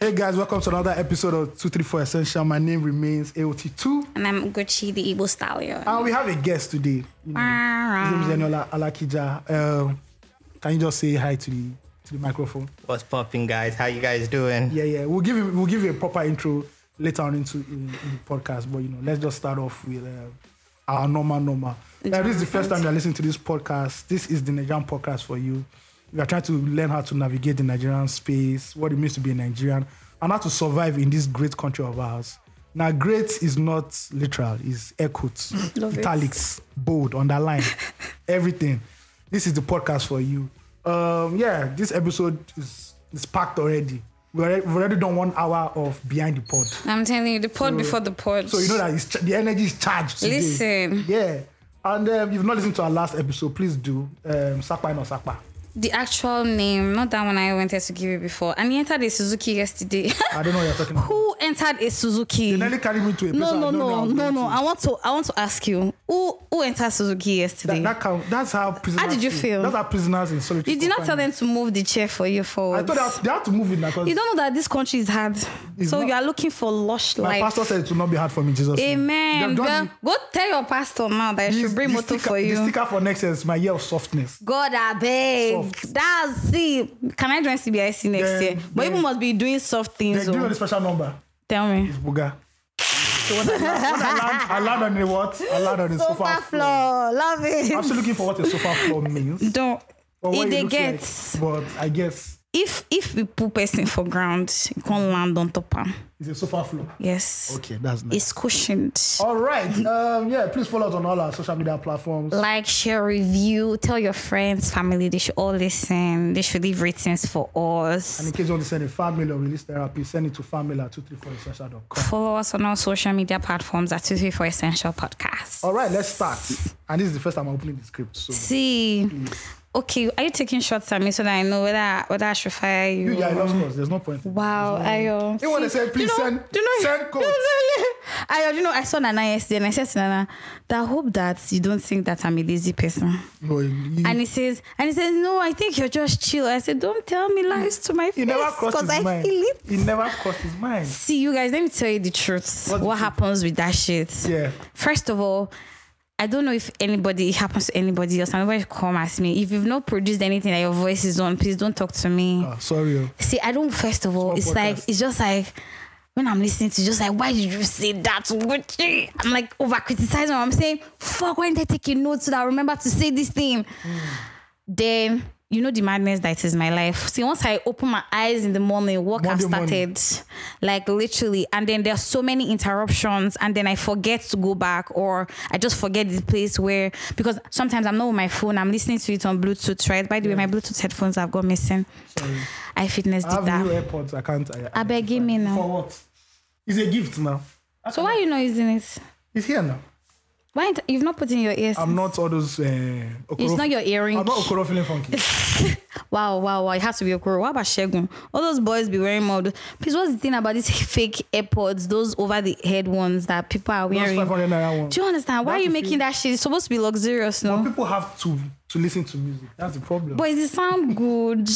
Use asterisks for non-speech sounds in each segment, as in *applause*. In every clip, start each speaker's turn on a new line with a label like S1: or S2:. S1: Hey guys, welcome to another episode of 234 Essential. My name remains AOT2.
S2: And I'm Gucci the Igbo Stallion.
S1: And we have a guest today. You know, his name is Eniola Alakija. Um, can you just say hi to the to the microphone?
S3: What's popping, guys? How you guys doing?
S1: Yeah, yeah. We'll give him we'll give you a proper intro later on into in, in the podcast. But you know, let's just start off with uh, our normal normal. Uh, this is the first time you're listening to this podcast. This is the Nigerian podcast for you. We are trying to learn how to navigate the Nigerian space, what it means to be a Nigerian, and how to survive in this great country of ours. Now, great is not literal, it's air quotes, *laughs*
S2: Love it.
S1: italics, bold,
S2: *laughs*
S1: underline, everything. This is the podcast for you. Um, yeah, this episode is, is packed already. We already. We've already done one hour of Behind the Pod.
S2: I'm telling you, the pod before the pod.
S1: So you know that it's ch- the energy is charged. Today.
S2: Listen.
S1: Yeah. And um, if you've not listened to our last episode, please do. Um, Sapa no Sapa.
S2: the actual name, not that one I wanted to give you before. And he entered a Suzuki yesterday. *laughs*
S1: I don't know what you're talking about.
S2: Who entered a Suzuki?
S1: You nearly carried me to a place I
S2: No, no,
S1: don't know
S2: no,
S1: how to
S2: no,
S1: do
S2: no.
S1: it.
S2: I want to, I want to ask you, who, who entered Suzuki yesterday?
S1: That, that count, that's how prisoners.
S2: did you feel?
S1: That's how prisoners in solitary.
S2: you did not tell
S1: confinement-
S2: them to move the chair for you
S1: I
S2: forward.
S1: thought they had, they had to move it now
S2: you
S1: because
S2: don't know that this country is hard,
S1: It's
S2: so
S1: not-
S2: you are looking for lush
S1: my
S2: life.
S1: pastor said it will not be hard for me, Jesus. name.
S2: Amen.
S1: They've done
S2: Girl, go tell your pastor now that
S1: the-
S2: I should
S1: the-
S2: bring
S1: the
S2: motor
S1: sticker-
S2: for
S1: The
S2: you.
S1: sticker for next year is my year of softness.
S2: God, I beg.
S1: Soft.
S2: That's it. Can I join CBIC next
S1: Then-
S2: year? But
S1: then-
S2: people must be doing soft
S1: They
S2: things.
S1: do know
S2: oh.
S1: the special number.
S2: Tell me.
S1: It's Buga. So when I, when
S2: *laughs*
S1: I land, I land on the what? I land on the sofa,
S2: Sofa floor. Love
S1: I'm
S2: it.
S1: still looking for what a sofa floor means.
S2: Don't.
S1: or what
S2: If they
S1: looks
S2: get,
S1: Like, but I guess
S2: if if we put person for ground, you can't land on top am.
S1: it's a sofa floor.
S2: Yes.
S1: Okay, that's nice.
S2: It's cushioned.
S1: all right. Um, yeah, please follow us on all our social media platforms.
S2: Like, share, review, tell your friends, family, they should all listen. They should leave ratings for us.
S1: And in case you want to send a fan mail or release therapy, send it to fanmail at 234essential.com.
S2: Follow us on all social media platforms at 234 Essential Podcast.
S1: All right, let's start. And this is the first time I'm opening the script. So
S2: See, okay, are you taking shots at me so that I know whether I, whether I should fire you?
S1: you yeah, I lost course. There's no point.
S2: Wow, Ayo.
S1: You want to
S2: See,
S1: say, please
S2: you know,
S1: send,
S2: do you know,
S1: send
S2: *laughs* No,
S1: codes.
S2: no, yeah. Ayo, you know, I saw Nana yesterday and I said to Nana, that I hope that you don't think that I'm a lazy person.
S1: No, you,
S2: And he says, and he says, no, I think you're just chill. I said, don't tell me lies to my
S1: he
S2: face
S1: never crossed his
S2: because I
S1: mind.
S2: feel it.
S1: He never crossed his mind.
S2: See, you guys, let me tell you the truth.
S1: What's the
S2: what
S1: truth?
S2: happens with that shit?
S1: Yeah.
S2: First of all, I don't know if anybody it happens to anybody else. Nobody come ask me. If you've not produced anything that your voice is on, please don't talk to me.
S1: Ah, sorry. oh.
S2: See, I don't. First of
S1: Small
S2: all, it's
S1: podcast.
S2: like it's just like when I'm listening to, just like, why did you say that, Gucci? I'm like over criticizing. I'm saying, fuck, why didn't I take a note so that I remember to say this thing?
S1: Hmm.
S2: Then you know the madness that is my life. See, once I open my eyes in the morning, work I've
S1: Monday morning.
S2: started, like literally, and then there's so many interruptions, and then I forget to go back, or I just forget the place where because sometimes I'm not with my phone, I'm listening to it on Bluetooth. Right? By the way, my Bluetooth headphones have got missing.
S1: Sorry.
S2: I fitness
S1: I
S2: did
S1: have
S2: that.
S1: new AirPods. I can't. I,
S2: I beg him in
S1: For
S2: now.
S1: what? It's a gift now.
S2: So why you not using it?
S1: It's here now.
S2: Why ain't- you've not put in your ears?
S1: I'm not all those. Uh,
S2: it's
S1: Okoro-
S2: not your earring.
S1: I'm not Okoro feeling funky.
S2: wow, wow, wow. It has to be Okoro. What about Shegun? All those boys be wearing model. Please, what's the thing about these *laughs* fake AirPods, those over the head ones that people are
S1: Those
S2: wearing?
S1: 500 naira ones.
S2: Do you understand? Why
S1: That
S2: are you
S1: to
S2: making
S1: feel-
S2: that shit? It's supposed to be luxurious, no?
S1: People have to to listen to music. That's the problem.
S2: But is it sound good?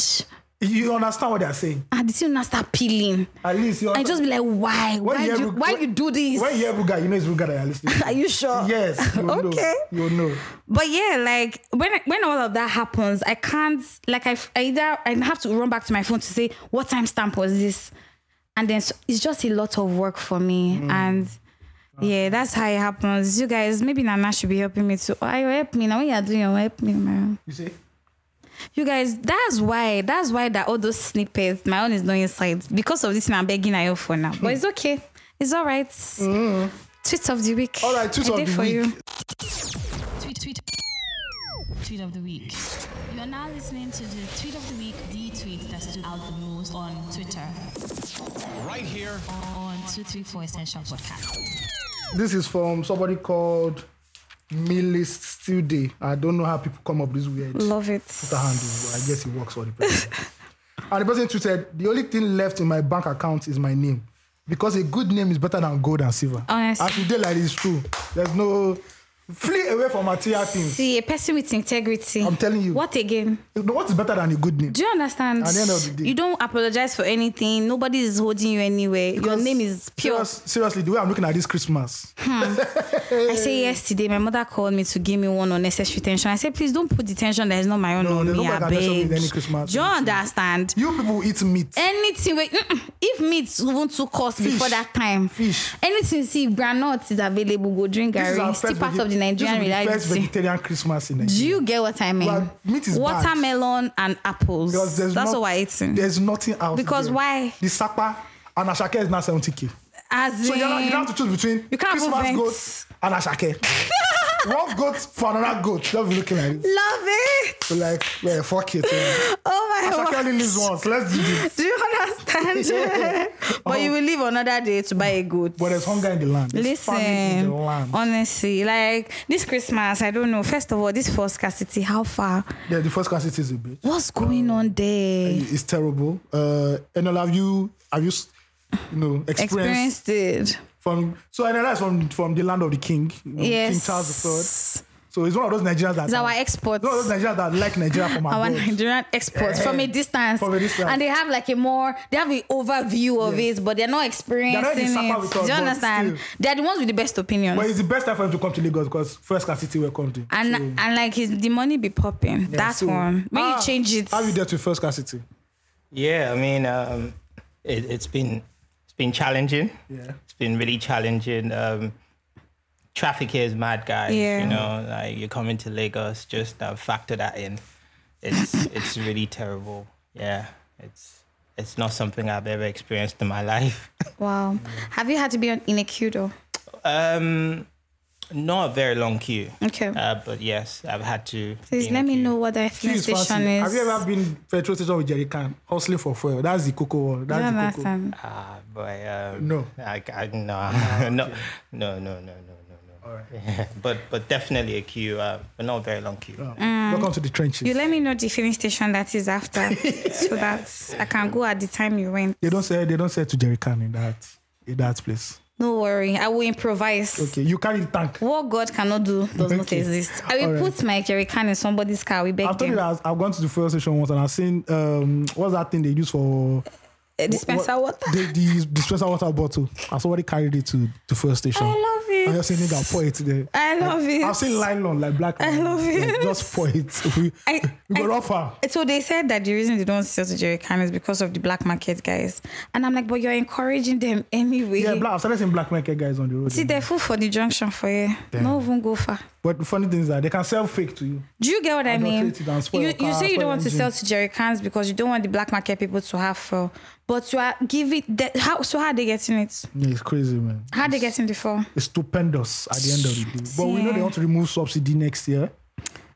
S1: you understand what they're saying.
S2: And the thing not start peeling.
S1: At least you.
S2: I just be like, why?
S1: When
S2: Why
S1: you hear
S2: you,
S1: Rug-
S2: why
S1: when-
S2: you do this?
S1: When you hear Ruga, you know it's Ruga that you're listening.
S2: *laughs*
S1: to.
S2: Are you sure? *laughs*
S1: Yes. You'll
S2: Okay.
S1: Know. You'll know.
S2: But yeah, like when when all of that happens, I can't like I, f- I either I have to run back to my phone to say what time stamp was this, and then so, it's just a lot of work for me
S1: Hmm.
S2: and. Yeah, that's how it happens. You guys, maybe Nana should be helping me too. I help me now. When you're doing, your help me, man.
S1: You see?
S2: You guys, that's why. That's why that all those snippets, my own is not inside because of this. thing, I'm begging I for now, but it's okay. It's all right. Tweets of the week.
S1: Hmm. All right, tweets
S2: I
S1: of
S2: did
S1: the
S2: for
S1: week.
S2: you.
S4: tweet tweet tweet of the week. You are now listening to the tweet of the week, the tweet that stood out the most on Twitter
S5: right here.
S4: on two three four essential podcast.
S1: This is from somebody called Millis Stude. I don't know how people come up this weird Twitter handle,
S2: Love it.
S1: but I guess it works for the
S2: *laughs*
S1: person. and the person tweeted, "The only thing left in my bank account is my name, because a good name is better than gold and silver."
S2: Honestly.
S1: As today, like it's true. There's no Flee away from material things.
S2: See, a person with integrity.
S1: Mm. I'm telling you.
S2: What again?
S1: You know, What is better than a good name?
S2: Do you understand?
S1: At the end of the day.
S2: You don't apologize for anything. Nobody is holding you anywhere. Your
S1: Because eh,
S2: name is pure.
S1: serious- seriously, the way I'm looking at this Christmas,
S2: I say yesterday, my mother called me to give me one unnecessary tension. I said, please don't put the tension that is not my own
S1: No,
S2: on
S1: there's
S2: me.
S1: no
S2: I
S1: bad tension with
S2: beg.
S1: any Christmas
S2: Do you
S1: thing.
S2: understand?
S1: you people eat meat.
S2: Anything where, Mm-mm. if meat even too cost before that time.
S1: Fish.
S2: Anything see granite is available, go drink
S1: This is our
S2: Gary. Still
S1: first
S2: part
S1: vege-
S2: of the Nigerian
S1: this will be the first
S2: reality.
S1: vegetarian Christmas in Nigeria.
S2: Do you get what I mean?
S1: Well, meat is bad.
S2: Watermelon and apples.
S1: Because
S2: That's
S1: there's not-
S2: what we're eating.
S1: There's nothing out
S2: Because
S1: there.
S2: why?
S1: The Sapa and Ashake is now 70k.
S2: As
S1: So you don't you
S2: in-
S1: don't have to choose between
S2: You can't
S1: Christmas
S2: prevent-
S1: goat and
S2: *laughs*
S1: Ashake. One goat for another goat. Don't be looking at it.
S2: Love it.
S1: So like, yeah, fuck it. Yeah.
S2: Oh my
S1: Ashake
S2: god.
S1: only lives once. Let's do this.
S2: *laughs* Do
S1: *laughs*
S2: you understand? but you will leave another day to buy a goat.
S1: Oh. But there's hunger in the land. There's famine in
S2: Listen,
S1: the land.
S2: honestly, like this Christmas, I don't know. First of all, this for scarcity, how far?
S1: Yeah, the first class it is a bit.
S2: What's going on there?
S1: It's terrible. Uh, Enola, have you have you s- you know experienced
S2: Experienced it.
S1: from? So Enola is from from the land of the king, you know, King Charles III.
S2: Yes.
S1: So it's one of those Nigerians that
S2: It's
S1: It's
S2: our
S1: one of
S2: exports.
S1: those Nigerians that like Nigeria from
S2: *laughs* Our
S1: abroad.
S2: Nigerian exports from a distance.
S1: From a distance.
S2: And they have like a more, they have an overview of
S1: Yes.
S2: it, but they're not experiencing
S1: not in Sapa
S2: it.
S1: with
S2: Do
S1: us,
S2: you
S1: but
S2: understand?
S1: still.
S2: They're the ones with the best opinions.
S1: But it's the best time for him to come to Lagos because first class city welcome to.
S2: and and like his the money be popping. Ah, That's one. When you change it,
S1: ah, How you dealt with first class city?
S3: Yeah, I mean, um, it, it's been it's been challenging.
S1: Yeah.
S3: it's been really challenging. Um, traffic here is mad, guys.
S2: Yeah.
S3: you know, like you're coming to Lagos, just uh, factor that in. It's
S2: *laughs*
S3: it's really terrible. Yeah, it's it's not something I've ever experienced in my life. *laughs*
S2: wow. Have you had to be on, in a queue though?
S3: Um, not a very long queue.
S2: Okay.
S3: Uh, but yes, I've had to. be
S1: Ah,
S2: Please
S3: in a
S2: let me
S3: queue.
S2: know what the fuel
S1: Please,
S2: station
S1: Francis,
S2: is.
S1: Have you ever been petrol station with jerry can hustling for fuel? That's the cocoa world.
S2: Do you
S1: That's the cocoa.
S2: understand?
S3: Ah, but um,
S1: No. Ah,
S3: I, I, no, *laughs* no, no, no, no, no, no, no.
S1: All right.
S3: *laughs*
S1: Oh.
S3: but but definitely a queue, uh, but not a very long queue.
S1: Yeah. Welcome to the trenches.
S2: Mm. You let me know the filling station that is after, so that I can go at the time you went.
S1: they don't say they don't say to jerry can in that in that place.
S2: No worry, I will improvise.
S1: Okay, you carry the tank.
S2: What God cannot do does not
S1: Okay.
S2: exist. I will
S1: Alright.
S2: put my jerry can in somebody's car. We beg
S1: I've told you
S2: them.
S1: that I've- I've gone to the fuel station once and I've seen um what's that thing they use for
S2: A Eh, dispenser water.
S1: the, the dispenser water bottle and somebody carried it to the fuel station.
S2: I love
S1: I
S2: it.
S1: just saying nigga pour it there.
S2: I love it.
S1: I've seen nylon like black.
S2: I
S1: nylon.
S2: love
S1: Like,
S2: it.
S1: just pour it. *laughs* We,
S2: I-
S1: we got
S2: I-
S1: offer.
S2: So they said that the reason they don't sell to jerry can is because of the black market guys. And I'm like, but you're encouraging them anyway.
S1: Yeah, black. I've started seeing black market guys on the road.
S2: See, they're full for the junction for you. No even go far.
S1: But the funny thing is that they can sell fake to you.
S2: Do you get what I mean?
S1: Adulterate it and spoil
S2: You,
S1: your
S2: you
S1: car,
S2: say you
S1: spoil
S2: don't want
S1: your
S2: to sell to jerry cans because you don't want the black market people to have fuel. But you are giving that how so how are they getting it?
S1: Yeah, it's crazy, man.
S2: How are they getting the fuel?
S1: It's stupendous at the end of the day. But we know they want to remove subsidy next year.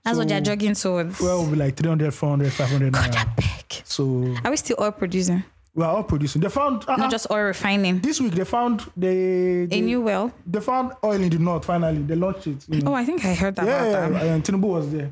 S2: That's what they're
S1: So-
S2: jogging towards.
S1: Well, will be like 300, 400, 500 naira.
S2: Heck.
S1: So
S2: Are we still oil producing?
S1: we are all producing. They found uh,
S2: Not just oil refining.
S1: this week. They found they
S2: A
S1: they,
S2: new well.
S1: they found oil in the north. Finally, they launched it. You know.
S2: Oh, I think I heard
S1: yeah,
S2: about
S1: yeah,
S2: that.
S1: and Tinubu was
S2: *laughs*
S1: there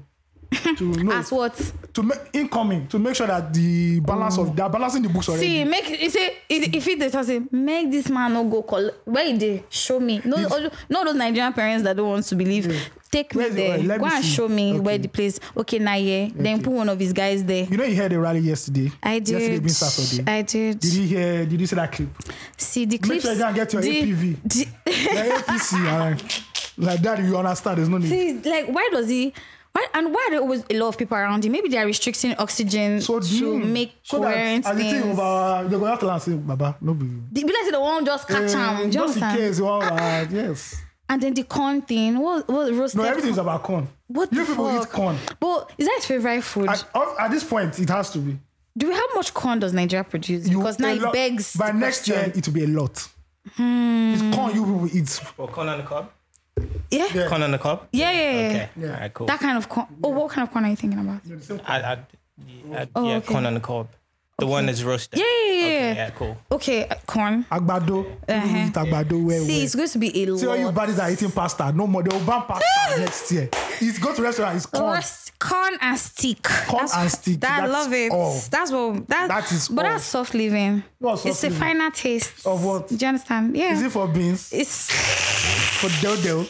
S1: to know
S2: As what?
S1: to make incoming to make sure that the balance of they're balancing the books already.
S2: Mm. See, make you say if if it does not say make this man no go call where he dey show me no all- no those Nigerian parents that don't want to believe take me
S1: Where's the
S2: there
S1: oil? Let
S2: go
S1: me
S2: and
S1: see.
S2: show me where
S1: Okay.
S2: the place okay na here then put one of his guys there
S1: You know, you heard the rally yesterday.
S2: I did
S1: Yesterday being Saturday.
S2: I did,
S1: did you hear? Did you see that
S2: *laughs*
S1: clip?
S2: see the
S1: Make
S2: clips
S1: sure you don't get your
S2: the-
S1: APV.
S2: the-
S1: Your APC, alright. Like that, you understand. There's no need.
S2: See, like why does he why and why are there always a lot of people around him maybe they are restricting oxygen
S1: So do
S2: to
S1: you,
S2: make
S1: so
S2: coherent
S1: that as the
S2: things
S1: thing over, they go have to answer, Baba, no be.
S2: the be like say the one just catch am
S1: Um,
S2: do you
S1: just in
S2: understand?
S1: case, well, uh, yes.
S2: and then the corn thing what what roasted
S1: No, everything's about corn.
S2: What
S1: you
S2: the
S1: people
S2: fuck?
S1: eat corn.
S2: But is that his favorite food?
S1: At, of- at this point, it has to be.
S2: Do we how much corn does Nigeria produce?
S1: You-
S2: because now
S1: a
S2: it
S1: lot-
S2: begs.
S1: By
S2: the
S1: next year,
S2: question. Hmm.
S1: it will be a lot. It's corn you people eat.
S3: Well, corn on the cob.
S2: yeah, yeah,
S3: Corn on the cob.
S2: yeah, yeah. yeah.
S3: Okay. All right. Cool.
S2: That kind of corn. Oh, what kind of corn are you thinking about? Yeah,
S3: I, I, I,
S2: Oh,
S3: yeah,
S2: okay.
S3: corn on the cob. The one that's roasted.
S2: yeah, yeah.
S3: Okay,
S2: yeah.
S3: yeah, cool.
S2: Okay, uh, corn.
S1: Agbado. You
S2: Uh-huh.
S1: eat agbado well,
S2: See,
S1: well.
S2: it's going to be a
S1: See all you
S2: lot.
S1: buddies that are eating pasta. No more. They will ban pasta
S2: Ah!
S1: next year. It's go to restaurant. It's corn.
S2: Roast- Corn and stick. Corn
S1: and stick,
S2: That, I
S1: that's
S2: love it.
S1: all.
S2: That's what that,
S1: That is
S2: But
S1: all.
S2: that's soft living.
S1: What's soft
S2: it's a
S1: living?
S2: finer taste.
S1: Of what?
S2: Do you understand? Yeah.
S1: Is it for beans?
S2: it's
S1: For dodo?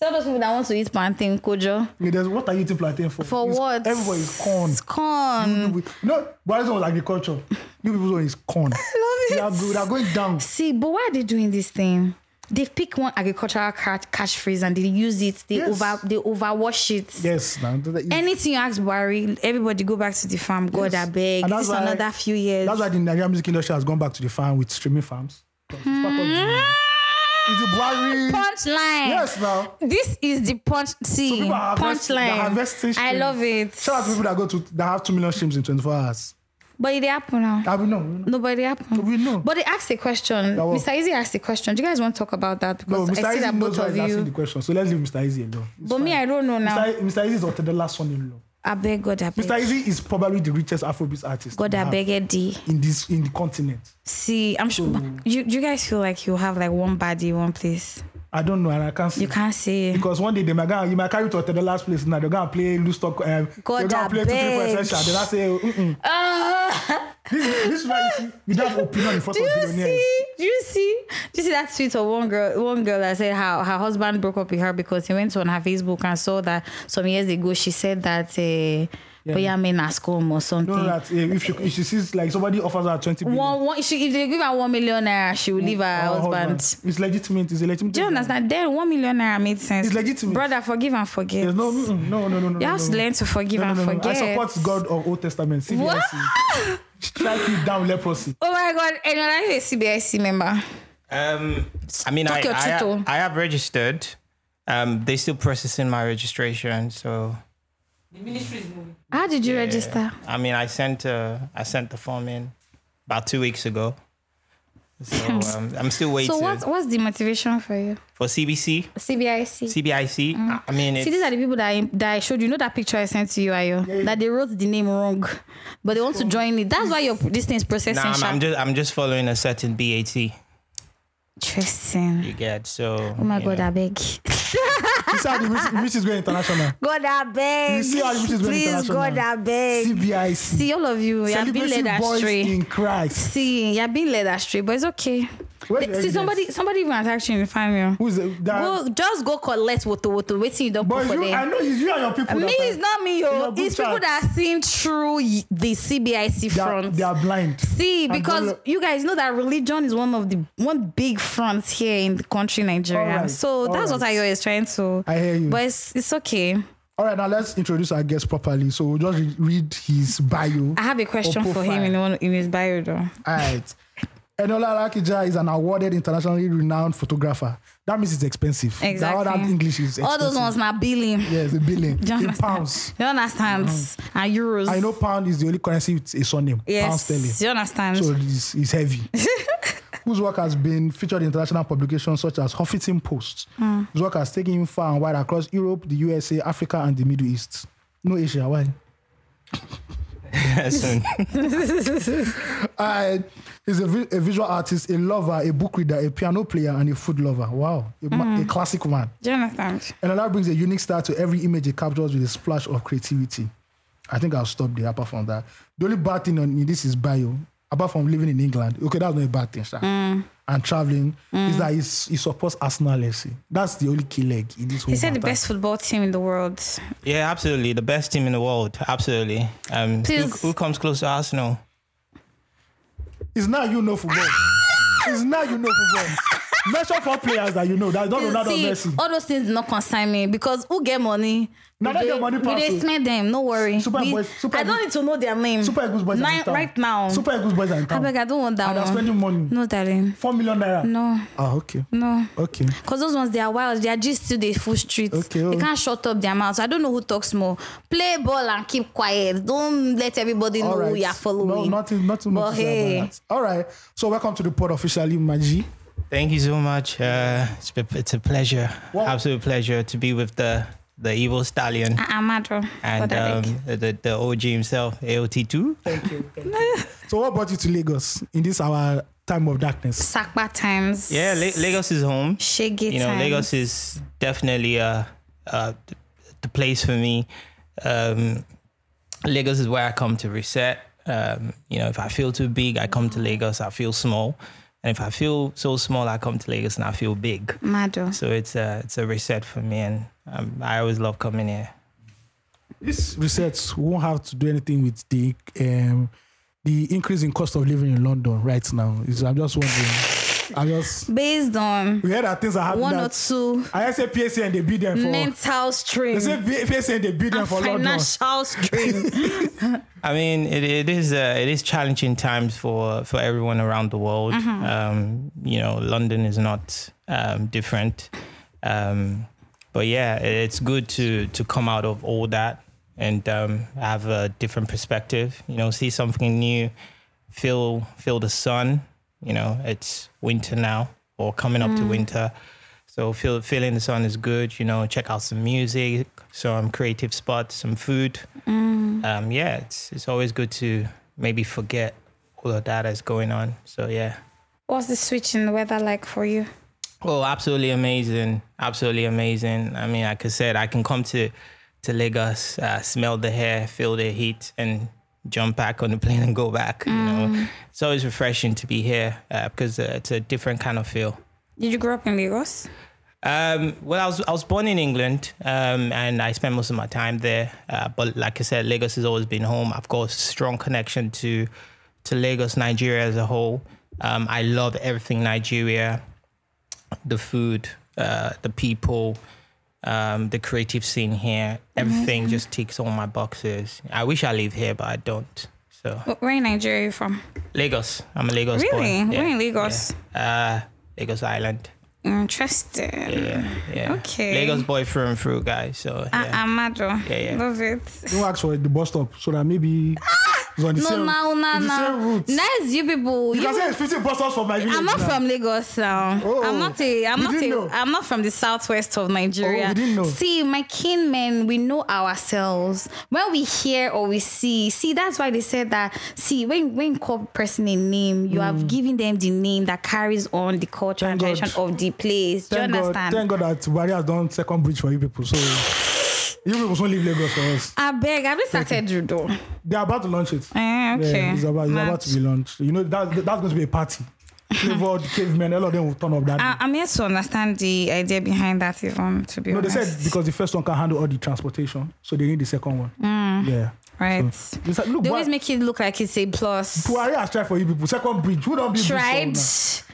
S2: Tell those people that want to eat plantain, Kojo.
S1: I mean, there's, what are you eating plantain for?
S2: For
S1: It's-
S2: what?
S1: Everywhere is corn. Mm.
S2: It's corn.
S1: You know, Brazil was agriculture. You people zone is corn.
S2: I
S1: They are,
S2: love it.
S1: go- they are going down.
S2: See, but why are they doing this thing? They've picked one agricultural catch, catchphrase and they use it. They
S1: Yes.
S2: over they overwash it.
S1: Yes, now
S2: Anything you ask Buhari, everybody go back to the farm. God, I beg. This is another few years.
S1: That's why the Nigerian music industry has gone back to the farm with streaming farms. It's part of the,
S2: Hmm.
S1: it's the Buhari-
S2: punchline.
S1: Yes, now.
S2: This is the punch. See,
S1: People are harvesting- they're harvesting
S2: punchline. I
S1: streams.
S2: love it.
S1: Shout out to people that go to that have two million streams in 24 hours.
S2: But it happened now.
S1: I will know. we know.
S2: Nobody happened.
S1: We know.
S2: But they asked a question.
S1: That what?
S2: Mr. Izzy asked a question. Do you guys want to talk about that?
S1: No,
S2: Because I
S1: Mr.
S2: see
S1: Izzy
S2: that
S1: knows
S2: both
S1: why
S2: of
S1: he's asking the
S2: you.
S1: question. So let's leave Mr. Izzy alone. It's
S2: But me,
S1: fine.
S2: I don't know now.
S1: Mr. I- Mr. Izzy is Otedola's son-in-law.
S2: I beg God, I beg.
S1: Mr. Izzy is probably the richest Afrobeat artist
S2: God,
S1: we
S2: I
S1: have
S2: beg Eddie.
S1: in this in the continent.
S2: See, I'm sure you, you guys feel like you have like one body, one place.
S1: I don't know, and I can't see.
S2: You can't say
S1: because one day they might go, you might carry to Otedola's place now. They're gonna play loose talk. Um,
S2: God,
S1: they're
S2: I
S1: gonna play two, three, four
S2: beg.
S1: essential. They're gonna say, "Oh, Mm-mm.
S2: Ah,
S1: this, is- this is why you see you don't have opinion in front
S2: do
S1: of
S2: you
S1: billionaires.
S2: see? Do you see? Do you see that tweet of one girl? One girl that said how her husband broke up with her because he went on her Facebook and saw that some years ago she said that uh, yeah. Boyamin Ascom or something.
S1: You know that eh, if she if she sees like somebody offers her 20 billion,
S2: one, one, she, if they give her one million naira, she
S1: Mm.
S2: will leave her
S1: her
S2: husband.
S1: It's legitimate. It's a legitimate.
S2: Do you understand? Then one million naira made sense.
S1: It's legitimate.
S2: Brother, forgive and forget.
S1: There's no, mm-mm, no, no, no, no. no,
S2: you have
S1: no,
S2: to
S1: no.
S2: learn to forgive
S1: No,
S2: and
S1: no, no, no.
S2: forget.
S1: I support God of Old Testament.
S2: What?
S1: CBSE. Strike you down, leprosy.
S2: Oh my god, and you're like a CBIC member.
S3: Um, I mean, I,
S2: Talk your
S3: I,
S2: truth, oh.
S3: have, I have registered. Um, they still processing my registration, so
S2: How did you register?
S3: I mean, I sent uh, I sent the form in about two weeks ago.
S2: *laughs*
S3: So um, I'm still waiting
S2: So what's what's the motivation for you?
S3: for CBC,
S2: CBIC.
S3: CBIC. I- I
S2: Mm-hmm.
S3: mean,
S2: See,
S3: it's,
S2: these are the people that I, that I showed you. You know that picture I sent to you, Ayo? That they wrote the name wrong, but they want to join it. That's why your this thing's processing.
S3: nah, I'm,
S2: sharp.
S3: I'm just I'm just following a certain BAT you
S2: Interesting.
S3: get. So
S2: Oh my
S3: you
S2: god,
S3: know.
S2: I beg.
S1: You see how the rich- rich is going international.
S2: God, I beg.
S1: You see how rich is going
S2: Please,
S1: international.
S2: God, I beg.
S1: CBIC.
S2: See, all of you, you have been
S1: Celebrating
S2: led
S1: boys
S2: astray.
S1: in Christ.
S2: See, you have been led astray, but it's okay.
S1: Where's the
S2: See,
S1: evidence?
S2: somebody somebody even attacked you in the family.
S1: Who's the- that?
S2: Go, just go collect woto woto wetin you don put
S1: Boys,
S2: for
S1: you, I
S2: there.
S1: know it's you and your people.
S2: me
S1: that are-
S2: it's not me
S1: In
S2: o
S1: your group
S2: it's people
S1: chat.
S2: that seen through y- the cbic
S1: they are,
S2: front
S1: they are blind.
S2: see
S1: And
S2: because
S1: don't look-
S2: you guys know that religion is one of the one big front here in the country nigeria
S1: Alright,
S2: so that's what
S1: alright.
S2: ayo is trying to
S1: I hear you.
S2: but it's, it's okay
S1: All right, now let's introduce our guest properly. So we'll just re- read his bio.
S2: *laughs* i have a question
S1: Or
S2: for him
S1: profile.
S2: in, one, in his bio though
S1: All right. Enola Rakija is an awarded, internationally renowned photographer. That means it's expensive. That-
S2: exactly
S1: All that English is expensive.
S2: all those ones na billing
S1: Yes, a billion.
S2: *laughs* you
S1: In
S2: understand
S1: pounds.
S2: you understand and euros
S1: I know pound is the only currency with a surname. Pound sterling.
S2: yes you understand
S1: so it's, it's heavy.
S2: *laughs*
S1: Whose work has been featured in international publications such as Huffington Post.
S2: Hmm.
S1: Whose work has taken him far and wide across Europe, the USA, Africa, and the Middle East. No Asia, why?
S3: *laughs* Soon.
S1: I is a, vi- a visual artist, a lover, a book reader, a piano player, and a food lover. Wow, a, ma-
S2: Hmm.
S1: a classic man.
S2: do *laughs* you understand
S1: And that brings a unique style to every image he captures with a splash of creativity. I think I'll stop there apart from that. The only bad thing on in this is bio, apart from living in England. Okay, that's not a bad thing, sha.
S2: Mm.
S1: And traveling is that he's, he supports Arsenal FC. That's the only key leg in this whole
S2: he said the
S1: matter.
S2: best football team in the world
S3: yeah, absolutely, the best team in the world, absolutely. Um, who,
S2: Please.
S3: who comes close to Arsenal?
S1: It's now you know football. it's now you know football. Mention four players that you know that don't Ronaldo
S2: See, oh,
S1: or Messi.
S2: all those things not concern me because who get money?
S1: Na
S2: We
S1: dem
S2: dey-
S1: get money
S2: We
S1: pass
S2: dey
S1: o.
S2: spend them. No worry.
S1: Super
S2: we,
S1: Eagles- Super
S2: I don't
S1: Eagles-
S2: need to know their name.
S1: Super Eagles boys are
S2: Nine-
S1: in town.
S2: right now.
S1: Super Eagles boys are in
S2: I
S1: town.
S2: beg, I don't want that
S1: And they're
S2: one.
S1: spending money.
S2: No, darling.
S1: Four million naira.
S2: No,
S1: Ah, okay.
S2: no.
S1: Okay.
S2: Cause those ones they are wild. They are just still the full street.
S1: Okay,
S2: They
S1: oh.
S2: can't shut up their mouths. I don't know who talks more. Play ball and keep quiet. Don't let everybody know
S1: All
S2: who Oh, you are following.
S1: No, nothing, nothing much
S2: But
S1: to say
S2: hey.
S1: about that. All right. So welcome to the pod officially, Maji.
S3: Thank you so much. Uh, it's, been- it's a pleasure,
S1: Well-
S3: absolute pleasure to be with the the evil stallion
S2: Ah, ah, Madro.
S3: and
S2: God, I beg.
S3: um, the the OG himself, AOT2.
S1: So what brought you to Lagos in this our time of darkness?
S2: Sakpa times.
S3: Yeah, La- Lagos is home.
S2: Shaggy
S3: You know,
S2: times.
S3: Lagos is definitely uh, uh, th- the place for me. Um, Lagos is where I come to reset. Um, you know, if I feel too big, I come to Lagos. I feel small. And if I feel so small, I come to Lagos and I feel big.
S2: Mado.
S3: So it's a it's a reset for me, and um, I always love coming here.
S1: This research won't have to do anything with the um, the increase in cost of living in London right now. It's- I'm just wondering. I just
S2: Based on
S1: we heard that things are happening.
S2: one or
S1: that-
S2: two
S1: I heard say PSA and they beat them for.
S2: mental
S1: They
S2: strain
S1: say P- PSA and they beat them
S2: and
S1: for London.
S2: financial strain.
S3: I mean, it, it is uh, it is challenging times for for everyone around the world. Um, you know, London is not um, different, um, but yeah, it's good to to come out of all that and um, have a different perspective. You know, see something new, feel feel the sun. You know, it's winter now or coming up to winter. So feel, feeling the sun is good, you know, check out some music, some creative spots, some food um, yeah, it's it's always good to maybe forget all of that that's going on. So yeah.
S2: What's the switch in the weather like for you?
S3: Oh, absolutely amazing! Absolutely amazing. I mean, like I said, I can come to to Lagos, uh, smell the hair, feel the heat, and jump back on the *laughs* plane and go back. You know, it's always refreshing to be here uh, because uh, it's a different kind of feel.
S2: Did you grow up in Lagos?
S3: Um, well, I was I was born in England, um, and I spent most of my time there. Uh, but like I said, Lagos has always been home. I've got a strong connection to to Lagos, Nigeria as a whole. Um, I love everything Nigeria, the food, uh, the people, um, the creative scene here.
S2: Mm-hmm.
S3: Everything just ticks all my boxes. I wish I lived here, but I don't. So
S2: Wh- Where in Nigeria are you from?
S3: Lagos, I'm a Lagos boy.
S2: Really?
S3: Yeah,
S2: Where in Lagos?
S3: yeah. Uh, Lagos Island.
S2: Interesting.
S3: Yeah, yeah.
S2: Okay.
S3: Lagos boy through and through, guys. So
S2: Ah,
S3: yeah.
S2: ah, Mado.
S3: Yeah, yeah.
S2: Love it.
S1: Don't ask for the bus stop so that maybe it's on the
S2: No,
S1: same,
S2: Ah! no, no,
S1: it's the same
S2: no.
S1: route.
S2: Nice, you people.
S1: you
S2: You
S1: can say it's 15 bus stops for my village.
S2: I'm not
S1: now.
S2: from Lagos now.
S1: Oh,
S2: I'm not a. I'm
S1: you
S2: not a.
S1: didn't know?
S2: am not from the southwest of Nigeria.
S1: Oh, you didn't know?
S2: See, my kin men, we know ourselves. When we hear or we see, see, that's why they said that. See, when when you call person a name, you have given them the name that carries on the culture
S1: Mm. Thank
S2: and tradition
S1: God.
S2: of the place.
S1: Thank
S2: Do you
S1: God,
S2: understand?
S1: thank God that Buhari has done second bridge for you people. So you people won't leave Lagos for us.
S2: I beg. Have you started judo?
S1: They're about to launch it.
S2: Eh, okay.
S1: Yeah, it's about, it's about
S2: Mad.
S1: to be launched. You know that that's going to be a
S2: *laughs*
S1: party. Flavored cavemen, all of them will turn up that.
S2: I,
S1: day.
S2: I'm yet to understand the idea behind that, even to be
S1: no, they
S2: honest.
S1: said because the first one can handle all the transportation, so they need the second one.
S2: Mm.
S1: Yeah.
S2: right.
S1: So, it's like, look,
S2: they always
S1: Buhari
S2: make it look like it's a plus.
S1: Buhari has tried for you people. Second bridge, who don't be
S2: tried,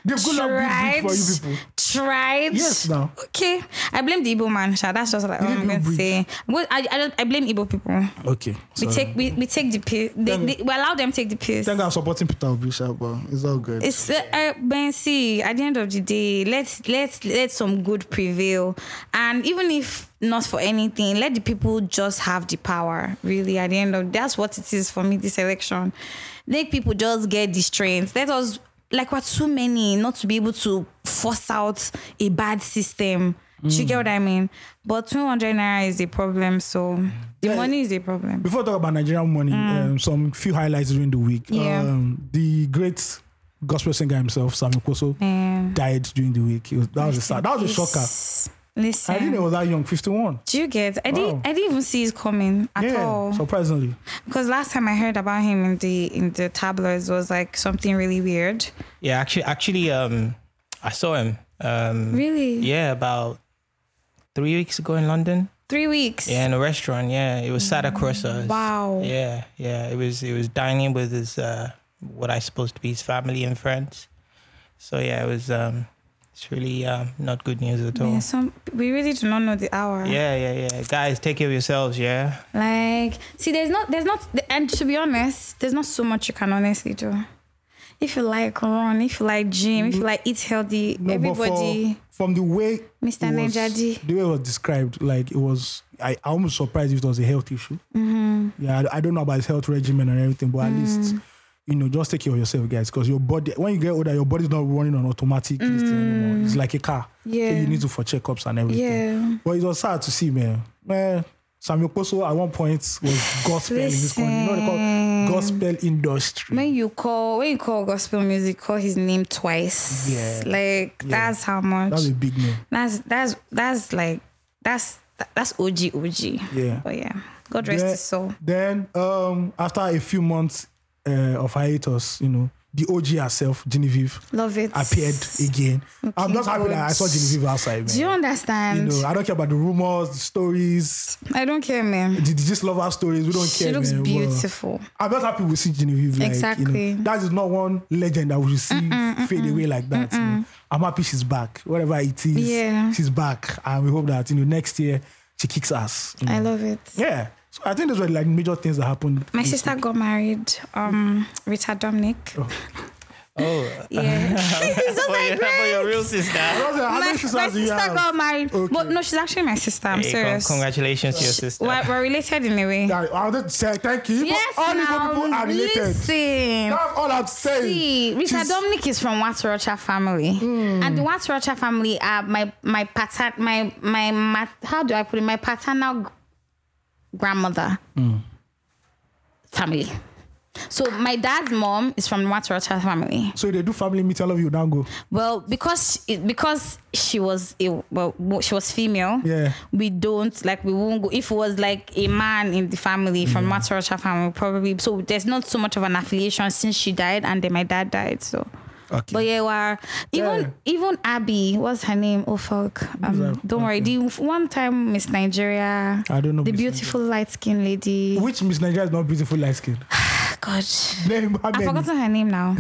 S1: They've good luck
S2: tried,
S1: big bridge for you people.
S2: tried.
S1: Yes, now.
S2: Okay, I blame the Igbo man. Sha. That's just like
S1: You
S2: what I'm
S1: didn't
S2: going to
S1: do
S2: say. Well, I, I, just- I blame Igbo people.
S1: Okay.
S2: We take we, we take the piss. They,
S1: Thank-
S2: they, we allow them take the piss.
S1: Thank God I'm supporting Peter Obi, sha, but it's all good.
S2: It's uh, uh, Ben see, at the end of the day, let's let's let some good prevail. And even if not for anything, let the people just have the power, really. At the end of that's what it is for me, this election. Let people just get the strength. Let us like we're too many not to be able to force out a bad system. Do you get
S1: Mm.
S2: what I mean? But 200 naira is a problem, so the
S1: Yeah.
S2: money is a problem.
S1: Before I talk about Nigerian money, um, some few highlights during the week.
S2: Mm. Yeah.
S1: Um, the great gospel singer himself, Sam Koso,
S2: Um,
S1: died during the week. It was, that was a sad, that was a shocker.
S2: Listen.
S1: I didn't know he was that young, 51.
S2: Do you get? I
S1: Wow.
S2: didn't. I didn't even see it coming at
S1: yeah,
S2: all.
S1: surprisingly.
S2: Because last time I heard about him in the in the tabloids was like something really weird.
S3: Yeah, actually, actually, um, I saw him. Um,
S2: Really?
S3: Yeah, about three weeks ago in London.
S2: Three weeks.
S3: Yeah, in a restaurant. Yeah, it was sat across us.
S2: Wow.
S3: Yeah, yeah. It was it was dining with his uh, what I supposed to be his family and friends. So yeah, it was um, it's really um, not good news at all.
S2: Yeah, some we really do not know the hour.
S3: Yeah, yeah, yeah. Guys, take care of yourselves. Yeah.
S2: Like, see, there's not, there's not, and to be honest, there's not so much you can honestly do. If you like run, if you like gym, if you like eat healthy,
S1: No, but for-
S2: everybody.
S1: from the way
S2: Mr.
S1: it was-
S2: Najaji.
S1: the way it was described, like it was, I, I almost surprised if it was a health issue.
S2: Mm-hmm.
S1: Yeah, I, I don't know about his health regimen and everything, but at
S2: Mm.
S1: least you know, just take care of yourself, guys, because your body when you get older, your body's not running on automatic this thing anymore. It's like a car.
S2: Mm. Yeah.
S1: so you need to for checkups and everything.
S2: Yeah.
S1: but it was sad to see, man. Man. Samuel Poso at one point was gospel in this country. You know what they call gospel industry.
S2: When you call, when you call gospel music, call his name twice.
S1: Yeah.
S2: Like
S1: Yeah.
S2: that's how much.
S1: That's a big name.
S2: That's that's that's like that's that's OG OG.
S1: Yeah.
S2: But yeah, God rest
S1: then,
S2: his soul.
S1: Then um, after a few months uh, of hiatus, you know, the OG herself, Genevieve,
S2: Love it.
S1: appeared again. I'm
S2: Okay,
S1: just happy that I saw
S2: good.
S1: Genevieve outside, man.
S2: Do you
S1: You
S2: understand?
S1: know, I don't care about the rumors, the stories,
S2: I don't care, man.
S1: the, the just love her stories. We don't
S2: She
S1: care.
S2: looks
S1: man. Well,
S2: beautiful.
S1: I'm not happy we see Genevieve. Like, You
S2: Exactly.
S1: know, that is not one legend that we should see fade away like that. you know. I'm happy she's back. Whatever it is,
S2: Yeah.
S1: she's back, and we hope that you know next year she kicks ass. you know.
S2: I love it.
S1: Yeah. So I think those were like major things that happened.
S2: My sister got married, um, Rita Dominic. *laughs*
S3: Oh,
S2: Yeah.
S3: *laughs*
S2: it's just
S3: for, your,
S2: like,
S3: for Oh, your real
S1: I
S3: sister.
S1: was like, how
S2: my,
S1: many
S2: my
S1: sisters
S2: sister
S1: do you have?
S2: got married.
S1: Okay.
S2: But no, she's actually my sister. I'm
S3: Hey, con-
S2: serious.
S3: congratulations to your sister.
S2: We're, we're related in a way.
S1: Yeah, I'll just say thank you.
S2: Yes,
S1: all
S2: now,
S1: Igbo people are related.
S2: listen.
S1: That's all I'm saying.
S2: See, Rita
S1: She's-
S2: Dominic is from Watsurocha family, and the Watsurocha family are my my pattern my, my my how do I put it my paternal g- grandmother family. So my dad's mom is from the Watsurocha family.
S1: So they do family meet. All of you now go.
S2: Well, because she, because she was a, well mo- she was female.
S1: Yeah.
S2: We don't like we won't go if it was like a man in the family from yeah. Matsurocha family probably so there's not so much of an affiliation since she died and then my dad died so.
S1: Okay.
S2: But yeah, we're, even even Abby, what's her name? Oh fuck, um,
S1: that?
S2: don't worry. The one time Miss Nigeria,
S1: I don't know
S2: the
S1: Miss
S2: beautiful light skinned lady.
S1: Which Miss Nigeria is not beautiful light
S2: *laughs*
S1: skin?
S2: God,
S1: Name how
S2: I've
S1: many?
S2: forgotten her
S1: *laughs*
S2: name now.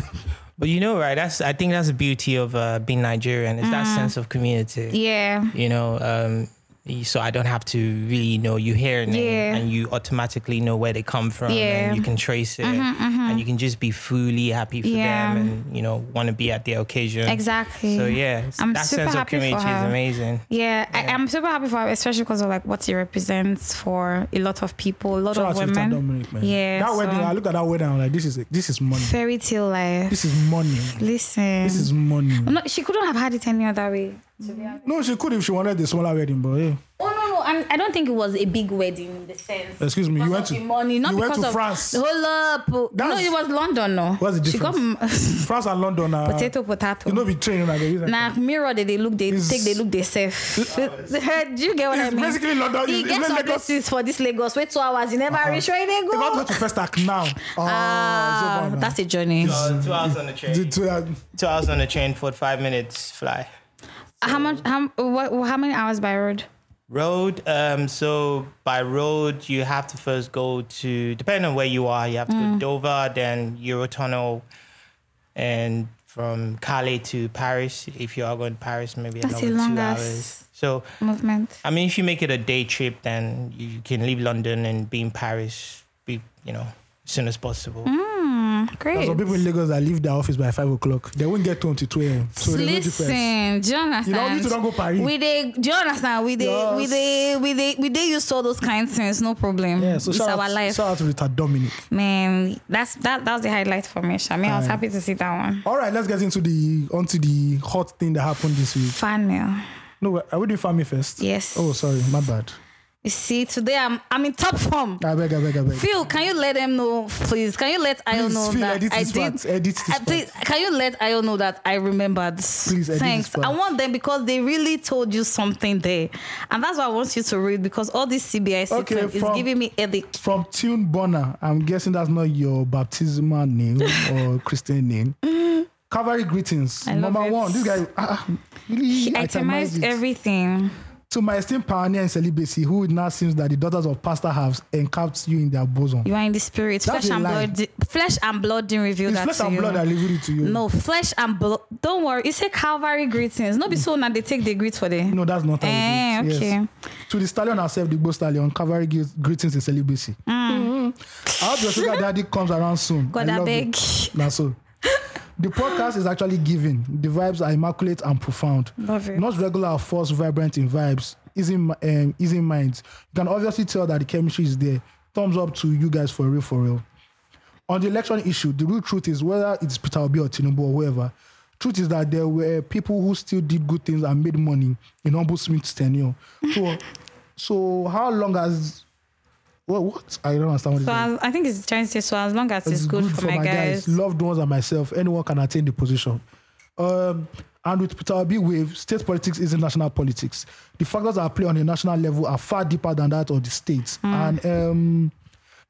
S3: But you know, right? That's I think that's the beauty of uh, being Nigerian is that sense of community.
S2: Mm-hmm. yeah,
S3: You know, um, y- so I don't have to really know. You hear a name
S2: Yeah.
S3: and you automatically know where they come from,
S2: Yeah. Mm-hmm,
S3: and you can trace it, and you can just be fully happy for
S2: Yeah.
S3: them, and you know, want to be at their occasion.
S2: Exactly.
S3: So yeah, s-
S2: I'm
S3: that
S2: super
S3: sense of
S2: happy for
S3: community is
S2: her.
S3: amazing.
S2: yeah. I, I'm super happy for her, especially because of like what she represents for a lot of people, a lot
S1: Shout
S2: of
S1: out to Rita
S2: women. uh,
S1: Dominic, man.
S2: Yeah,
S1: That
S2: so-
S1: wedding, I look at that wedding, I'm like, this is this is
S2: *laughs*
S1: money.
S2: Fairy tale life.
S1: This is money.
S2: Listen,
S1: This is money.
S2: no, she couldn't have had it any other way. To be honest.
S1: No, she could if she wanted the smaller wedding, but yeah.
S2: Oh no no! And I don't think it was a big wedding in the sense.
S1: Excuse me, you
S2: because
S1: went
S2: of
S1: to-
S2: the money, not
S1: you went
S2: because
S1: to
S2: of
S1: France.
S2: Hold up! oh.
S1: That's-
S2: no, it was London. No,
S1: What's the
S2: She got m- *laughs*
S1: France and London are
S2: potato potato.
S1: You know, be training like this.
S2: Nah, mirror that they look, they
S1: It's-
S2: take, they look, they safe. *laughs* Do you get what I
S1: It's
S2: mean?
S1: basically London.
S2: He
S1: It's-
S2: gets
S1: it's
S2: some
S1: Lagos.
S2: places for this Lagos. Wait two hours, you never reach where they
S1: If I go
S2: go.
S1: to Festac now, oh, it's
S2: Ah,
S1: over now.
S2: that's a journey.
S3: Uh, two hours on the train.
S1: The two, uh,
S3: Two hours on the train for five minutes fly.
S2: Uh, How much? How what? How many hours by road?
S3: Road. Um, so by road, you have to first go to depending on where you are. You have to go to Dover, then Eurotunnel, and from Calais to Paris. If you are going to Paris, maybe
S2: That's a
S3: another
S2: long
S3: two
S2: ass-
S3: hours. So
S2: Movement.
S3: I mean, if you make it a day trip, then you can leave London and be in Paris. Be you know as soon as possible.
S2: Mm.
S1: there's
S2: Hmm, Great.
S1: some people in Lagos that leave their office by 5 o'clock. They won't get home till 2 a.m. So there's no difference.
S2: Listen, do you understand?
S1: need to not go Paris.
S2: We they, do you understand? We they, we
S1: Yes.
S2: they, we they, we they use all those kind things. No problem.
S1: Yeah, so
S2: it's
S1: shout
S2: our
S1: out,
S2: life,
S1: shout out to Rita Dominic.
S2: man. That's that. That was the highlight for me. Shami, I was
S1: Aye.
S2: happy to see that one.
S1: All right, let's get into the onto the hot thing that happened this week.
S2: Fan mail.
S1: No, are we doing family first?
S2: Yes.
S1: Oh, sorry, my bad.
S2: You see, today I'm I'm in top form.
S1: I beg, I beg, I beg.
S2: Phil, can you let them know, please? Can you let Ayo
S1: Please,
S2: know
S1: Phil,
S2: that
S1: edit
S2: I
S1: this part.
S2: did?
S1: Edit this
S2: I
S1: part.
S2: please- can you let Ayo know that I remembered? Please,
S1: edit this
S2: thanks.
S1: part.
S2: I want them because they really told you something there, and that's why I want you to read because all this CBI system
S1: Okay,
S2: is
S1: from-
S2: giving me headache.
S1: From Tune Bonner, I'm guessing that's not your baptismal name
S2: *laughs*
S1: or Christian name. Calvary greetings.
S2: I love
S1: Number
S2: it.
S1: one, this guy ah, really
S2: He
S1: itemized
S2: itemized
S1: it.
S2: everything.
S1: to my esteemed pioneer in celibacy, who it now seems that the daughters of pastor have encapped you in their bosom.
S2: You are in the spirit.
S1: That's
S2: flesh
S1: a
S2: and
S1: lie.
S2: blood. Flesh and blood didn't reveal
S1: It's
S2: that
S1: flesh
S2: to
S1: and
S2: you.
S1: blood that revealed it to you.
S2: no, flesh and blood. Don't worry. It's a Calvary greetings. Not be so now they take the greet for the.
S1: No, that's not how
S2: Eh,
S1: we do it.
S2: okay.
S1: Yes. To the stallion herself, the Igbo stallion, Calvary gives greetings in celibacy.
S2: Mm.
S1: Mhm. I hope your sugar daddy comes around soon.
S2: God, I
S1: love
S2: beg.
S1: it. Na so. The podcast is actually giving. The vibes are immaculate and profound.
S2: Love it.
S1: Not regular or forced, vibrant in vibes. Easy, in- um, easy in minds. You can obviously tell that the chemistry is there. Thumbs up to you guys for real, for real. On the election issue, the real truth is whether it's Peter Obi or Tinubu or whoever, truth is that there were people who still did good things and made money in Humble Smith's tenure. So, *laughs* so how long has what, what? I don't understand what
S2: So
S1: it is.
S2: as, I think it's trying to say so as long as it's, good, for, my guys.
S1: Loved ones and myself, anyone can attain the position. Um, and with Peter Obi wave, state politics isn't national politics. The factors that play on a national level are far deeper than that of the
S2: Mm.
S1: states. And um,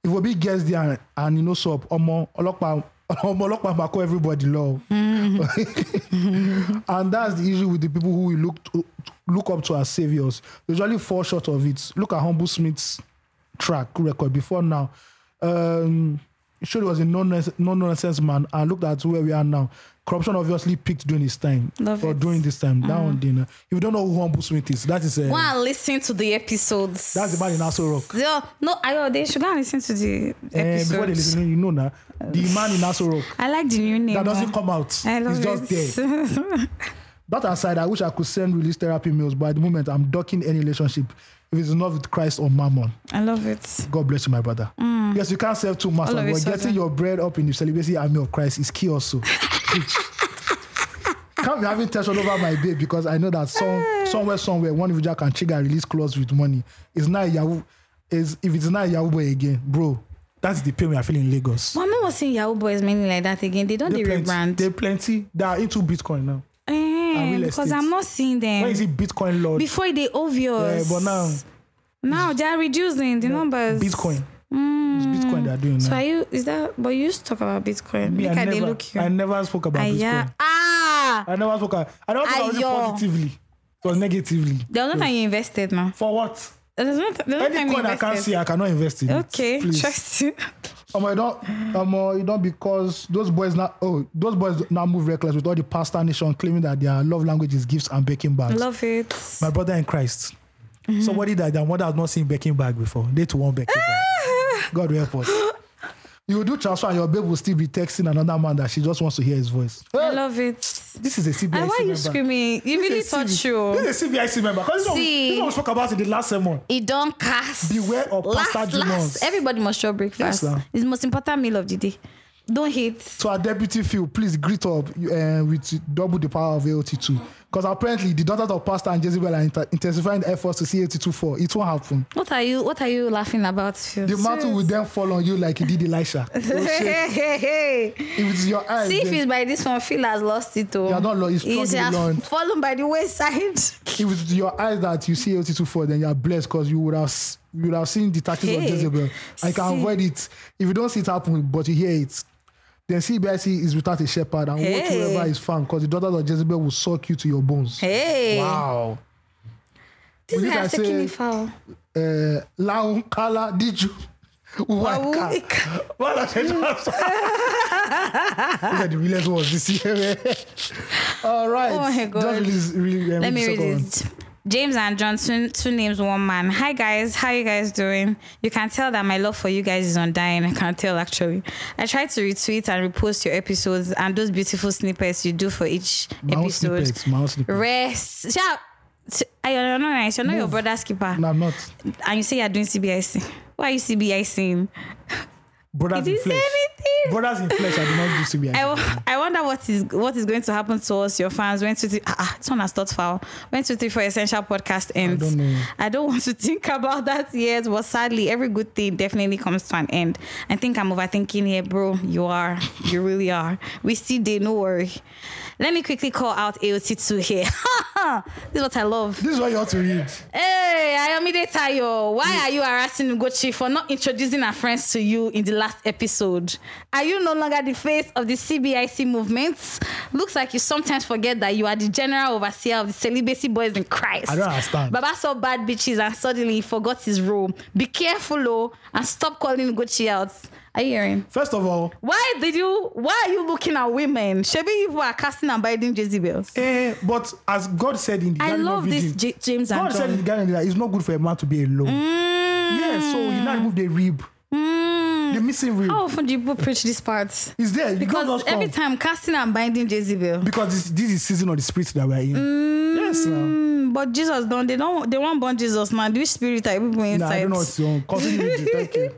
S1: if Obi gets there and, and you know, so Omo, Olokpa *laughs* ọmọ ọlọ́pàá máa kọ́ everybody lọ. and that's the issue with the people who we look to, look up to as saviors. They usually fall short of it. Look at Humble Smith's track record before now. Um, he showed he was a non-nonsense, non-nonsense man and looked at where we are now. Corruption obviously peaked during his time
S2: Love
S1: or
S2: it. Mm-hmm.
S1: during this time. That one dinner. If you don't know who Humble Smith is, that is uh, a,
S2: Go and listen to the episodes.
S1: that's the man in Aso Rock.
S2: Yo, no, I they should go and listen to the
S1: Eh,
S2: episodes.
S1: before they listen, you know now the man in Aso Rock.
S2: I like the new name.
S1: that doesn't
S2: man.
S1: come out.
S2: I love
S1: it's just
S2: it.
S1: there. That aside, I wish I could send release therapy mails, but at the moment, I'm ducking any relationship if it's not with Christ or Mammon.
S2: *laughs* I love it.
S1: God bless you, my brother. Yes, you can't serve two masters,
S2: Mm. All of a
S1: but
S2: sudden.
S1: getting your bread up in the celibacy army of Christ is key also.
S2: *laughs*
S1: Can't be having tension over my babe because I know that some
S2: Eh.
S1: somewhere, somewhere, one individual can trigger a release clause with money. It's not a Yahoo. Is if it's not a Yahoo boy again, bro. That's the pain we are feeling in Lagos.
S2: Mama was saying Yahoo Boys mainly like that again. They don't they rebrand.
S1: They plenty. They are into Bitcoin now.
S2: Eh,
S1: real
S2: because
S1: estate.
S2: I'm not seeing them.
S1: Why is it Bitcoin Lord?
S2: Before they
S1: Yeah,
S2: obvious.
S1: but now
S2: now they are reducing the numbers. Mm.
S1: Bitcoin. It's Bitcoin they are doing
S2: So
S1: now.
S2: are you? Is that? But you used to talk about Bitcoin.
S1: Me,
S2: Make
S1: I,
S2: I they
S1: never,
S2: look you.
S1: I never spoke about
S2: Ah,
S1: Bitcoin.
S2: yeah. Ah,
S1: I never spoke. about- I never spoke about it
S2: Ayo.
S1: positively. It was negatively.
S2: the only time you invested now.
S1: For what?
S2: There's no, the only time
S1: Any
S2: you
S1: coin I
S2: invested.
S1: can't see, I cannot invest in. it.
S2: Okay,
S1: Please.
S2: trust you.
S1: Omo, you don't. Omo, you don't because those boys now. Oh, those boys now move reckless with all the pastor nation claiming that their love language is gifts and baking bags.
S2: Love Mm-hmm. it.
S1: My brother in Christ. Somebody that their mother has not seen baking bag before. They too want baking
S2: *laughs*
S1: bag. God will help us. You do transfer and your babe will still be texting another man that she just wants to hear his voice.
S2: I
S1: Hey,
S2: love it.
S1: this is a CBIC
S2: And why are you
S1: member.
S2: screaming? You really
S1: This is a
S2: touch
S1: CB
S2: you.
S1: This is a CBIC member. Because this, one-
S2: See.
S1: this one we spoke about in the last sermon.
S2: It don't cast.
S1: Beware of
S2: last,
S1: Pastor Demons.
S2: last. Everybody must shop breakfast.
S1: Yes, ma'am.
S2: it's the most important meal of the day. Don't hate.
S1: To our deputy Phil, please greet up you, uh, with double the power of AOT2. Because apparently the daughters of Pastor and Jezebel are inter- intensifying the efforts to see AOT2 fall. It won't happen.
S2: What are you? What are you laughing about? Phil?
S1: The mantle will then fall on you like it did Elisha. Oh, shit.
S2: Hey, hey, hey.
S1: if it's your eyes,
S2: *laughs* See if
S1: then-
S2: it's by this one, Phil has lost it. Oh,
S1: Yeah, not lost, he's struggling, Lord.
S2: fallen by the wayside.
S1: if it's your eyes that you see LT two four, then you are blessed because you would have s- you would have seen the tactics of
S2: Hey,
S1: Jezebel. I can
S2: see.
S1: avoid it if you don't see it happen, but you hear it. Then CBIC is without a shepherd and watch
S2: Hey.
S1: whoever is found because the daughters of Jezebel will suck you to your bones.
S2: Hey,
S1: Wow.
S2: this
S1: will you
S2: guy
S1: guys
S2: is taking
S1: say-
S2: it foul.
S1: Uh, Laun Kala Diju. Waka. Well, I said that's- These are the realest ones this year. *laughs* man. All right.
S2: Oh my God.
S1: Just release- re- um,
S2: Let me read
S1: second one.
S2: it. James and John, two, two names, one man. Hi guys, how you guys doing? You can tell that my love for you guys is undying. I can tell actually. I try to retweet and repost your episodes and those beautiful snippets you do for each
S1: My own
S2: episode.
S1: snippets, my own snippets.
S2: Rest. Shout. I don't know nice. You're not your brother's keeper,
S1: No, I'm not.
S2: and you say you're doing CBIC. Why are you CBICing?
S1: Brothers
S2: It
S1: in
S2: is
S1: flesh.
S2: everything.
S1: Brothers in flesh, I do not do CBI.
S2: I, wo- I wonder what is what is going to happen to us, your fans, when two three ah, ah, this one has thought foul. When two three four essential podcast ends.
S1: don't know.
S2: I don't want to *laughs* think about that yet, but sadly every good thing definitely comes to an end. I think I'm overthinking here, bro. You are. You really are. We still did, no worry. Let me quickly call out AOT2 here. *laughs* this is what I love.
S1: This is what you ought to read.
S2: Hey, Ayomide Tayo, why
S1: Mm.
S2: are you harassing Ngochi for not introducing her friends to you in the last episode? Are you no longer the face of the CBIC movement? Looks like you sometimes forget that you are the general overseer of the celibacy boys in Christ.
S1: I don't understand.
S2: Baba saw bad bitches and suddenly he forgot his role. Be careful, oh, and stop calling Ngochi out. Are you hearing?
S1: First of all,
S2: Why did you? Why are you looking at women? Shebi, you are casting and binding Jezebels.
S1: eh, but as God said in the
S2: I
S1: Garden
S2: love
S1: of
S2: this
S1: Eden,
S2: J- James and
S1: God said in the
S2: John.
S1: Garden of Eden, it's not good for a man to be alone. Yeah, so you now remove the rib,
S2: Mm.
S1: the missing rib.
S2: How often do you people preach this part?
S1: It's there. You
S2: Because
S1: can't just
S2: every
S1: come.
S2: time casting and binding Jezebel.
S1: Because this, this is season of the spirit that we are in. Yes, now.
S2: Mm, but Jesus don't they don't they won't born Jesus man. Which spirit are people
S1: Nah, I
S2: inside?
S1: don't know what's on. Continue. Deji. Thank
S2: *laughs*
S1: you.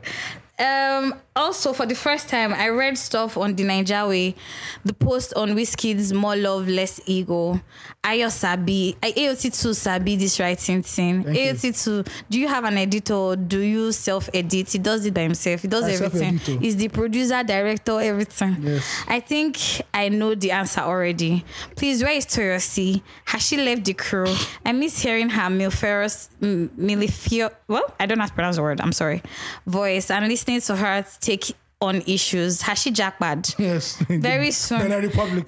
S2: um also for the first time I read stuff on the Niger way, the post on Whiskey's More Love, Less Ego. Ayo Sabi eh, AOT2 Sabi this writing thing.
S1: Thank you.
S2: AOT2, do you have an editor? or Do you self edit? He does it by himself. He does
S1: I
S2: everything.
S1: self-edit, oh.
S2: He's the producer, director, everything.
S1: Yes.
S2: I think I know the answer already. Please, where is Toyosi? Has she left the crew? I miss hearing her milferous, m- milifio, well, I don't know how to pronounce the word, I'm sorry, voice and listening to her take on issues. Has she jackpad?
S1: Yes.
S2: Very soon.
S1: Benin
S2: *laughs*
S1: Republic.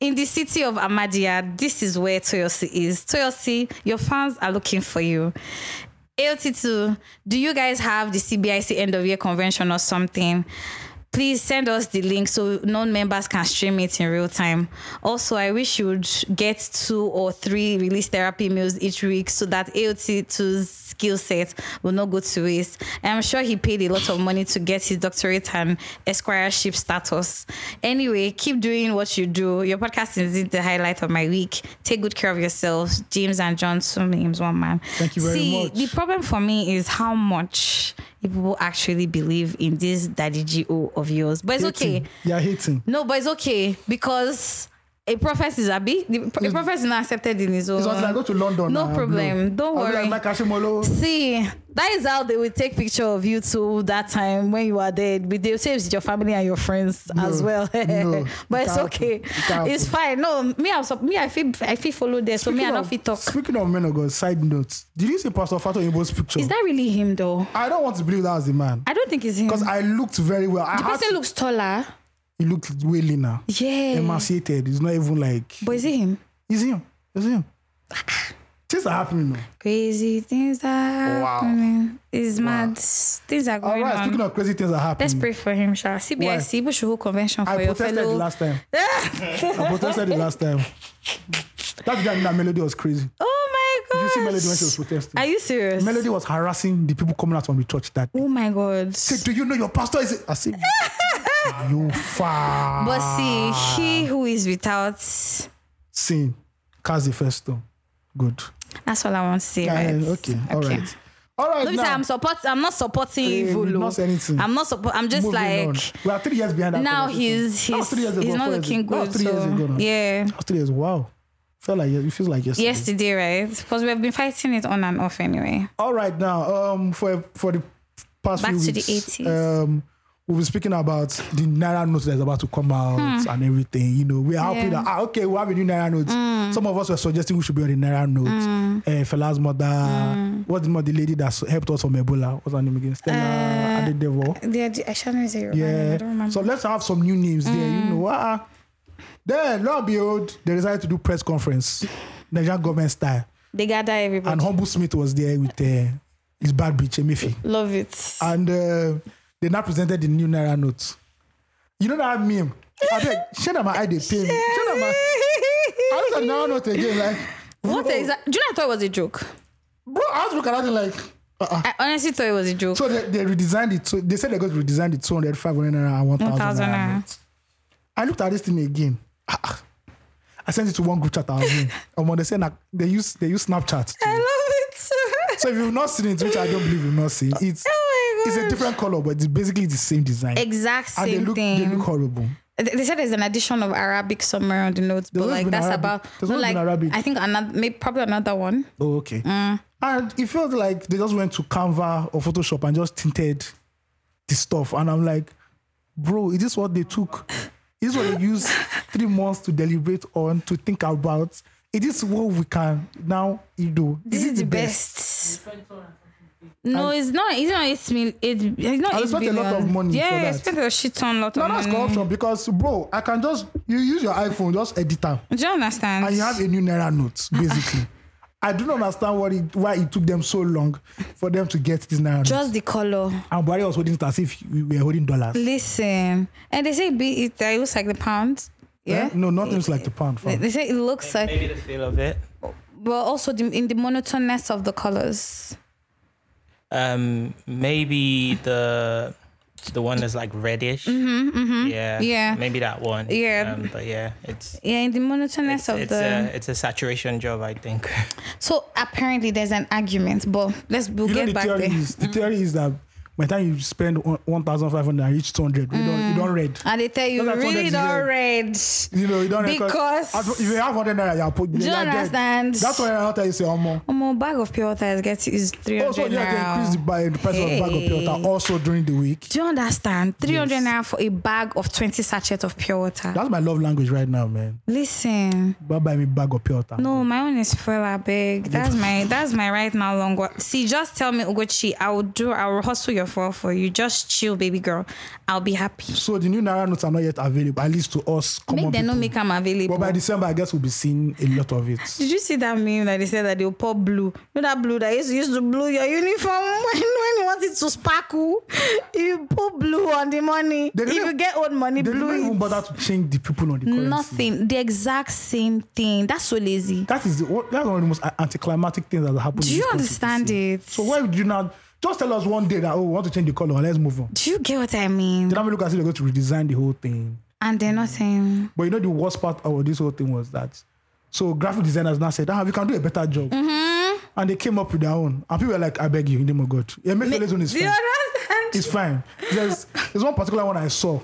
S2: In the city of Amadia, this is where Toyosi is. Toyosi, your fans are looking for you. AOT2, do you guys have the CBIC end of year convention or something? Please send us the link so non members can stream it in real time. Also, I wish you would get two or three release therapy meals each week so that AOT2's skill set will not go to waste. I'm sure he paid a lot of money to get his doctorate and esquireship status. Anyway, keep doing what you do. Your podcast is the highlight of my week. Take good care of yourselves, James and John. Two names, one man.
S1: Thank you very
S2: See,
S1: much.
S2: the problem for me is how much people actually believe in this daddy GO of yours. But it's okay.
S1: Hating. You're hating.
S2: No, but it's okay because a prophet is Abi. The, a prophet is not accepted in his own.
S1: It's not like I go to London.
S2: No
S1: now,
S2: problem.
S1: no.
S2: Don't
S1: I'll be
S2: worry.
S1: Like, Makashimolo.
S2: See, that is how they will take picture of you too that time when you are dead. But they'll say it's your family and your friends as well.
S1: no,
S2: *laughs* but
S1: it
S2: it's
S1: can't
S2: okay.
S1: happen. It can't
S2: it's fine. No, me, I'm sup- me, I feel I feel follow there, so me, I don't feel talk.
S1: Speaking of men of God, side note. Did you see Pastor Fato Ibo's picture?
S2: Is that really him though?
S1: I don't want to believe that was the man.
S2: I don't think it's him.
S1: Because I looked very well. I
S2: the
S1: had
S2: person
S1: to-
S2: looks taller.
S1: he looked way leaner.
S2: Yeah.
S1: Emaciated. It's not even like.
S2: but is it him?
S1: It's him. It's him.
S2: *sighs*
S1: Things are happening now.
S2: Crazy things are
S1: Wow.
S2: happening. It's mad. Things
S1: All
S2: are going
S1: right, speaking
S2: on.
S1: of crazy things that happen.
S2: Let's pray for him, Sha. CBIC, people should hold convention for
S1: I
S2: your
S1: protested
S2: fellow.
S1: the last
S2: *laughs*
S1: time. I protested the last time. That guy, that melody was crazy.
S2: oh my god!
S1: You see Melody when she was protesting.
S2: Are you serious?
S1: Melody was harassing the people coming out from the church that day.
S2: Oh my god.
S1: Say, do you know your pastor is? a-" I
S2: *laughs*
S1: said, you far
S2: But see,
S1: Ah.
S2: he who is without, that's
S1: sin. Cast the first stone. Good.
S2: all I want to say.
S1: Yeah,
S2: right?
S1: yeah, okay. All right. All right.
S2: Don't be
S1: now,
S2: say I'm support. I'm not supporting evil.
S1: we've
S2: oh.
S1: not said anything.
S2: I'm not support. I'm just
S1: moving
S2: like
S1: on. we are three years behind. That
S2: now
S1: conversation.
S2: he's
S1: That was
S2: he's
S1: three years
S2: he's
S1: ago,
S2: not
S1: four years
S2: looking
S1: ago. That was
S2: good.
S1: three years
S2: so-
S1: ago now.
S2: yeah.
S1: That was three years. Wow. Felt like it feels like yesterday.
S2: Yesterday, right? Because we've been fighting it on and off anyway.
S1: All right now, um, for for the past
S2: Back
S1: few
S2: to the
S1: weeks,
S2: 80s.
S1: um, we've been speaking about the naira note that's about to come out and everything. You know, we're happy
S2: Hmm. Yeah. Hmm.
S1: that ah, okay, we have a new naira note. Some of us were suggesting we should be on the naira note. Uh, Fella's mother,
S2: Hmm.
S1: what's the mother, the lady that helped us from Ebola? What's her name again? Stella uh, Adedevo.
S2: Yeah, I shall not say I don't
S1: Yeah.
S2: remember. Mm.
S1: So let's have some new names there. You know, ah. ah. Then lo and behold, they decided to do press conference, Nigerian government style,
S2: they gather everybody.
S1: and Humble Smith was there with uh, his bad bitch Emefi
S2: Love it.
S1: and uh, they now presented the new naira notes. You know that meme? I beg, share na my eye dey pain. me. Share na my. I looked at the naira note again, like,
S2: *laughs* what is that? Do you know? I thought it was a joke.
S1: bro, I was looking at that thing like, uh-uh.
S2: I honestly thought it was a joke.
S1: so they, they redesigned it. So they said they're going to redesign the 200, 500 naira and 1,000
S2: 1,000
S1: naira.
S2: naira.
S1: notes. I looked at this thing again. Ah, ah. I sent it to one group chat I was
S2: *laughs*
S1: in. And when they said, they use, they use Snapchat.
S2: I
S1: To,
S2: love it. *laughs*
S1: so if you've not seen it, which I don't believe you've not seen, it's,
S2: Oh my
S1: it's a
S2: gosh.
S1: different color, but it's basically the same design.
S2: exact
S1: and they
S2: same
S1: look,
S2: thing.
S1: they look horrible.
S2: They- they said there's an addition of Arabic somewhere on the notes, but
S1: always
S2: like
S1: been
S2: that's
S1: Arabic.
S2: about
S1: There's
S2: no,
S1: always
S2: like
S1: been Arabic.
S2: I think another maybe probably another one.
S1: Oh, okay.
S2: Mm.
S1: And it felt like they just went to Canva or Photoshop and just tinted the stuff. And I'm like, bro, is this what they took? Is this what they used three months to deliberate on, to think about? Is this what we can now do?
S2: This is,
S1: it
S2: the best. No, it's not. It's not eight mil. It, it's not
S1: And they
S2: eight
S1: spent a lot
S2: billion.
S1: of money
S2: Yeah,
S1: for
S2: I
S1: that.
S2: spent a shit ton lot
S1: No,
S2: of
S1: that's
S2: money.
S1: corruption because, bro, I can just, you use your iPhone, just edit them.
S2: Do you understand?
S1: and you have a new naira note basically. I do not understand what it, why it took them so long for them to get this naira. note.
S2: just the color.
S1: and Buhari was holding it as if we were holding dollars.
S2: Listen, and they say be it. uh, It looks like the pound. Yeah.
S1: Eh? No, nothing is like the pound.
S2: They-
S1: Fam.
S2: They say it looks like,
S3: Maybe the feel of it.
S2: but also the, in the monotoneness of the colors.
S3: Um, maybe the the one that's like reddish. Yeah.
S2: Mm-hmm, Yeah.
S3: Maybe that one.
S2: Yeah.
S3: Um, but yeah, it's
S2: Yeah, in the monotoneness
S3: it's,
S2: of
S3: it's uh,
S2: the.
S3: a it's a saturation job, I think. *laughs*
S2: So apparently there's an argument, but let's we'll
S1: you know
S2: get
S1: the
S2: back
S1: theory
S2: there.
S1: is the theory is that by the time you spend one thousand five hundred and reach two hundred, it, don't, it
S2: Mm.
S1: don't read.
S2: And they tell you,
S1: Not that
S2: really
S1: context,
S2: don't
S1: yeah.
S2: read.
S1: You know, you don't record.
S2: Because-
S1: As- if you have 100 naira, you're put. Do
S2: you understand?
S1: That's why I tell you say, Omo.
S2: Omo, Oh, bag of pure water is getting is 300
S1: Also, you
S2: naira.
S1: can increase the, buy, the price of bag of pure water
S2: Hey.
S1: also during the week.
S2: Do you understand? 300 naira for a bag of 20 sachets of pure water.
S1: That's my love language right now, man.
S2: Listen.
S1: Buy buy me bag of pure water.
S2: No, my own is fella big. That's my that's my right now long one. See, just tell me Ugochi, I will do I will hustle your fall for you. Just chill, baby girl. I'll be happy.
S1: So the new naira notes are not yet available, at least to us. Common
S2: Make them
S1: people.
S2: not make them
S1: But
S2: available.
S1: by December, I guess we'll be seeing a lot of it.
S2: Did you see that meme that they said that they'll pour blue? You know that blue that used to, used to blue your uniform *laughs* when, when you want it to sparkle? *laughs* If you put blue on the money,
S1: They
S2: if
S1: didn't-
S2: you get old money,
S1: They don't
S2: blue
S1: even
S2: it.
S1: bother to change the people on the currency.
S2: Nothing. The exact same thing. That's so lazy.
S1: That is the, what- that's one of the most anticlimactic things that has happened.
S2: Do
S1: in
S2: you
S1: this country
S2: understand
S1: this year.
S2: it?
S1: So why would you not just tell us one day that oh we want to change the color and let's move on?
S2: Do you get what I mean?
S1: Then I look as if they're going to redesign the whole thing.
S2: And they're nothing.
S1: But you know the worst part of this whole thing was that so graphic designers now said ah we can do a better job.
S2: Mm-hmm.
S1: And they came up with their own. And people were like, I beg you, in the name of God. Yeah, make
S2: Do
S1: one is
S2: you
S1: fine.
S2: understand?
S1: It's fine. There's there's one particular one I saw.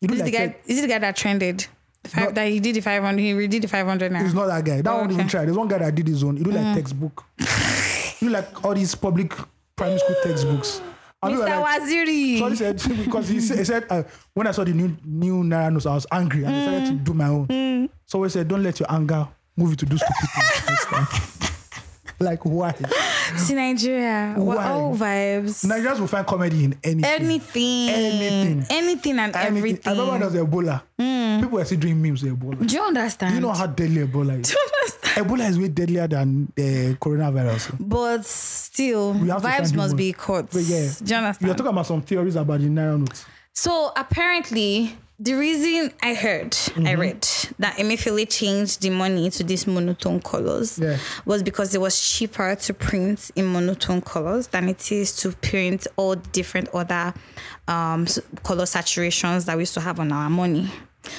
S1: You
S2: Is it the guy? Is it the guy that trended? The five,
S1: No.
S2: That he did the five hundred. He redid the five hundred now.
S1: It's not that guy. That
S2: Oh,
S1: one even
S2: okay. Mm.
S1: tried. There's one guy that did his own. He do like textbook. you like all these public primary school textbooks. And we were
S2: Mr.
S1: like-
S2: Waziri.
S1: So he said because he said, he said uh, when I saw the new new Naira notes, I was angry and decided to
S2: Mm.
S1: do my own. So he said, don't let your anger move you to do stupid
S2: *laughs*
S1: things. next time." like why?
S2: See Nigeria. We're
S1: Why?
S2: all vibes.
S1: Nigerians will find comedy in anything.
S2: anything.
S1: Anything. Anything.
S2: Anything and
S1: I
S2: everything. Mm.
S1: remember when there was Ebola. People were still doing memes with Ebola.
S2: Do you understand?
S1: Do you know how deadly Ebola
S2: *laughs*
S1: is?
S2: Do you understand?
S1: Ebola is way deadlier than the coronavirus.
S2: *laughs* But still,
S1: We have to find
S2: vibes
S1: the
S2: must
S1: one.
S2: be caught.
S1: But yeah,
S2: Do you
S1: You're
S2: understand?
S1: talking about some theories about the Naira notes.
S2: So apparently, the reason I heard, I
S1: Mm-hmm.
S2: read that Emefiele changed the money to these monotone colors
S1: Yeah.
S2: was because it was cheaper to print in monotone colors than it is to print all different other um, s- color saturations that we used to have on our money.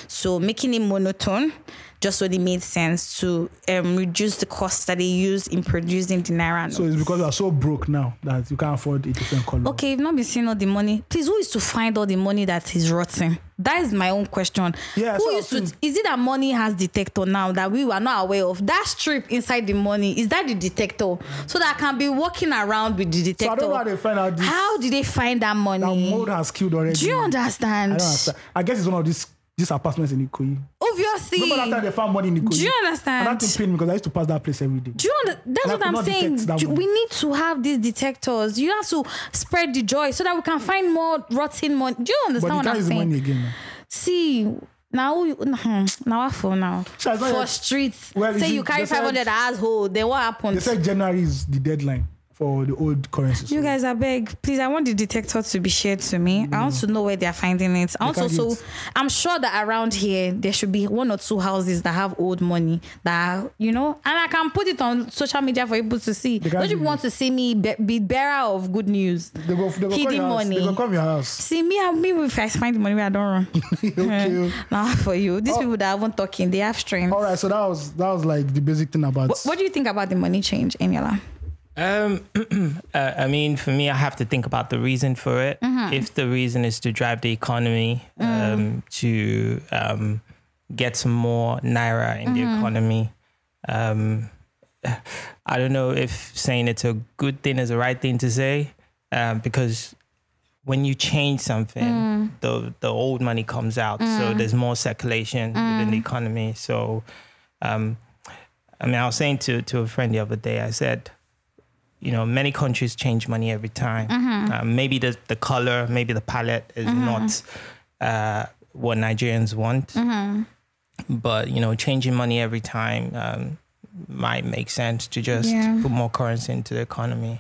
S2: So making it monotone just really made sense to um, reduce the cost that they use in producing the naira.
S1: So
S2: note.
S1: it's because you are so broke now that you can't afford a different color.
S2: Okay, you've not been seeing all the money. Please, who is to find all the money that is rotting? That is my own question.
S1: Yeah,
S2: who
S1: so
S2: used to?
S1: I've seen-
S2: Is it that money has detector now that we were not aware of? That strip inside the money is that the detector, so that I can be walking around with the detector.
S1: So I don't know how they find out this.
S2: How did they find that money?
S1: Now mold has killed already.
S2: Do you understand?
S1: I don't understand. I guess it's one of these these apartments in Ikoyi.
S2: Obviously.
S1: Remember that time they found money in Ikoyi?
S2: Do you
S1: And
S2: understand?
S1: that thing pained me because I used to pass that place every day.
S2: Do you under- that's
S1: And I
S2: what
S1: could
S2: I'm
S1: not detect
S2: saying.
S1: that
S2: Do-
S1: one.
S2: We need to have these detectors. You have to spread the joy so that we can find more rotten money. Do you
S1: but you
S2: understand what
S1: can't
S2: I'm
S1: use the
S2: saying?
S1: money again. now.
S2: see now you- mhm, now I phone now
S1: So it's not
S2: for
S1: yet-
S2: streets
S1: Well, you
S2: say
S1: see,
S2: you carry
S1: they said-
S2: 500 asshole then what
S1: They
S2: happened
S1: said January is the deadline for the old currency.
S2: you
S1: So
S2: guys I beg please I want the detector to be shared to me I want to know where they are finding it I want
S1: They can't
S2: also
S1: get it.
S2: I'm sure that around here there should be one or two houses that have old money that are, you know and I can put it on social media for people to see
S1: can't
S2: don't you
S1: do
S2: want to see me be, be bearer of good news
S1: they go, they go come
S2: hidden
S1: your house. They
S2: money
S1: go come your
S2: *laughs*
S1: house. *laughs*
S2: see me and me if I find the money where I don't run
S1: okay.
S2: now Eh, for you these
S1: Oh.
S2: people that haven't talking they have strength
S1: All right. So that was that was like the basic thing about.
S2: What, what do you think about the money change, Eniola?
S3: Um, *clears throat* uh, I mean, for me, I have to think about the reason for it.
S2: Mm-hmm.
S3: If the reason is to drive the economy,
S2: Mm.
S3: um, to um, get some more naira in
S2: Mm-hmm.
S3: the economy, um, *sighs* I don't know if saying it's a good thing is the right thing to say, um, because when you change something, the the old money comes out, so there's more circulation within the economy. So, um, I mean, I was saying to to a friend the other day, I said, you know, many countries change money every time. Um, maybe the the color, maybe the palette is not uh, what Nigerians want, but you know, changing money every time um, might make sense to just
S2: Yeah.
S3: put more currency into the economy.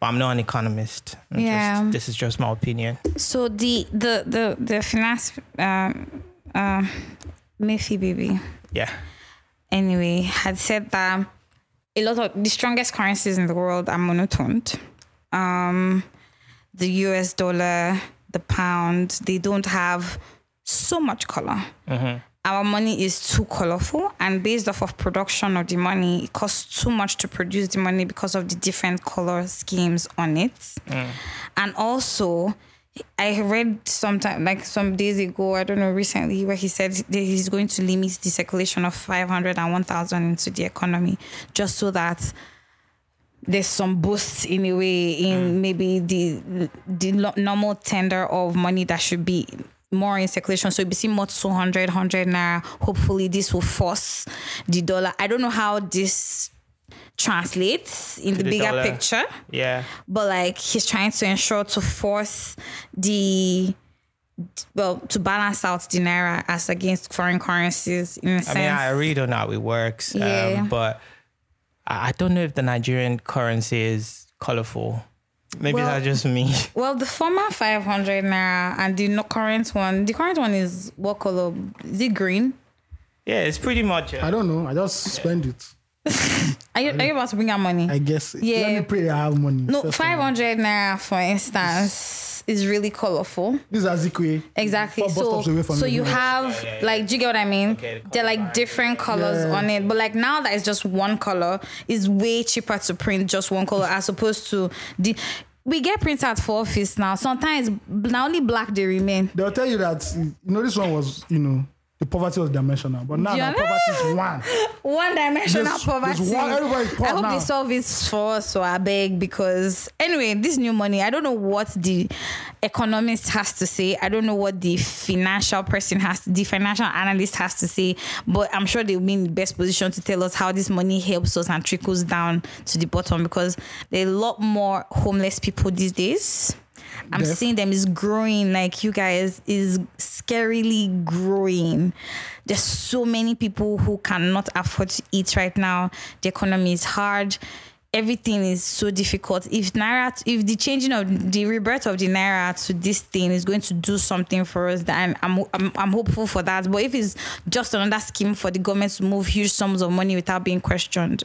S3: But I'm not an economist. I'm
S2: Yeah.
S3: just, this is just my opinion.
S2: So the the the the finance um uh, Miffy baby
S3: Yeah.
S2: anyway had said that a lot of the strongest currencies in the world are monotoned. Um, the U.S. dollar, the pound, they don't have so much color. Our money is too colorful, and based off of production of the money, it costs too much to produce the money because of the different color schemes on it. And also,
S6: I read sometime like some days ago, I don't know, recently, where he said that he's going to limit the circulation of 500 and 1,000 into the economy just so that there's some boost in a way
S3: Mm.
S6: in maybe the the lo- normal tender of money that should be more in circulation. So if you see more 200, 100 naira, hopefully this will force the dollar. I don't know how this translates in the,
S3: the
S6: bigger
S3: dollar.
S6: picture
S3: Yeah.
S6: but like he's trying to ensure to force the well to balance out the naira as against foreign currencies in a
S3: I
S6: sense.
S3: mean, I really don't know how it works.
S6: Yeah.
S3: Um, but I I don't know if the Nigerian currency is colorful. Maybe
S6: Well-
S3: that's just me. *laughs*
S6: well, the former five hundred naira and the no current one, the current one is what color? Is it green?
S3: yeah, it's pretty much.
S1: I don't know. I just spend it.
S6: Are you, are you about to bring out money?
S1: I guess. Let
S6: Yeah.
S1: me pray I have money.
S6: no,
S1: First of all.
S6: five hundred naira, for instance, is really colorful.
S1: This is Azikwe.
S6: Exactly.
S1: Four bus
S6: So
S1: stops away from
S6: so
S1: the
S6: you
S1: village.
S6: have like do you get what I mean?
S3: Okay, the
S6: They're like
S3: colours.
S6: different colors
S1: Yeah.
S6: on it. But like now that it's just one color, it's way cheaper to print just one color as opposed to the we get printers for office now. Sometimes now only black they remain.
S1: They'll tell you that you know this one was you know the poverty was dimensional, but now
S6: Yeah.
S1: that poverty is one.
S6: One dimensional
S1: There's-
S6: poverty.
S1: there's one- everybody's poor
S6: I hope
S1: now.
S6: they solve this for us so I beg because anyway, this new money, I don't know what the economist has to say. I don't know what the financial person has the financial analyst has to say, but I'm sure they'll be in the best position to tell us how this money helps us and trickles down to the bottom because there are a lot more homeless people these days. I'm
S1: Def-
S6: seeing them is growing like you guys is scarily growing. There's so many people who cannot afford to eat right now. The economy is hard. Everything is so difficult. If naira, if the changing of the rebirth of the naira to this thing is going to do something for us, then I'm I'm, I'm hopeful for that. But if it's just another scheme for the government to move huge sums of money without being questioned,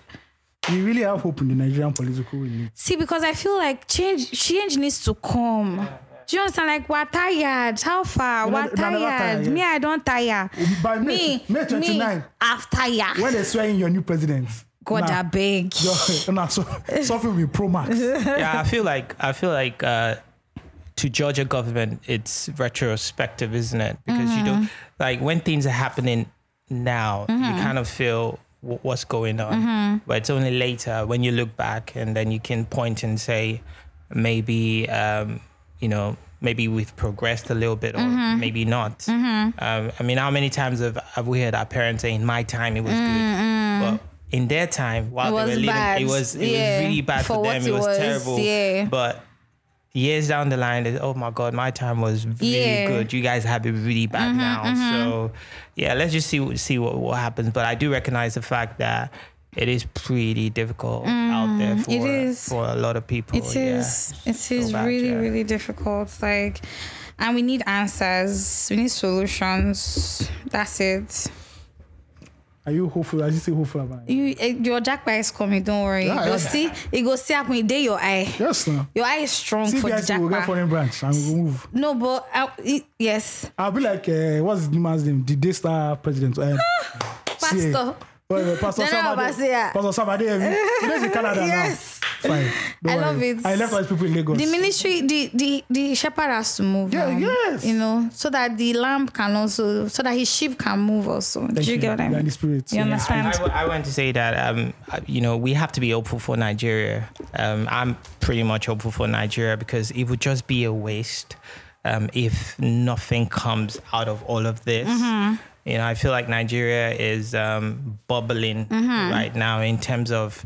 S1: We really have hope in the Nigerian political elite.
S6: See, because I feel like change change needs to come. Do you understand? Like we're tired. How far?
S1: You're
S6: We're
S1: not- you're not
S6: tired.
S1: tired,
S6: Me,
S1: yes.
S6: I don't tire.
S1: By May-
S6: me,
S1: May 29.
S6: me, after ya.
S1: When they swear in your new president,
S6: God, I
S1: nah, Oh,
S6: beg.
S1: *laughs* your- nah, so, something will be pro
S6: *laughs*
S1: max.
S3: yeah, I feel like I feel like uh, to judge a government, it's retrospective, isn't it? Because you
S6: Mm-hmm.
S3: don't like when things are happening now, you kind of feel w- what's going on,
S6: Mm-hmm.
S3: but it's only later when you look back and then you can point and say maybe um, you know maybe we've progressed a little bit or
S6: Mm-hmm.
S3: maybe not. Um, I mean, how many times have, have we heard our parents say, "In my time, it was good," but in their time, while they were
S6: Mm-hmm. It was
S3: living,
S6: bad.
S3: it was it
S6: Yeah.
S3: was really bad for,
S6: For what
S3: them. It
S6: it
S3: was,
S6: was,
S3: terrible.
S6: yeah.
S3: But years down the line, they- oh my god, my time was really
S6: Yeah. Mm-hmm,
S3: good. You guys have it really bad now. So yeah, let's just see see what, what happens. But I do recognize the fact that it is pretty difficult out there for
S6: Mm, It is.
S3: for a lot of people.
S6: It
S3: yeah.
S6: is. It is
S3: bad,
S6: really,
S3: yeah.
S6: really difficult. Like, and we need answers. We need solutions. That's it.
S1: Are you hopeful? Are you still hopeful about it?
S6: You, eh, your jackpot is coming. Don't worry.
S1: Yeah,
S6: it go
S1: yeah.
S6: see. It go see up with day your eye.
S1: Yes, now.
S6: Your eye is strong for the
S1: CBIC will get
S6: jackpot.
S1: foreign branch and we'll move.
S6: No, but I, it, yes.
S1: I'll be like, uh, what's the man's name? The Daystar president.
S6: *laughs*
S1: Uh,
S6: Pastor.
S1: CA. Well, uh, Pastor
S6: General
S1: Samade.
S6: Basia.
S1: Pastor Samade. eh, He lives in Canada
S6: Yes.
S1: now. Fine. Don't
S6: I love
S1: worry.
S6: it.
S1: I left all these people in Lagos.
S6: The ministry, the the the shepherd has to move.
S1: Yeah,
S6: now,
S1: yes.
S6: You know, so that the lamb can also, so that his sheep can move also. Do
S1: Thank
S6: you, get what I
S1: You are in
S6: mean?
S1: the spirit.
S6: You
S1: Yeah.
S6: understand?
S3: I, w- I want to say that um, uh, you know we have to be hopeful for Nigeria. Um, I'm pretty much hopeful for Nigeria because it would just be a waste um, if nothing comes out of all of this.
S6: Mm-hmm.
S3: You know, I feel like Nigeria is um, bubbling
S6: Mm-hmm.
S3: right now in terms of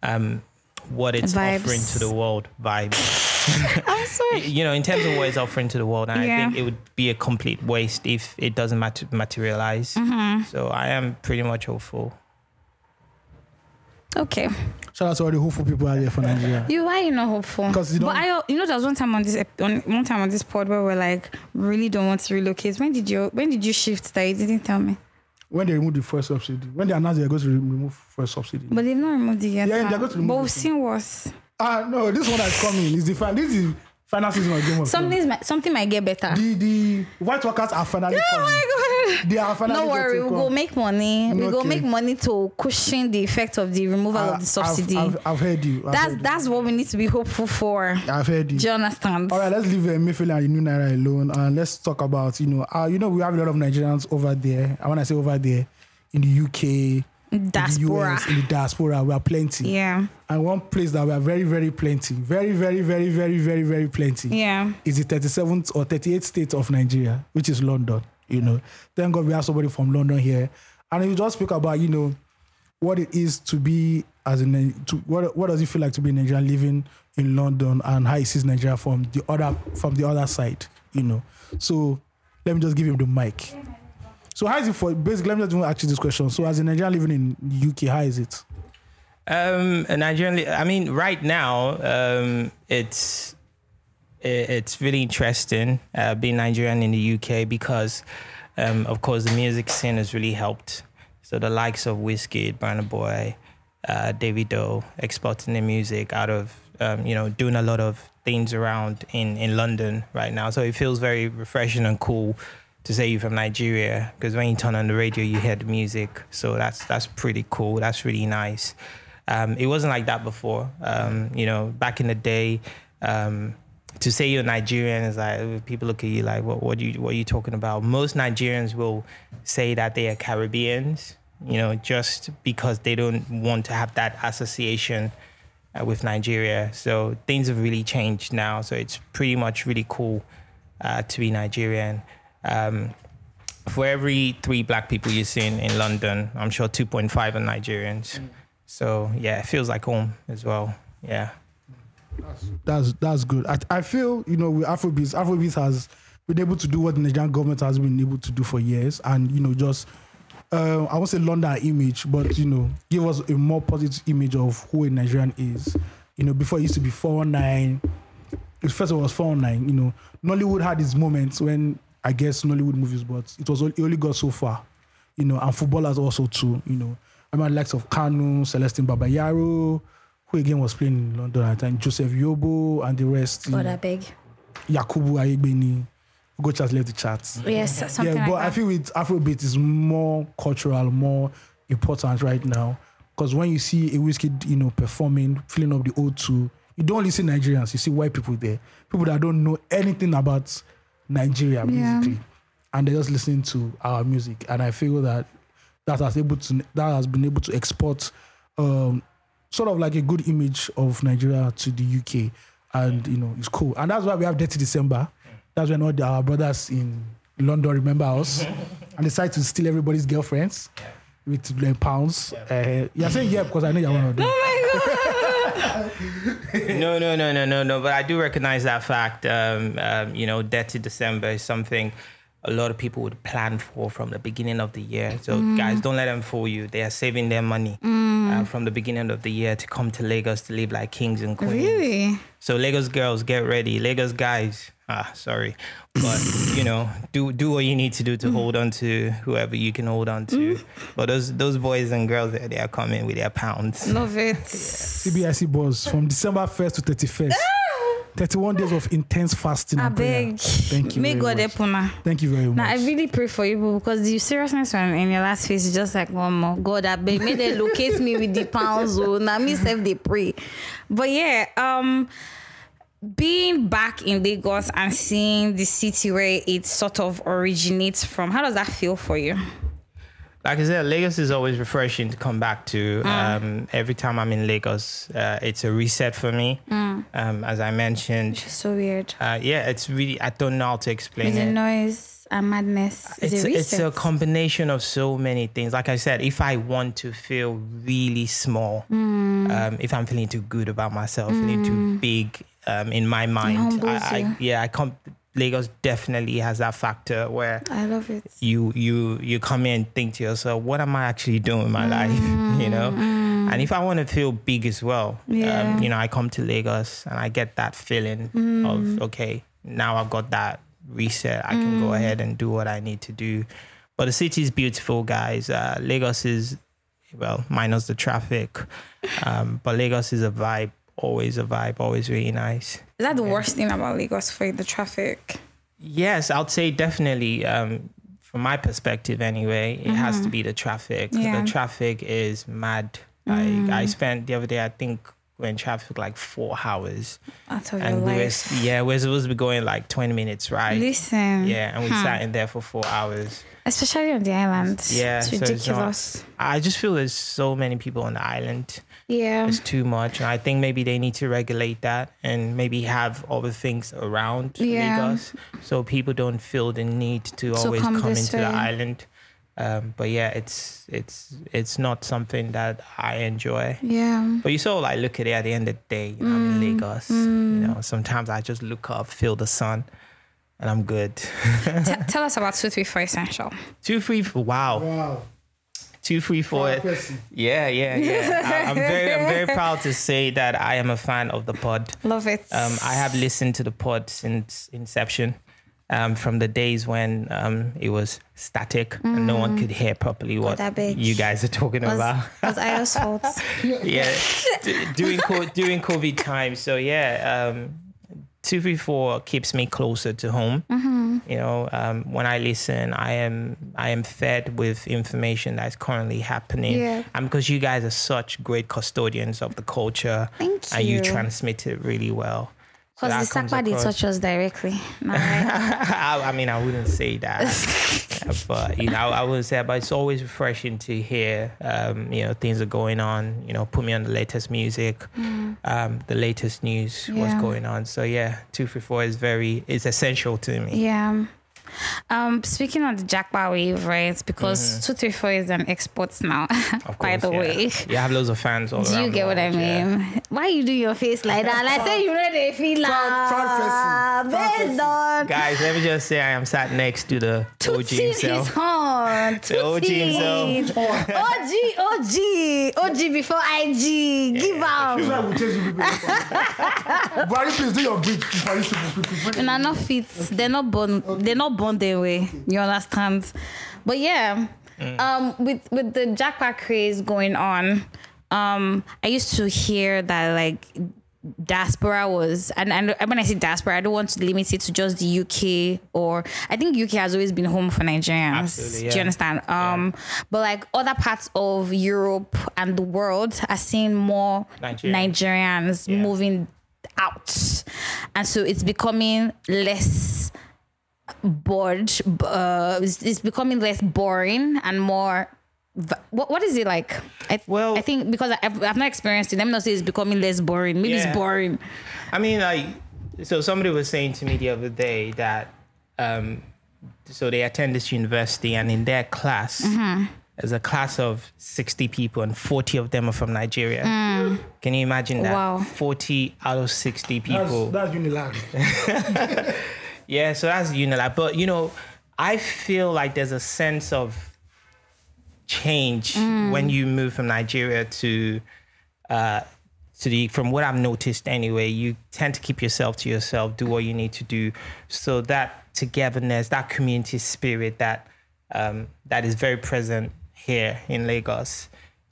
S3: um, what it's
S6: Vibes.
S3: offering to the world vibes
S6: I'm sorry.
S3: you know, in terms of what it's offering to the world, and I
S6: Yeah.
S3: think it would be a complete waste if it doesn't mat- materialize.
S6: Mm-hmm.
S3: So I am pretty much hopeful.
S6: Okay,
S1: Shout out to all the hopeful people out there for Nigeria.
S6: you why you not hopeful?
S1: 'Cause you
S6: but
S1: don't-
S6: I, you know, there was one time on this ep- on one time on this pod where we're like, really don't want to relocate. When did you when did you shift that you didn't tell me?
S1: When they remove the first subsidy, when they announce they're going to re- remove first subsidy.
S6: But they've not removed it yet.
S1: Yeah, they're
S6: now.
S1: going to
S6: but
S1: remove
S6: we've
S1: it.
S6: seen worse.
S1: Ah, no, this one that's coming is the fin- this is final season of Game of Thrones.
S6: Something might something might get better.
S1: The the white workers are finally
S6: Oh
S1: coming.
S6: my
S1: They are finally
S2: no worry,
S1: getting
S2: we
S1: come.
S2: will make money. We will
S1: Okay.
S2: make money to cushion the effect of the removal
S1: I-
S2: of the subsidy.
S1: Ah, I've, I've, I've heard you. I've
S2: that's
S1: heard
S2: that's what we need to be hopeful for.
S1: you. I've heard you.
S2: Do you understand?
S1: All right, let's leave uh, Mayfield and New Naira alone, and let's talk about you know, uh, you know, we have a lot of Nigerians over there. I want to say over there in the UK,
S2: Diaspora.
S1: in the US, in the diaspora, we are plenty.
S2: Yeah.
S1: And one place that we are very, very plenty, very, very, very, very, very, very plenty,
S2: Yeah.
S1: is the 37th or 38th state of Nigeria, which is London. You know, thank God we have somebody from London here, and you just speak about you know what it is to be as a Ni- to what what does it feel like to be a Nigerian living in London and how he sees Nigeria from the other from the other side, you know. So let me just give him the mic. So how is it for basically let me just ask you this question. So as a Nigerian living in UK, how is it?
S3: Um, and Nigerian, li- I mean, right now, um, it's i- it's really interesting uh, being Nigerian in the UK because, um, of course, the music scene has really helped. So the likes of Whiskey, Burna Boy, uh, Davido, exporting their music out of um, you know doing a lot of things around in in London right now. So it feels very refreshing and cool to say you're from Nigeria because when you turn on the radio, you hear the music. So that's that's pretty cool. That's really nice. Um, it wasn't like that before. Um, you know, back in the day, um, to say you're Nigerian is like uh, people look at you like, what, what you what are you talking about? Most Nigerians will say that they are Caribbeans, you know, just because they don't want to have that association uh, with Nigeria. So things have really changed now. So it's pretty much really cool uh, to be Nigerian. Um, for every three black people you see in, in London, I'm sure 2.5 are Nigerians. So yeah, it feels like home as well. Yeah.
S1: That's that's good. I, I feel you know with Afrobeats, Afrobeats has been able to do what the Nigerian government has been able to do for years, and you know just uh, I won't say London image, but you know give us a more positive image of who a Nigerian is. You know before it used to be four nine. It first of all was four nine. You know Nollywood had its moments when I guess Nollywood movies, but it was only, it only got so far. You know and footballers also too. You know I mean likes of Kanu, Celestine Babayaro. Who again was playing in London at the time? Joseph Yobo and the rest. you
S2: God,
S1: know.
S2: I beg.
S1: Yakubu Ayegbeni. Go just left the chat.
S2: Yes, something
S1: yeah, but I
S2: like that.
S1: feel with Afrobeat is more cultural, more important right now. Because when you see a whiskey, you know, performing, filling up the O2, you don't only see Nigerians, you see white people there. People that don't know anything about Nigeria basically. And they're just listening to our music. And I feel that that has able to that has been able to export um sort of like a good image of Nigeria to the UK, and you know it's cool. And that's why we have Dirty December. That's when all the, our brothers in London remember
S2: *laughs*
S1: us and decide to steal everybody's girlfriends with like, pounds. Uh, you're saying yeah because I know you're one of them. *laughs*
S3: no, no, no, no, no, no. But I do recognize that fact. Um, um, you know, debt to December is something a lot of people would plan for from the beginning of the year. So, guys, don't let them fool you. They are saving their money uh, from the beginning of the year to come to Lagos to live like kings and queens.
S2: Really?
S3: So Lagos girls, get ready. Lagos guys, ah, sorry, but you know, do do what you need to do to hold on to whoever you can hold on to. But those those boys and girls, they they are coming with their pounds.
S2: Love it.
S1: CBIC boss E from December 1st to
S2: *laughs*
S1: 31st. 31 days of intense fasting.
S2: I
S1: and prayer.
S2: beg.
S1: Thank you.
S2: May
S1: very
S2: God
S1: much.
S2: help una.
S1: Thank you very much.
S2: Now I really pray for you people because the seriousness on- in your last face is just like one more. God, I beg, may *laughs* they locate me with the pounds. Oh, now me self they pray. But yeah, um, being back in Lagos and seeing the city where it sort of originates from, how does that feel for you?
S3: like I said, Lagos is always refreshing to come back
S2: Mm.
S3: to. Um, every time I'm in Lagos, uh, it's a reset for me.
S2: Mm.
S3: Um, as I mentioned,
S2: So weird.
S3: uh, yeah, it's really I don't know how to explain
S2: With the
S3: it.
S2: noise and madness. Is
S3: it's
S2: it
S3: it's a
S2: recent?
S3: combination of so many things. Like I said, if I want to feel really small,
S2: Mm.
S3: um, if I'm feeling too good about myself, feeling too big um, in my mind, I,
S2: humbles
S3: I
S2: you.
S3: yeah, I can't. Lagos definitely has that factor where
S2: I love it.
S3: you you you come in and think to yourself, what am I actually doing with my life? *laughs* You know? And if I want to feel big as well,
S2: Yeah.
S3: um, you know, I come to Lagos and I get that feeling of, okay, now I've got that reset. I can go ahead and do what I need to do. But the city is beautiful, guys. Uh, Lagos is, well, minus the traffic, um, but Lagos is a vibe, always a vibe, always really nice.
S2: Is that the worst thing about Lagos for you, the traffic?
S3: Yes, I'd say definitely. Um, from my perspective anyway, it has to be the traffic.
S2: Mm-hmm. Yeah. Mm.
S3: The traffic is mad. Like I spent the other day, I think, we're in traffic like four hours,
S2: Out of your
S3: and we were,
S2: life.
S3: s- yeah, we're supposed to be going like twenty minutes, right?
S2: Listen.
S3: Yeah, and we
S2: Huh.
S3: sat in there for four hours.
S2: Especially on the island.
S3: Yeah,
S2: It's
S3: so it's not-
S2: ridiculous.
S3: I just feel there's so many people on the island.
S2: yeah.
S3: It's too much, and I think maybe they need to regulate that and maybe have other things around
S2: Yeah.
S3: Lagos so people don't feel the need to always
S2: come
S3: come,
S2: this
S3: into
S2: way.
S3: the island. Um, but yeah, it's it's it's not something that I enjoy.
S2: Yeah.
S3: *laughs* But you saw, like, look at it at the end of the day. You know, I'm in Lagos. You know, sometimes I just look up, feel the sun, and I'm good.
S2: T- tell us about 234 Essential.
S3: Two, three, f- wow.
S1: Wow.
S3: Two, three, four.
S1: Proud person.
S3: Yeah, yeah, yeah. I, I'm very, I'm *laughs* very proud to say that I am a fan of the pod.
S2: Love it.
S3: Um, I have listened to the pod since inception, um, from the days when um, it was static and no one could hear properly what
S2: Mm. Oh, that bitch
S3: you guys are talking about.
S2: was, was
S3: *laughs*
S2: Io's fault.
S3: yeah, d- during co- during COVID time. So yeah, um, two three four keeps me closer to home.
S2: Mm-hmm.
S3: You know, um, when I listen, I am I am fed with information that's currently happening.
S2: Yeah.
S3: And because you guys are such great custodians of the culture,
S2: Thank
S3: and you
S2: you.
S3: transmit it really well. So
S2: Because
S3: that
S2: the
S3: comes
S2: Sakpa did
S3: across.
S2: touch us directly. Nah, *laughs*
S3: *laughs*
S2: right?
S3: I, I mean, I wouldn't say
S2: *laughs*
S3: that, Yeah, but you know, I, wouldn't say. But it's always refreshing to hear, um, you know, things are going on. You know, put me on the latest music, um, the latest news,
S2: Mm. Yeah.
S3: what's going on. So yeah, two three four is very is essential to me.
S2: yeah. Um, speaking on the Jackpot wave, right? Because 234 is an export now,
S3: Mm-hmm.
S2: *laughs*
S3: Of
S2: by
S3: course,
S2: the
S3: yeah.
S2: way.
S3: you have loads of fans all
S2: Do
S3: around.
S2: you
S3: the
S2: get what I
S3: world, yeah.
S2: mean? Why you do your face like that? Like say you know they feel like
S1: proud person. Proud
S2: based on
S3: Guys, let me just say, I am sat next to the OG
S2: Tootsie is
S3: himself.
S2: on.
S3: *laughs* The OG
S2: Tootsie. OG, OG, OG before IG. Give
S1: This is
S2: out.
S1: why we chase you people. Buhari, please do your bit. Buhari, people, people,
S2: They're
S1: people.
S2: not fit. They're not born. They're not born their way. You understand? But yeah,
S3: Mm.
S2: um, with with the jackpot craze going on, um, I used to hear that like diaspora was and, and when i say diaspora i don't want to limit it to just the uk or i think uk has always been home for nigerians
S3: Absolutely,
S2: do you
S3: yeah.
S2: understand um but like other parts of europe and the world are seeing more
S3: Nigerians.
S2: nigerians
S3: Yeah.
S2: moving out and so it's becoming less bored uh it's, it's becoming less boring and more v- what, what is it like I,
S3: Well-
S2: I think because I've, I've not experienced it let me not say it's becoming less boring maybe
S3: Yeah.
S2: it's boring
S3: I mean, like, so somebody was saying to me the other day that, um, so they attend this university, and in their class, there's a class of 60 people, and 40 of them are from Nigeria. Can you imagine that?
S2: Wow.
S3: 40 out of 60 people.
S1: That's, that's Unilag.
S3: Yeah, so that's Unilab. But you know, I feel like there's a sense of change when you move from Nigeria to uh to the from what I've noticed anyway, you tend to keep yourself to yourself, do what you need to do. So that togetherness, that community spirit that um that is very present here in Lagos.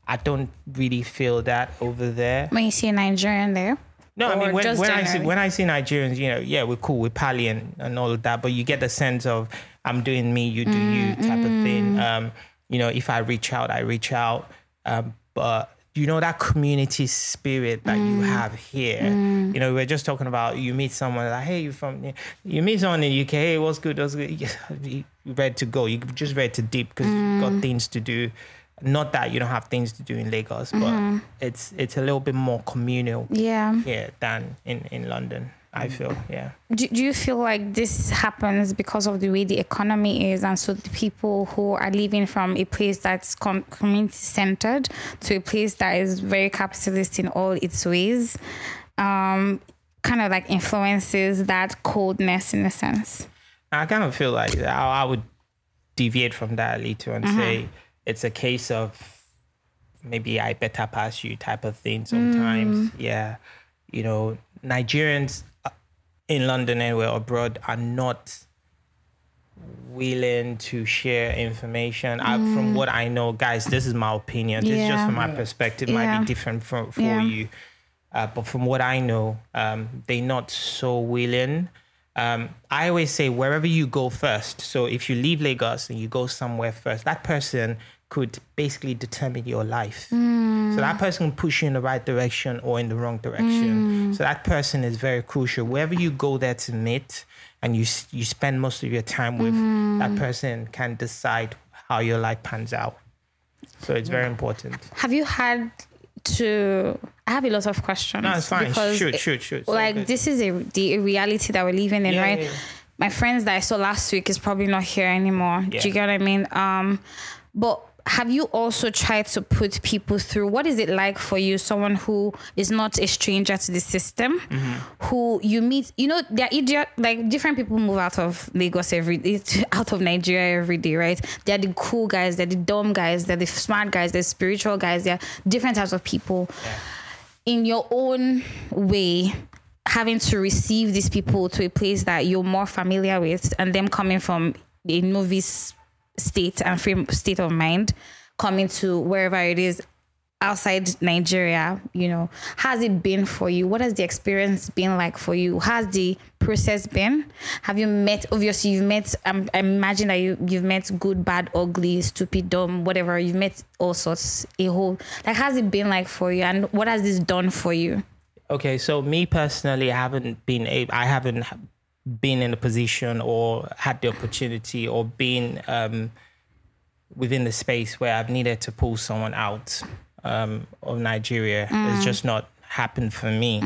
S3: I don't really feel that over there.
S2: when you see a nigerian there
S3: No, I
S2: or
S3: mean when,
S2: just
S3: when I see
S2: generally?
S3: when I see Nigerians, you know, yeah, we're cool, we're pally and, and all of that, but you get the sense of I'm doing me, you do you
S2: Mm,
S3: type of thing. Um, you know, if I reach out, I reach out. Um, but you know that community spirit that
S2: Mm.
S3: you have here. You know, we we're just talking about you meet someone like, hey, you from you meet someone in the UK, hey, what's good, what's good. *laughs* You ready to go? You just ready to dip because you've
S2: Mm.
S3: got things to do. Not that you don't have things to do in Lagos, but
S2: Mm-hmm.
S3: it's it's a little bit more communal
S2: yeah
S3: yeah than in in london i feel yeah
S2: do, do you feel like this happens because of the way the economy is and so the people who are living from a place that's com- community centered to a place that is very capitalist in all its ways um kind of like influences that coldness in a sense
S3: i kind of feel like i, I would deviate from that a little and
S2: Mm-hmm.
S3: say it's a case of maybe i better pass you type of thing
S2: Mm.
S3: sometimes yeah you know nigerians uh, in london anywhere or abroad are not willing to share information I, from what i know guys this is my opinion this is just
S2: Mm. Yeah.
S3: from my perspective might
S2: Yeah.
S3: be different from, for
S2: Yeah.
S3: you Uh, but from what I know, um, they're not so willing. um, I always say wherever you go first. So if you leave Lagos and you go somewhere first, that person could basically determine your life. So that person can push you in the right direction or in the wrong direction. So that person is very crucial. Wherever you go there to meet and you s- you spend most of your time with, that person can decide how your life pans out. So it's very important.
S6: Have you had to? I have a lot of questions.
S3: No, it's fine.
S6: because
S3: Shoot,
S6: it-
S3: shoot, shoot. It's all
S6: Like
S3: good.
S6: this is a the reality that we're living in,
S3: Yeah,
S6: right?
S3: yeah, yeah.
S6: My friends that I saw last week is probably not here anymore. Do
S3: Yeah.
S6: you get what I mean? Um, but have you also tried to put people through what is it like for you someone who is not a stranger to the system who you meet you know they're idiot like different people move out of lagos every *laughs* day out of nigeria every day right they're the cool guys they're the dumb guys they're the smart guys they're spiritual guys they're different types of people in your own way having to receive these people to a place that you're more familiar with and them coming from a novice state and frame state of mind coming to wherever it is outside Nigeria, you know, has it been for you? What has the experience been like for you? How's the process been? Have you met obviously you've met um, I imagine that you you've met good, bad, ugly, stupid, dumb, whatever. You've met all sorts, a whole like how's it been like for you and what has this done for you?
S3: Okay, so me personally, I haven't been able, I haven't h- been in a position or had the opportunity or been um, within the space where I've needed to pull someone out um, of Nigeria. It's just not happened for me.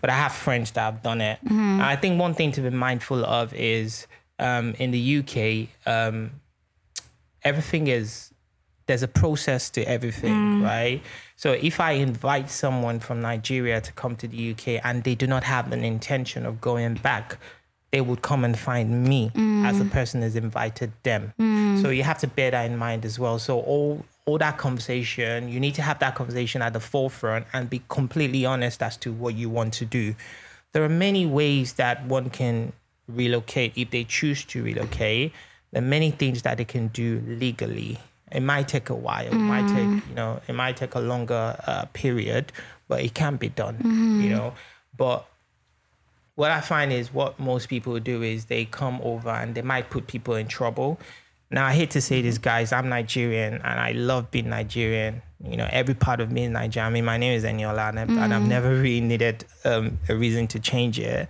S3: But I have friends that have done it. And I think one thing to be mindful of is um, in the UK, um, everything is there's a process to everything, right? So if I invite someone from Nigeria to come to the UK and they do not have an intention of going back, they would come and find me as the person has invited them. So you have to bear that in mind as well. So all all that conversation, you need to have that conversation at the forefront and be completely honest as to what you want to do. There are many ways that one can relocate if they choose to relocate. There are many things that they can do legally. It might take a while. It might take you know. It might take a longer uh, period, but it can be done. You know, but what I find is what most people do is they come over and they might put people in trouble. Now I hate to say this, guys. I'm Nigerian and I love being Nigerian. You know, every part of me is Nigerian. I mean, my name is Eniola, and, I, and I've never really needed um, a reason to change it.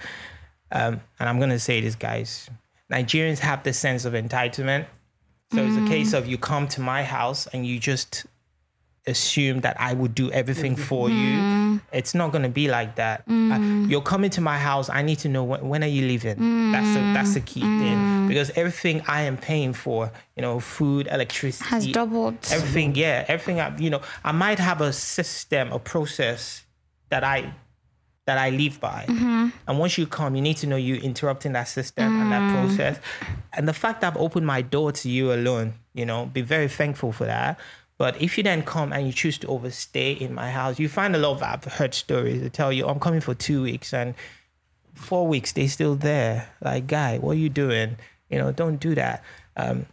S3: Um, and I'm gonna say this, guys. Nigerians have this sense of entitlement. So it's a case
S6: Mm.
S3: of you come to my house and you just assume that I would do everything
S6: Mm-hmm.
S3: for
S6: Mm.
S3: you. It's not going to be like that. Uh, you're coming to my house. I need to know when, when are you leaving. That's the that's the key
S6: Mm.
S3: thing because everything I am paying for, you know, food, electricity
S6: Has doubled.
S3: Everything, yeah, everything. I, you know, I might have a system, a process that I that I live by. And once you come, you need to know you interrupting that system and that process. And the fact that I've opened my door to you alone, you know, be very thankful for that. But if you then come and you choose to overstay in my house, you find a lot of I've heard stories that tell you, I'm coming for two weeks and four weeks they still there. Like, guy, what are you doing? You know, don't do that. Um,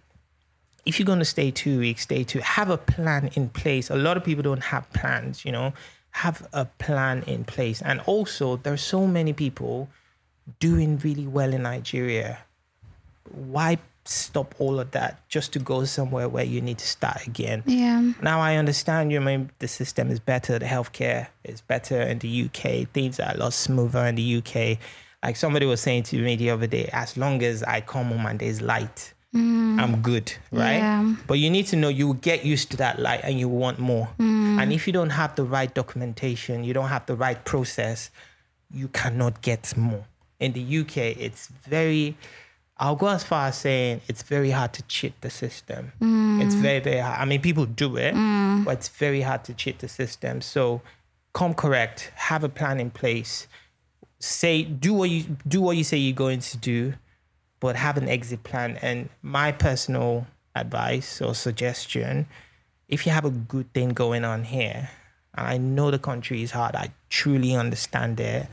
S3: if you're going to stay two weeks, stay two. Have a plan in place. A lot of people don't have plans, you know. Have a plan in place. And also, there's so many people doing really well in Nigeria. Why stop all of that just to go somewhere where you need to start again?
S6: Yeah.
S3: Now I understand you mean the system is better, the healthcare is better in the UK, things are a lot smoother in the UK. Like somebody was saying to me the other day, as long as I come home and there's light, I'm good, right?
S6: Yeah.
S3: But you need to know you will get used to that light and you want more. And if you don't have the right documentation, you don't have the right process, you cannot get more. In the UK, it's very, I'll go as far as saying it's very hard to cheat the system. It's very, very hard. I mean, people do it, but it's very hard to cheat the system. So come correct, have a plan in place, say, do what you, do what you say you're going to do, but have an exit plan. And my personal advice or suggestion if you have a good thing going on here, and I know the country is hard, I truly understand it.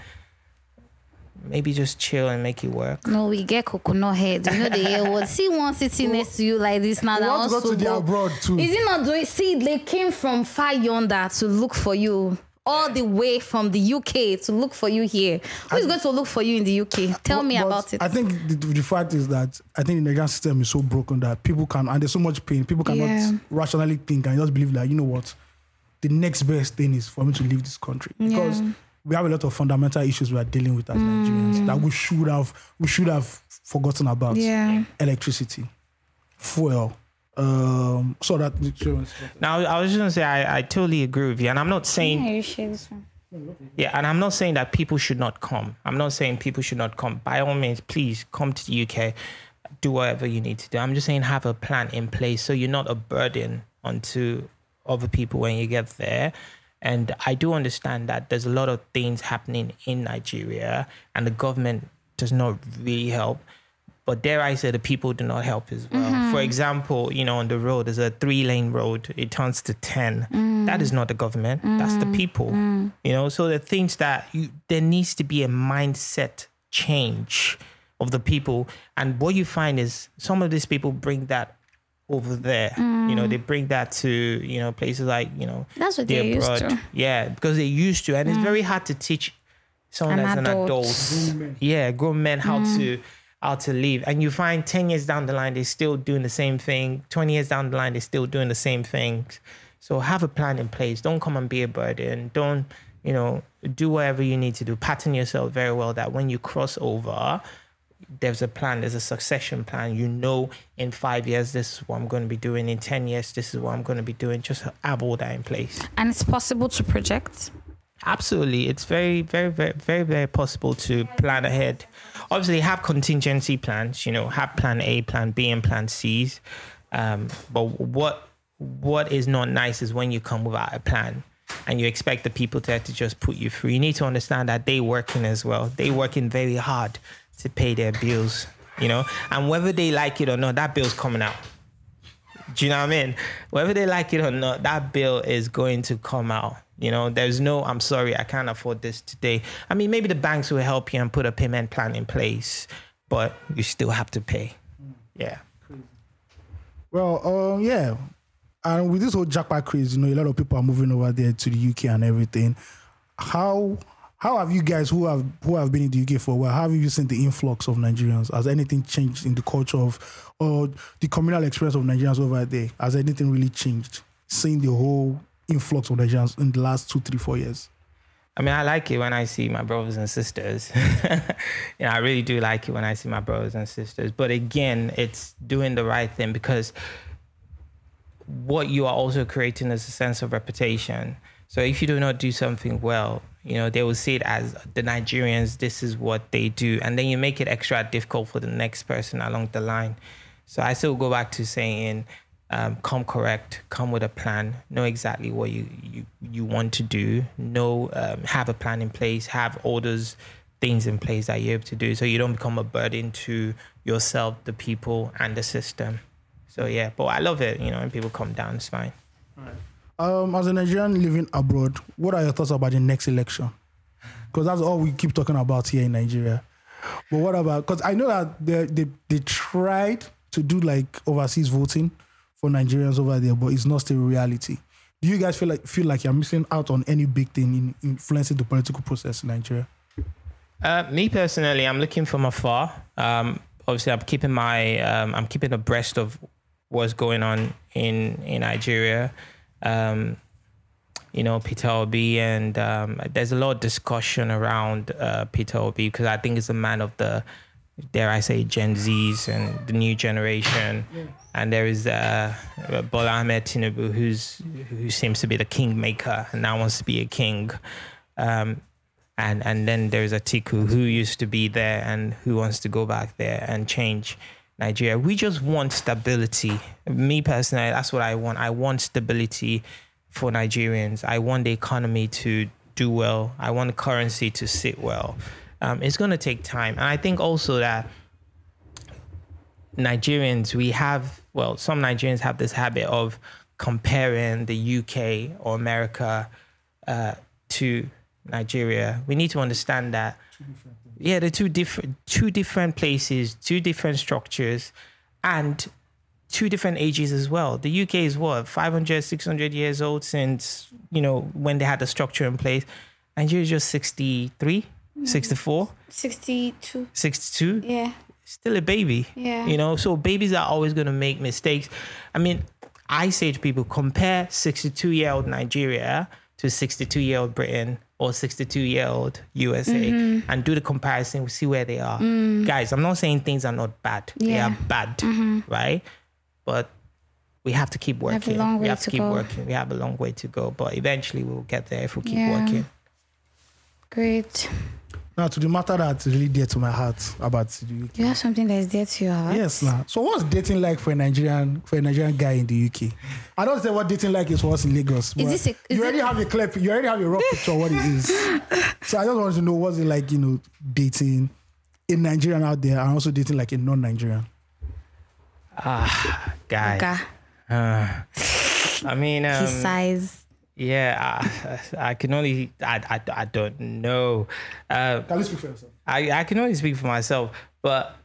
S3: Maybe just chill and make it work.
S6: No, we get coconut head. You know the air word. See one sitting next to you like this now.
S1: We
S6: now
S1: want to go
S6: also
S1: to the abroad too.
S6: Is it not doing? See, they came from far yonder to look for you.
S2: all the way from the UK to look for you here. Who's going to look for you in the UK? Tell me
S1: But
S2: about it.
S1: I think the, the fact is that I think the Nigerian system is so broken that people can, and there's so much pain, people cannot
S2: Yeah.
S1: rationally think and just believe, like, you know what, the next best thing is for me to leave this country. Because we have a lot of fundamental issues we are dealing with as
S2: Mm.
S1: Nigerians that we should have we should have forgotten about.
S2: Yeah.
S1: Electricity, fuel, um, so that insurance.
S3: Now, I was just gonna say I, I totally agree with you, and I'm not saying
S2: Yeah, you share this one.
S3: Yeah, and I'm not saying that people should not come. I'm not saying people should not come. By all means, please come to the UK, do whatever you need to do. I'm just saying have a plan in place so you're not a burden onto other people when you get there. And I do understand that there's a lot of things happening in Nigeria, and the government does not really help. But dare I say, the people do not help as well.
S2: Mm-hmm.
S3: For example, you know, on the road, there's a three lane road, it turns to 10.
S2: Mm.
S3: That is not the government, that's the people. You know, so the things that you, there needs to be a mindset change of the people. And what you find is some of these people bring that over there. You know, they bring that to, you know, places like, you know,
S2: Mm. That's what they're used to. Mm.
S3: Yeah, because they're used to. And it's very hard to teach someone
S2: An
S3: as
S2: adult.
S3: an adult, yeah, grown men how to how to live. And you find ten years down the line they're still doing the same thing. Twenty years down the line they're still doing the same things. So have a plan in place. Don't come and be a burden. Don't you know do whatever you need to do. Pattern yourself very well that when you cross over. There's a plan, there's a succession plan. You know, in five years, this is what I'm going to be doing. In 10 years, this is what I'm going to be doing. Just have all that in place.
S2: And it's possible to project.
S3: Absolutely, it's very, very, very, very, very possible to plan ahead. Obviously, have contingency plans. You know, have plan A, plan B, and plan C's. Um, but what what is not nice is when you come without a plan and you expect the people there to just put you through. You need to understand that they working as well. They working very hard to pay their bills. You know, and whether they like it or not, that bill's coming out. Do you know what I mean? Whether they like it or not, that bill is going to come out. You know, there's no, I'm sorry, I can't afford this today. I mean, maybe the banks will help you and put a payment plan in place, but you still have to pay. Yeah.
S1: Well, um, yeah, and with this whole jackpot craze, you know, a lot of people are moving over there to the UK and everything. How how have you guys who have who have been in the UK for a while? How have you seen the influx of Nigerians? Has anything changed in the culture of or the communal experience of Nigerians over there? Has anything really changed? Seeing the whole influx of Nigerians in the last two, three, four years.
S3: I mean, I like it when I see my brothers and sisters. *laughs* you know, I really do like it when I see my brothers and sisters. But again, it's doing the right thing because what you are also creating is a sense of reputation. So if you do not do something well, you know, they will see it as the Nigerians, this is what they do. And then you make it extra difficult for the next person along the line. So I still go back to saying, um, come correct, come with a plan, know exactly what you, you, you want to do, know, um, have a plan in place, have orders things in place that you're able to do so you don't become a burden to yourself, the people, and the system. So yeah, but I love it, you know, when people come down, it's fine.
S1: Um, as a Nigerian living abroad, what are your thoughts about the next election? Because that's all we keep talking about here in Nigeria. But what about? Because I know that they, they they tried to do like overseas voting for Nigerians over there, but it's not still reality. Do you guys feel like feel like you're missing out on any big thing in influencing the political process in Nigeria?
S3: Uh, me personally, I'm looking from afar. Um, obviously, I'm keeping my, um, I'm keeping abreast of what's going on in in Nigeria. Um, you know, Peter Obi, and um, there's a lot of discussion around uh, Peter Obi because I think he's a man of the, dare I say, Gen Zs and the new generation. And there is uh, Bola Ahmed Tinubu, who's who seems to be the kingmaker and now wants to be a king. Um, and and then there's Atiku, who used to be there and who wants to go back there and change Nigeria. We just want stability. Me personally, that's what I want. I want stability for Nigerians. I want the economy to do well. I want the currency to sit well. Um, it's going to take time, and I think also that Nigerians, we have, well, some Nigerians have this habit of comparing the UK or America uh, to Nigeria. We need to understand that, yeah, they're two different, two different places, two different structures, and two different ages as well. The UK is what 500, 600 years old since you know when they had the structure in place. Nigeria is just 63, 64,
S6: 62.
S3: 62
S6: Yeah.
S3: still a baby.
S6: Yeah.
S3: You know, so babies are always going to make mistakes. I mean, I say to people, compare 62 year old Nigeria to 62 year old Britain or 62 year old USA
S6: Mm-hmm.
S3: and do the comparison, see where they are. Guys, I'm not saying things are not bad. They
S6: Mm. Yeah. Mm-hmm.
S3: are bad, right? But we have to keep
S6: have a
S3: working.
S6: long
S3: we
S6: way
S3: have to,
S6: to
S3: keep
S6: go.
S3: working. We have a long way to go, but eventually we will get there if we keep
S6: Yeah.
S3: working.
S6: Great.
S1: Now to the matter that's really dear to my heart about the UK.
S6: You have something that is dear to your heart.
S1: Yes, now. So what's dating like for a Nigerian for a Nigerian guy in the UK? I don't say what dating like is for us in Lagos. but
S6: this a- is
S1: you already
S6: it-
S1: have a clip. You already have a rough picture of what it is. So I just want to know what's it like, you know, dating a Nigerian out there and also dating like a non-Nigerian.
S3: Guys,
S6: Okay.
S3: I mean, um,
S6: He sighs.
S3: Yeah, I, I can only I, I, I don't know. Uh,
S1: Can you speak for yourself?
S3: I I can only speak for myself, but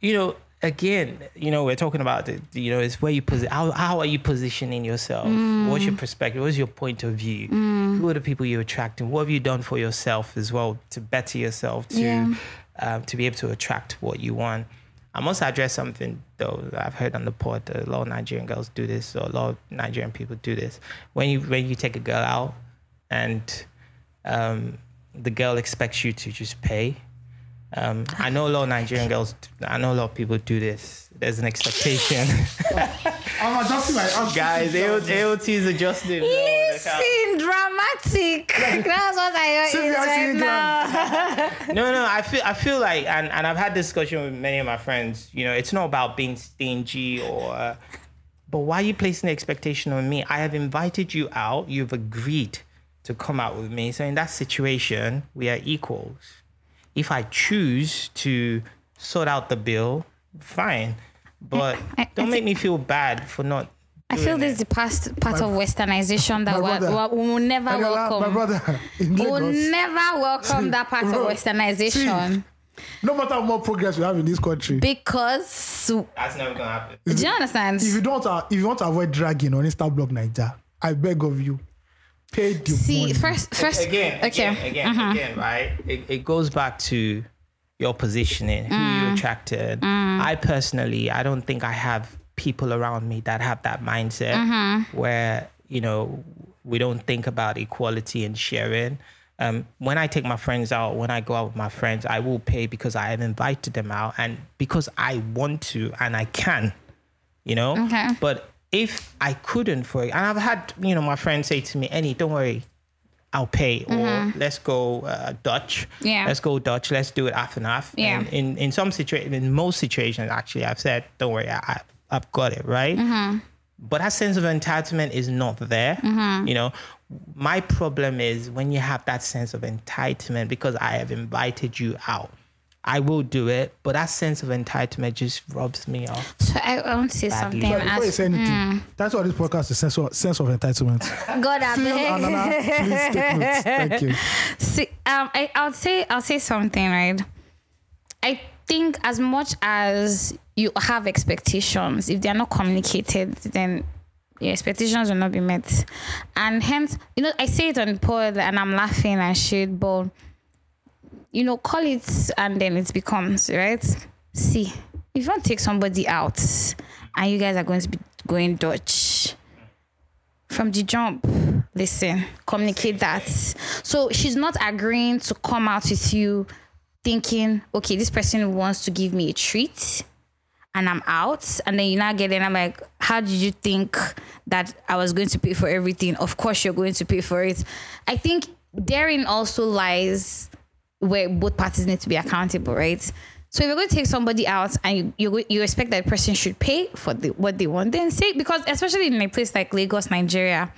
S3: you know, again, you know, we're talking about the, you know, it's where you posi- how how are you positioning yourself? What's your perspective? What's your point of view? Who are the people you're attracting? What have you done for yourself as well to better yourself to
S6: Yeah.
S3: um, to be able to attract what you want? I must address something though. that I've heard on the pod that a lot of Nigerian girls do this, or a lot of Nigerian people do this. When you when you take a girl out, and um, the girl expects you to just pay. Um, I know a lot of Nigerian girls. I know a lot of people do this. There's an expectation,
S1: I'm adjusting my I'm
S3: *laughs* guys. AO, AOT is adjusting. No,
S6: You
S3: they can't.
S6: seem dramatic.
S1: *laughs*
S6: That's what I hear is
S1: Sylvia, I see
S6: right
S1: you
S6: now.
S3: No, no. I feel. I feel like, and, and I've had discussion with many of my friends. You know, it's not about being stingy or, but why are you placing the expectation on me? I have invited you out. You've agreed to come out with me. So in that situation, we are equals. if I choose to sort out the bill, fine. But
S6: I- I
S3: don't
S6: thi-
S3: make me feel bad for not.
S6: I feel this is the past part of westernization that
S1: my
S6: we're-
S1: brother.
S6: we're- we will never welcome.
S1: my brother *laughs* in
S6: we will
S1: Lagos.
S6: never welcome that part of
S1: Bro,
S6: westernization
S1: No matter how much progress we have in this country.
S6: because do
S3: That's never gonna happen.
S6: you understand?
S1: if you don't uh, if you want to avoid dragging on Insta blog Niger, I beg of you, pay the
S6: See,
S1: money.
S6: first, first,
S3: Again,
S6: okay,
S3: again, again, again, right? It, it goes back to your positioning, who you attracted. I personally, I don't think I have people around me that have that mindset where you know we don't think about equality and sharing. Um, when I take my friends out, when I go out with my friends, I will pay because I have invited them out and because I want to and I can. you know.
S6: Okay.
S3: But if I couldn't for it, and I've had you know my friends say to me, "Any, don't worry, I'll pay," or "Let's go uh, Dutch."
S6: Mm-hmm. Yeah.
S3: Let's go Dutch. Let's do it half and half.
S6: Yeah.
S3: And in in some situation, in most situations, actually, I've said, "Don't worry, I, I I've got it right."
S6: Mm-hmm.
S3: But that sense of entitlement is not there.
S6: Mm-hmm.
S3: You know, my problem is when you have that sense of entitlement because I have invited you out. I will do it, but that sense of entitlement just rubs me off.
S6: So I I want to say something.
S1: Sorry, before you
S6: As
S1: say anything, that's why this podcast is sense of, sense of entitlement.
S6: God, *laughs* I
S1: Phil and
S6: beg.
S1: Anana, please take notes. Thank you.
S6: See, um, I, I'll say, I'll say something, right? I think as much as you have expectations, if they are not communicated, then your expectations will not be met, and hence, you know, I say it on the pod and I'm laughing and shit, but you know, call it and then it becomes, right? See, if you want to take somebody out and you guys are going to be going Dutch from the jump, listen, communicate that. So she's not agreeing to come out with you thinking, okay, this person wants to give me a treat and I'm out. And then you now get in, I'm like, how did you think that I was going to pay for everything? Of course, you're going to pay for it. I think therein also lies where both parties need to be accountable, right? So if you're going to take somebody out and you you, go- you expect that person should pay for the, what they want, then say because especially in a place like Lagos, Nigeria,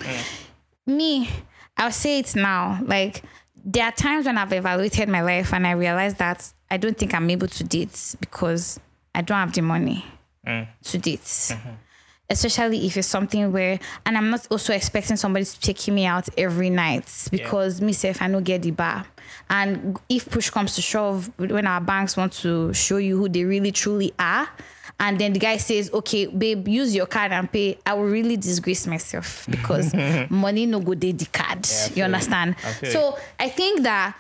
S6: me, I'll say it now. Like there are times when I've evaluated my life and I realize that I don't think I'm able to date because I don't have the money to date.
S3: Mm-hmm.
S6: Especially if it's something where, and I'm not also expecting somebody to take me out every night because myself I no get the bar. And if push comes to shove, when our banks want to show you who they really truly are, and then the guy says, "Okay, babe, use your card and pay," I will really disgrace myself
S3: *laughs*
S6: because money no go dey the card.
S3: I feel
S6: you
S3: you.
S6: understand?
S3: I feel
S6: so I think that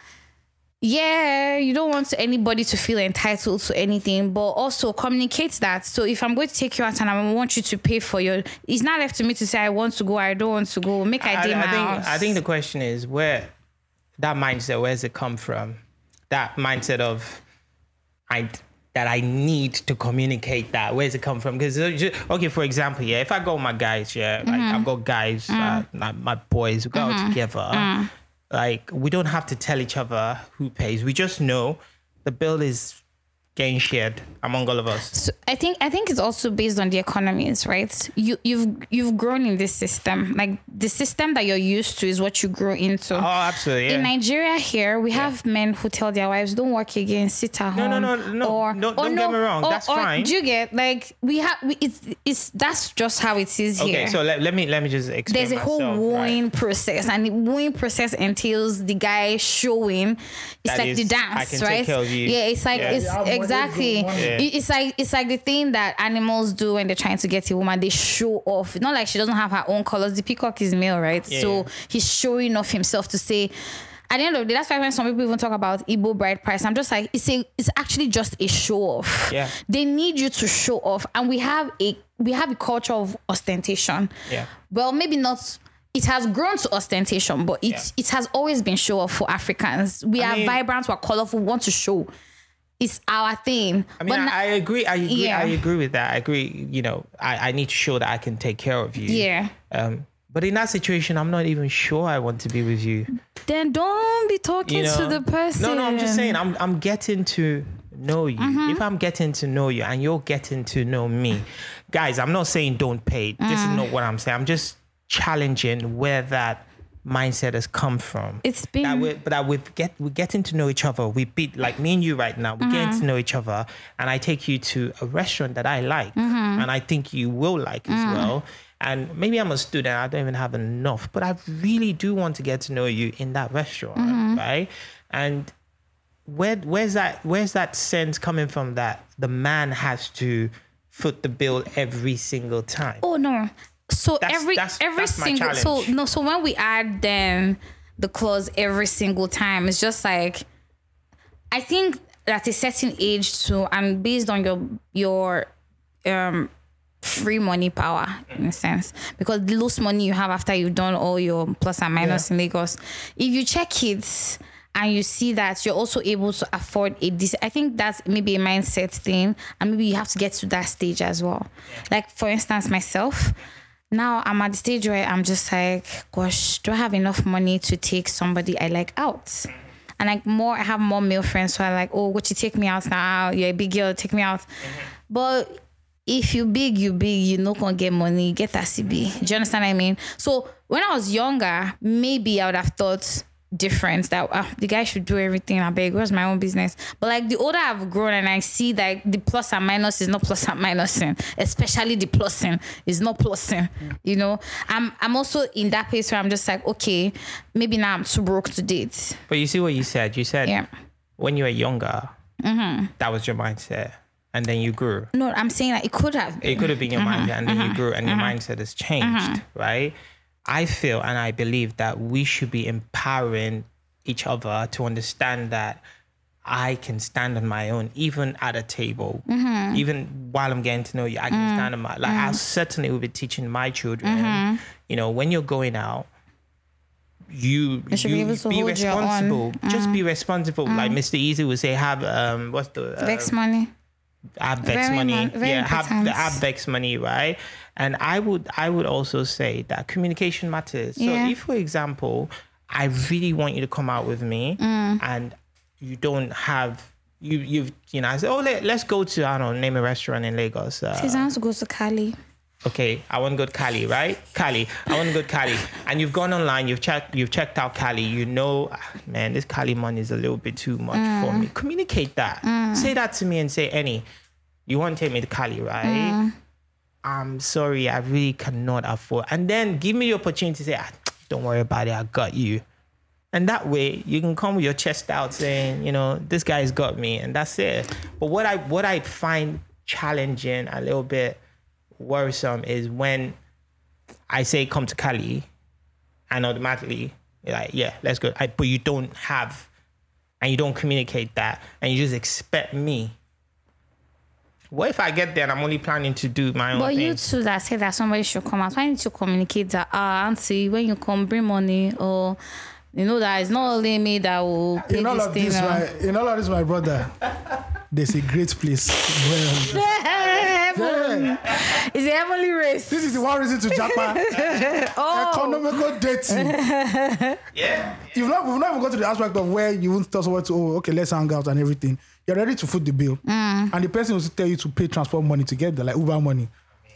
S6: yeah, you don't want anybody to feel entitled to anything, but also communicate that. So if I'm going to take you out and I want you to pay for your, it's not left to me to say I want to go, I don't want to go. Make I, day my
S3: I
S6: house.
S3: think I think the question is where that mindset where does it come from? That mindset of I that I need to communicate that where does it come from? Because okay, for example, yeah, if I go with my guys, yeah, like
S6: Mm-hmm.
S3: I've got guys,
S6: Mm.
S3: uh, like my boys, we go out together. Like we don't have to tell each other who pays. We just know the bill is getting shared among all of us.
S6: So I think I think it's also based on the economies, right? You you've you've grown in this system. Like the system that you're used to is what you grow into.
S3: Oh, absolutely.
S6: In
S3: yeah.
S6: Nigeria, here we have men who tell their wives, "Don't work again, sit at
S3: No,
S6: home."
S3: no, no, no,
S6: Or,
S3: no,
S6: or
S3: don't get me wrong,
S6: or-
S3: that's
S6: or-
S3: fine.
S6: Do you get like we have? We, it's it's that's just how it is
S3: Okay,
S6: here.
S3: so let, let me let me just explain.
S6: there's a whole
S3: myself, right?
S6: wooing process, and the wooing process entails the guy showing. It's
S3: That
S6: like the
S3: is, I
S6: dance,
S3: can take
S6: right?
S3: care of you.
S6: Yeah, it's like
S3: Yeah.
S6: it's
S1: Yeah, money,
S6: exactly.
S1: good money.
S3: Yeah.
S6: It- It's like it's like the thing that animals do when they're trying to get a woman. They show off. Not like she doesn't have her own colors. The peacock is male, right?
S3: Yeah,
S6: so
S3: yeah.
S6: he's showing off himself to say. At the end of the day, that's why when some people even talk about Igbo bride price, I'm just like, it's a, it's actually just a show off.
S3: Yeah.
S6: They need you to show off, and we have a we have a culture of ostentation
S3: Yeah.
S6: well maybe not it has grown to ostentation but it
S3: Yeah.
S6: it has always been show off for africans we
S3: I
S6: are
S3: mean-
S6: vibrant we're colorful we want to show it's our thing
S3: I mean,
S6: na-
S3: I, I agree. I agree.
S6: Yeah.
S3: I agree with that. I agree. You know, I, I need to show that I can take care of you.
S6: Yeah.
S3: Um, but in that situation, I'm not even sure I want to be with you.
S6: then don't be talking
S3: You know?
S6: to the person
S3: No, no. I'm just saying. I'm I'm getting to know you.
S6: Mm-hmm.
S3: If I'm getting to know you, and you're getting to know me, guys. I'm not saying don't pay. This
S6: Mm.
S3: is not what I'm saying. I'm just challenging where that mindset has come from.
S6: it's
S3: that
S6: been
S3: we but that we get we're getting to know each other. We be like me and you right now. We're getting to
S6: Mm-hmm.
S3: know each other, and I take you to a restaurant that I like,
S6: Mm-hmm.
S3: and I think you will like
S6: Mm.
S3: as well. And maybe I'm a student. I don't even have enough, but I really do want to get to know you in that restaurant,
S6: Mm-hmm.
S3: right? And where where's that where's that sense coming from that the man has to foot the bill every single time?
S6: oh no so
S3: That's-
S6: every
S3: that's-
S6: every
S3: that's my
S6: single so
S3: challenge.
S6: no so when we add then the clause every single time it's just like i think at a certain age too and based on your your um free money power in a sense because the loose money you have after you've done all your plus and minus in Lagos if you check it and you see that you're also able to afford a decent I think that's maybe a mindset thing and maybe you have to get to that stage as well like for instance myself now I'm at the stage where I'm just like gosh do I have enough money to take somebody I like out and like more I have more male friends who are like oh would you take me out now you're a big girl take me out but if you big, you big, you no gonna get money, get a CB. Do you understand what I mean? So when I was younger, maybe I would have thought different that ah, the guy should do everything. I beg, what's my own business? But like the older I've grown and I see like the plus and minus is not plus and minusing, especially the plusing is not plusing. You know, I'm I'm also in that place where I'm just like, okay, maybe now I'm too broke to date.
S3: But you see what you said. You said
S6: Yeah. Mm-hmm.
S3: when you were younger, that was your mindset, and then you grew.
S6: No, I'm saying that it could have been.
S3: It could have been your
S6: Mm-hmm.
S3: mindset, and then you grew, and your mindset has changed, right? I feel and I believe that we should be empowering each other to understand that I can stand on my own, even at a table,
S6: Mm-hmm.
S3: even while I'm getting to know you. I
S6: Mm.
S3: can stand on my like. I certainly will be teaching my children.
S6: Mm-hmm.
S3: You know, when you're going out, you
S6: should be
S3: you
S6: able to hold your own. Mm-hmm. Mm.
S3: responsible. Just be responsible. Like Mr. Easy would say, have um, what's the uh,
S6: Vex money.
S3: Abvex
S6: Very
S3: money.
S6: mon- very
S3: yeah, have
S6: important.
S3: the Abvex money, right? And I would I would also say that communication matters. So
S6: Yeah.
S3: if for example, I really want you to come out with me
S6: Mm.
S3: and you don't have you you've you know, I say, Oh let, let's go to I don't know, name a restaurant in Lagos. Uh,
S6: His aunt goes to Cali.
S3: okay, I want to go to Cali, right? Cali, I want to go to Cali. And you've gone online, you've checked, you've checked out Cali. You know, "Ah, man, this Cali money is a little bit too much for me. Communicate that. Say that to me and say, any, you want to take me to Cali, right? I'm sorry, I really cannot afford. And then give me the opportunity to say, "Ah, don't worry about it, I got you. And that way, you can come with your chest out saying, you know, this guy's got me, and that's it. But what I what I find challenging, a little bit worrisome is when I say come to Cali, and automatically you're like yeah, let's go. I, but you don't have, and you don't communicate that, and you just expect me. What if I get there and I'm only planning to do my own
S6: But
S3: thing?
S6: you two that say that somebody should come out, why need to communicate that? Ah, auntie, when you come, bring money or you know that it's not only me that will pay
S1: in all
S6: this
S1: of
S6: thing.
S1: this,
S6: oh.
S1: my in all of this, my brother, there's a great
S6: *laughs*
S1: place. where-
S6: Heaven. It's a heavenly race.
S1: this is the one reason to Japan.
S6: *laughs* Oh.
S1: Economical dating.
S3: yeah.
S1: You've not, we've not even got to the aspect of where you won't tell someone to, oh, okay, let's hang out and everything. You're ready to foot the bill.
S6: Mm.
S1: And the person will still tell you to pay transport money to get there, like Uber money.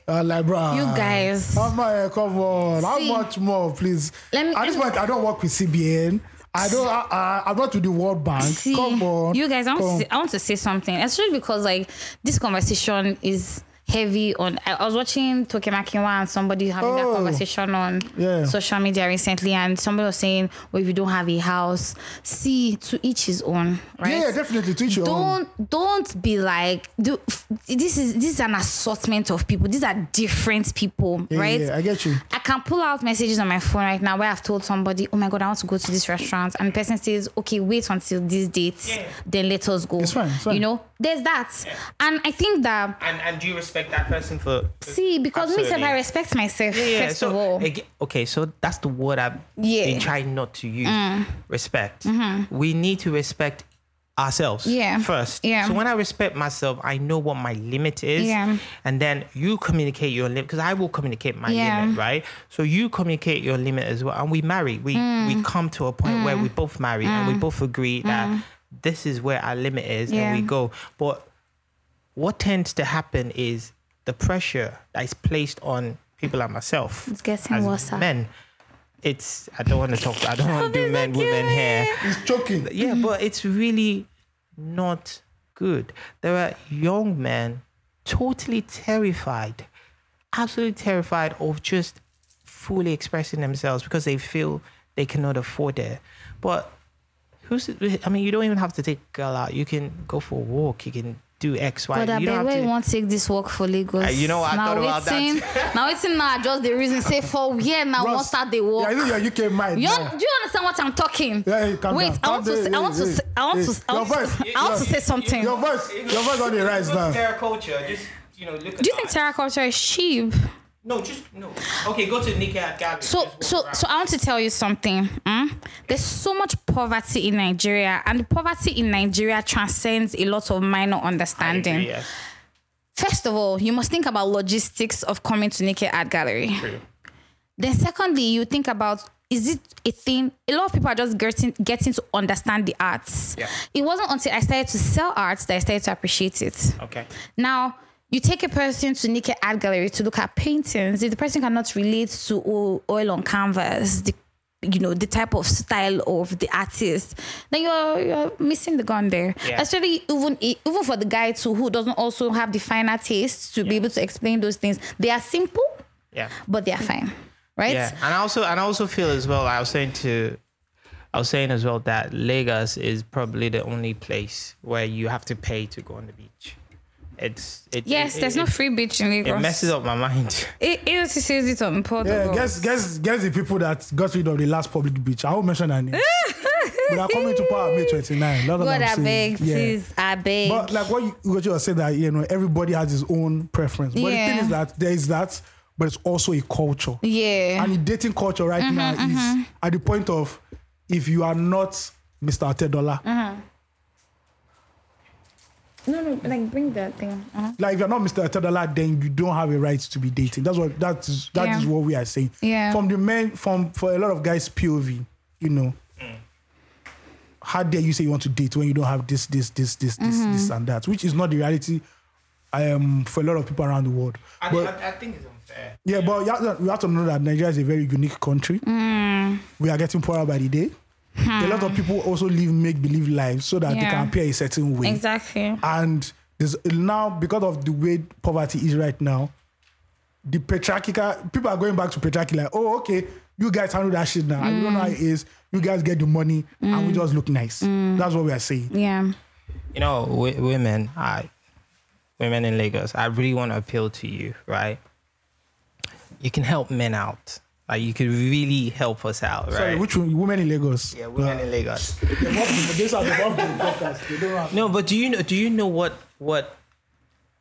S1: Uh, like, bruh.
S6: You guys.
S1: How much? Come on. How
S6: See.
S1: much more, please?
S6: Let me-
S1: At this
S6: let
S1: point, I don't work with CBN. I don't. I, I, I'm not with the World Bank.
S6: See,
S1: Come on.
S6: you guys, I want,
S1: Come.
S6: to say, I want to say something, especially because like this conversation is heavy on. I, I was watching Tokemakiwa and somebody having that
S1: Oh.
S6: conversation on
S1: Yeah.
S6: social media recently, and somebody was saying, "Well, if you don't have a house, see to each his own, right?"
S1: Yeah, definitely. Teach your own.
S6: don't don't be like do, f- this is this is an assortment of people these are different people
S1: Yeah,
S6: right
S1: yeah, I get you.
S6: I can pull out messages on my phone right now where I've told somebody, oh my God, I want to go to this restaurant. And the person says, okay, wait until this date, then let us go.
S1: It's fine, it's fine.
S6: You know, there's that. And I think that,
S3: And and do you respect that person for?
S6: see, because me myself,
S3: Absolutely.
S6: I respect myself,
S3: Yeah,
S6: first
S3: so
S6: of all.
S3: aga- okay, so that's the word I've
S6: Yeah. Mm. Mm-hmm.
S3: been trying not to use. Respect. We need to respect ourselves
S6: Yeah.
S3: first.
S6: Yeah.
S3: So when I respect myself, I know what my limit is.
S6: Yeah.
S3: And then you communicate your limit because I will communicate my
S6: Yeah.
S3: limit, right? So you communicate your limit as well. And we marry. We
S6: Mm.
S3: we come to a point where we both marry and we both agree that this is where our limit is
S6: Yeah.
S3: and we go. But what tends to happen is the pressure that is placed on people like myself.
S6: It's getting
S3: as
S6: worse, ah.
S3: Men, it's I don't want to talk. I don't want to do
S6: Please
S3: men,
S6: don't
S3: women
S6: kill
S3: here.
S1: It's choking.
S3: Yeah, but it's really not good. There are young men totally terrified, absolutely terrified of just fully expressing themselves because they feel they cannot afford it. But who's? I mean, you don't even have to take a girl out. You can go for a walk. You can do X, Y.
S6: But I
S3: you don't
S6: beg
S3: have
S6: where
S3: to.
S6: you won't take this work for Lagos.
S3: Uh, you know what? I thought about that.
S6: that. now it's now just the reason. Say for yeah, now
S1: Bros,
S6: won't start the work.
S1: Yeah, I think your UK mind.
S6: You
S1: yeah.
S6: un- do you understand what I'm talking?
S1: Yeah, hey, calm
S6: Wait,
S1: down.
S6: I
S1: Calm
S6: want to.
S1: down.
S6: Say, I want to.
S1: Hey,
S6: Say, I want
S1: hey,
S6: to.
S1: hey.
S6: s- I want
S1: Your
S6: to,
S1: voice,
S6: I want to
S1: your-
S6: say something.
S1: Your
S6: Do
S1: voice, your voice on the rise
S3: Look,
S1: now.
S3: Terra culture, just you know, look. At
S6: you think Terra culture is cheap?
S3: No, just no. Okay, go to Nikkei at gallery.
S6: So, so, so I want to tell you something. hmm? There's so much poverty in Nigeria, and the poverty in Nigeria transcends a lot of minor understanding.
S3: Yes.
S6: First of all, you must think about logistics of coming to Nikkei Art Gallery. Then, secondly, you think about is it a thing? A lot of people are just getting getting to understand the arts.
S3: Yeah.
S6: It wasn't until I started to sell arts that I started to appreciate it.
S3: Okay.
S6: Now, you take a person to Nikkei Art Gallery to look at paintings. If the person cannot relate to o- oil on canvas, the you know the type of style of the artist, then you're you're missing the gun there.
S3: Yeah.
S6: Especially even even for the guy too who doesn't also have the finer taste to be able to explain those things. They are simple,
S3: Yeah.
S6: but they are fine, right?
S3: Yeah, and I also and I also feel as well. I was saying to, I was saying as well that Lagos is probably the only place where you have to pay to go on the beach. It's it,
S6: Yes,
S3: it-
S6: there's
S3: it,
S6: no free beach in
S3: It
S6: Lagos.
S3: messes up my mind. *laughs*
S6: It, it says it on Portugal.
S1: Yeah, guess, guess, guess the people that got rid of the last public beach. I won't mention her name.
S6: *laughs*
S1: but are coming to power May 29. That's what
S6: God,
S1: I'm
S6: I
S1: saying.
S6: beg,
S1: Yeah.
S6: please, I beg.
S1: But like what you, what you were saying that you know everybody has his own preference. But the
S6: Yeah.
S1: thing is that there is that, but it's also a culture.
S6: yeah. Mm-hmm,
S1: And the dating culture right now is at the point of if you are not Mr. Tedola,
S6: No, no, like bring that thing. Uh-huh.
S1: like if you're not Mr. Tedola, then you don't have a right to be dating. That's what that is that is
S6: Yeah.
S1: what we are saying.
S6: Yeah.
S1: From the men from for a lot of guys POV, you know. How dare you say you want to date when you don't have this, this, this, this, this, this,
S6: Mm-hmm.
S1: and that, which is not the reality um, for a lot of people around the world. But-
S3: think it's unfair.
S1: Yeah, but you have, to, you have to know that Nigeria is a very unique country.
S6: Mm.
S1: We are getting poorer by the day. A lot of people also live make believe lives so that they
S6: Hmm. Yeah.
S1: can appear a certain way.
S6: Exactly.
S1: And there's now because of the way poverty is right now, the patriarchal people are going back to patriarchy like, oh, okay, you guys handle that shit now. I don't know how it
S6: Mm.
S1: is. You guys get the money and we just look nice. That's what we are saying.
S6: Yeah.
S3: You know, w- women. I women in Lagos, I really want to appeal to you, right? You can help men out. Like you could really help us out, right?
S1: Sorry, which one? Women in Lagos.
S3: yeah, women in Lagos.
S1: They've off- These are the podcast. They don't have.
S3: No, but do you know? Do you know what what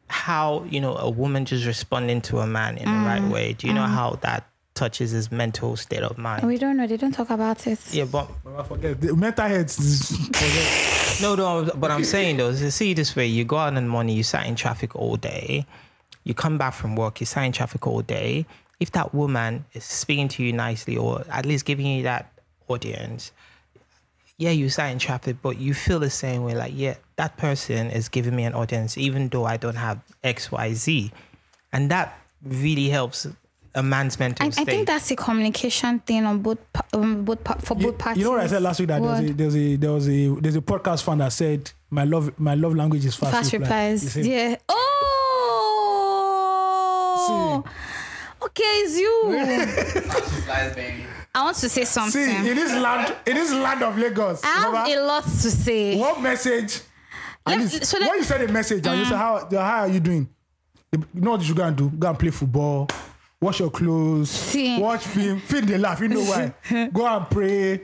S3: how you know a woman just responding to a man in the right way? Do you know how that touches his mental state of mind?
S6: We don't know. They don't talk about it.
S3: yeah, but
S1: I Uh, forget. The mental *laughs* health.
S3: no, no. But I'm saying though, is to see it this way: you go out in the morning, you sat in traffic all day, you come back from work, you sat in traffic all day. If that woman is speaking to you nicely, or at least giving you that audience, yeah, you sat in traffic, but you feel the same way. Like, yeah, that person is giving me an audience, even though I don't have X, Y, Z, and that really helps a man's mental
S6: I,
S3: state.
S6: I think that's a communication thing on both pa- um, both pa- for both
S1: You,
S6: parties.
S1: you know what I said last week that there was, a,
S6: Word.
S1: there was a there was a there's a podcast fan that said my love my love language is fast,
S6: fast
S1: reply."
S6: replies.
S1: You see?
S6: Yeah. Oh. Okay, it's
S1: *laughs*
S6: you.
S7: Lies, baby.
S6: I want to say
S1: See,
S6: something.
S1: in this land, in this land of Lagos,
S6: I have
S1: Baba,
S6: a lot to say.
S1: what message? And
S6: Let-
S1: it's-
S6: so let- Mm.
S1: when you send a message, and you say how how are you doing? You know what you should go and do? Go and play football, wash your clothes,
S6: See.
S1: watch film, feed the laugh. You know why?
S6: *laughs*
S1: go and pray,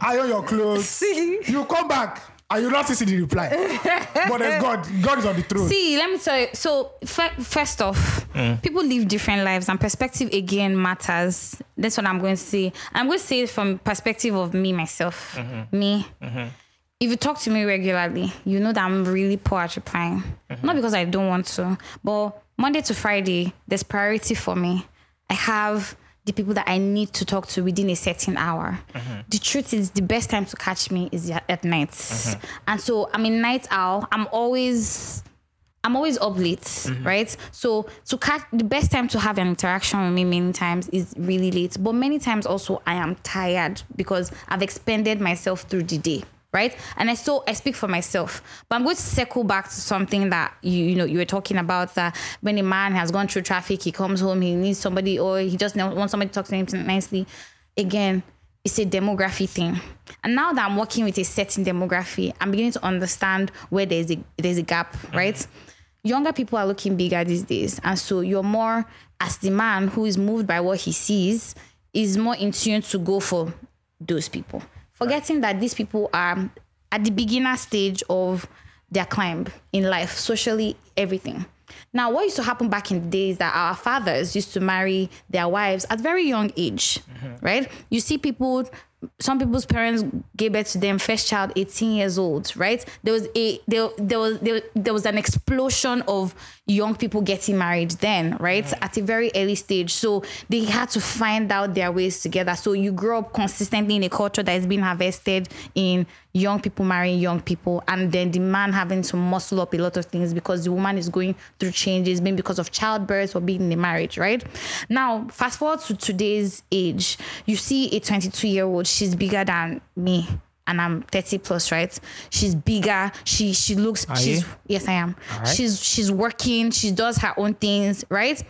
S1: iron your clothes.
S6: See.
S1: You come back and you not see the reply, but there's God. God is on the throne.
S6: See, let me tell you. So, fir- first off, people live different lives, and perspective again matters. That's what I'm going to say. I'm going to say it from perspective of me myself, me. If you talk to me regularly, you know that I'm really poor at replying. Not because I don't want to, but Monday to Friday, there's priority for me. I have the people that I need to talk to within a certain hour. The truth is, the best time to catch me is at, at night. And so I'm a night owl. I'm always I'm always up late, right? So to catch the best time to have an interaction with me many times is really late. But many times also I am tired because I've expended myself through the day, right? And I so I speak for myself. But I'm going to circle back to something that you you know you were talking about that when a man has gone through traffic, he comes home, he needs somebody or he just wants somebody to talk to him nicely. Again, it's a demography thing. And now that I'm working with a certain demography, I'm beginning to understand where there's a there's a gap, right? Younger people are looking bigger these days. And so you're more as the man who is moved by what he sees, is more in tune to go for those people. Forgetting that these people are at the beginner stage of their climb in life, socially, everything. Now, what used to happen back in the days that our fathers used to marry their wives at very young age, right? You see people, some people's parents gave birth to them first child 18 years old, right? There was a there, there was there, there was an explosion of young people getting married then, right? At a very early stage. So they had to find out their ways together. So you grow up consistently in a culture that is being harvested in young people marrying young people and then the man having to muscle up a lot of things because the woman is going through changes maybe because of childbirth or being in a marriage right now fast forward to today's age you see a 22 year old she's bigger than me and I'm 30 plus, right? She's bigger. She she looks. she's
S3: you?
S6: yes, I am. She's she's working. She does her own things, right?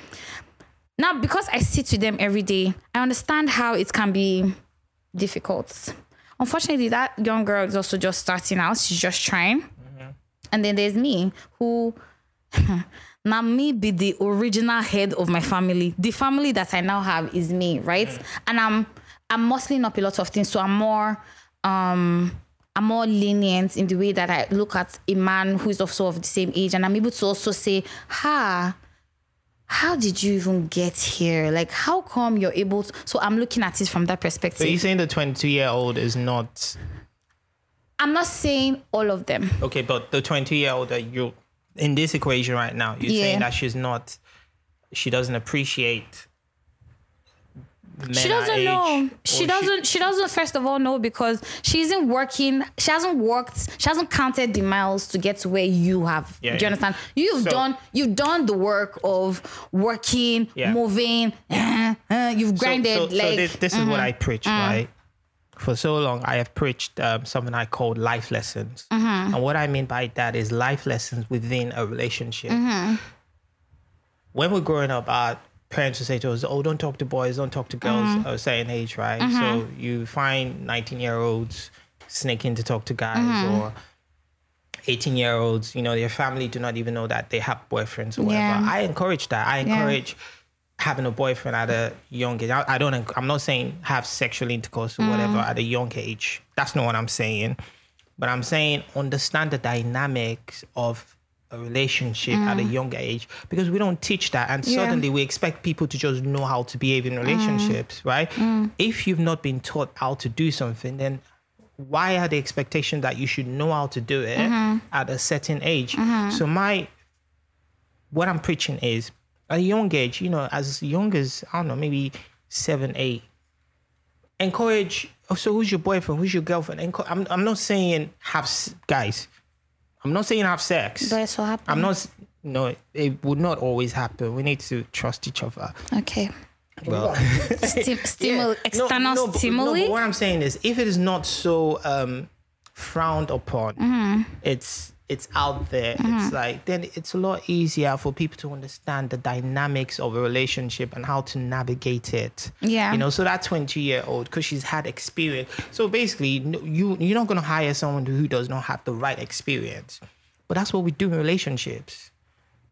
S6: Now, because I sit with them every day, I understand how it can be difficult. Unfortunately, that young girl is also just starting out. She's just trying. And then there's me, who *laughs* now me be the original head of my family. The family that I now have is me, right? And I'm I'm muscling up a lot of things, so I'm more um I'm more lenient in the way that I look at a man who is also of the same age, and I'm able to also say, "Ha, how did you even get here? Like, how come you're able?" To? So I'm looking at it from that
S3: so
S6: perspective.
S3: you're saying the 22 year old is not
S6: I'm not saying all of them.
S3: okay, but the 22 year old that you in this equation right now, you're
S6: Yeah.
S3: saying that she's not, she doesn't appreciate. men
S6: she
S3: her
S6: doesn't
S3: age,
S6: know.
S3: or
S6: She doesn't. She, doesn't. First of all, know because she isn't working. She hasn't worked. She hasn't counted the miles to get to where you have.
S3: Yeah,
S6: do you
S3: yeah.
S6: understand? You've
S3: So-
S6: done. You've done the work of working,
S3: Yeah.
S6: moving. uh, uh, you've grinded.
S3: So, so, so
S6: like mm-hmm. Mm.
S3: this, this is what I preach, right? For so long, I have preached um, something I call life lessons,
S6: Mm-hmm.
S3: and what I mean by that is life lessons within a relationship.
S6: Mm-hmm.
S3: When we're growing up, our parents would say to us, "Oh, don't talk to boys, don't talk to girls
S6: Mm-hmm.
S3: of a certain age, right?" So
S6: Mm-hmm.
S3: you find nineteen-year-olds sneaking to talk to guys, or 18 year olds, you know, their family do not even know that they have boyfriends or
S6: Yeah.
S3: whatever. I encourage that. I
S6: Yeah.
S3: encourage having a boyfriend at a young age. I, I don't, enc- I'm not saying have sexual intercourse or whatever at a young age. That's not what I'm saying. But I'm saying understand the dynamics of a relationship at a younger age because we don't teach that. And
S6: Yeah.
S3: suddenly we expect people to just know how to behave in relationships, right? If you've not been taught how to do something, then why are the expectation that you should know how to do it at a certain age? So my what I'm preaching is at a young age, you know, as young as I don't know, maybe seven, eight, encourage. Oh, so who's your boyfriend? Who's your girlfriend? Enco- I'm I'm not saying have s- guys. I'm not saying have sex.
S6: But it's what happened.
S3: I'm not. s- No, it would not always happen. We need to trust each other. *laughs*
S6: Okay.
S3: Well,
S6: Stim- stimul-
S3: yeah. No,
S6: External
S3: no, but- no,
S6: stimuli.
S3: but what I'm saying is, if it is not so um, frowned upon,
S6: Mm-hmm.
S3: it's it's out there. It's like then it's a lot easier for people to understand the dynamics of a relationship and how to navigate it.
S6: Yeah.
S3: you know. So that 20 year old, because she's had experience. So basically, no- you you're not gonna hire someone who does not have the right experience. But that's what we do in relationships.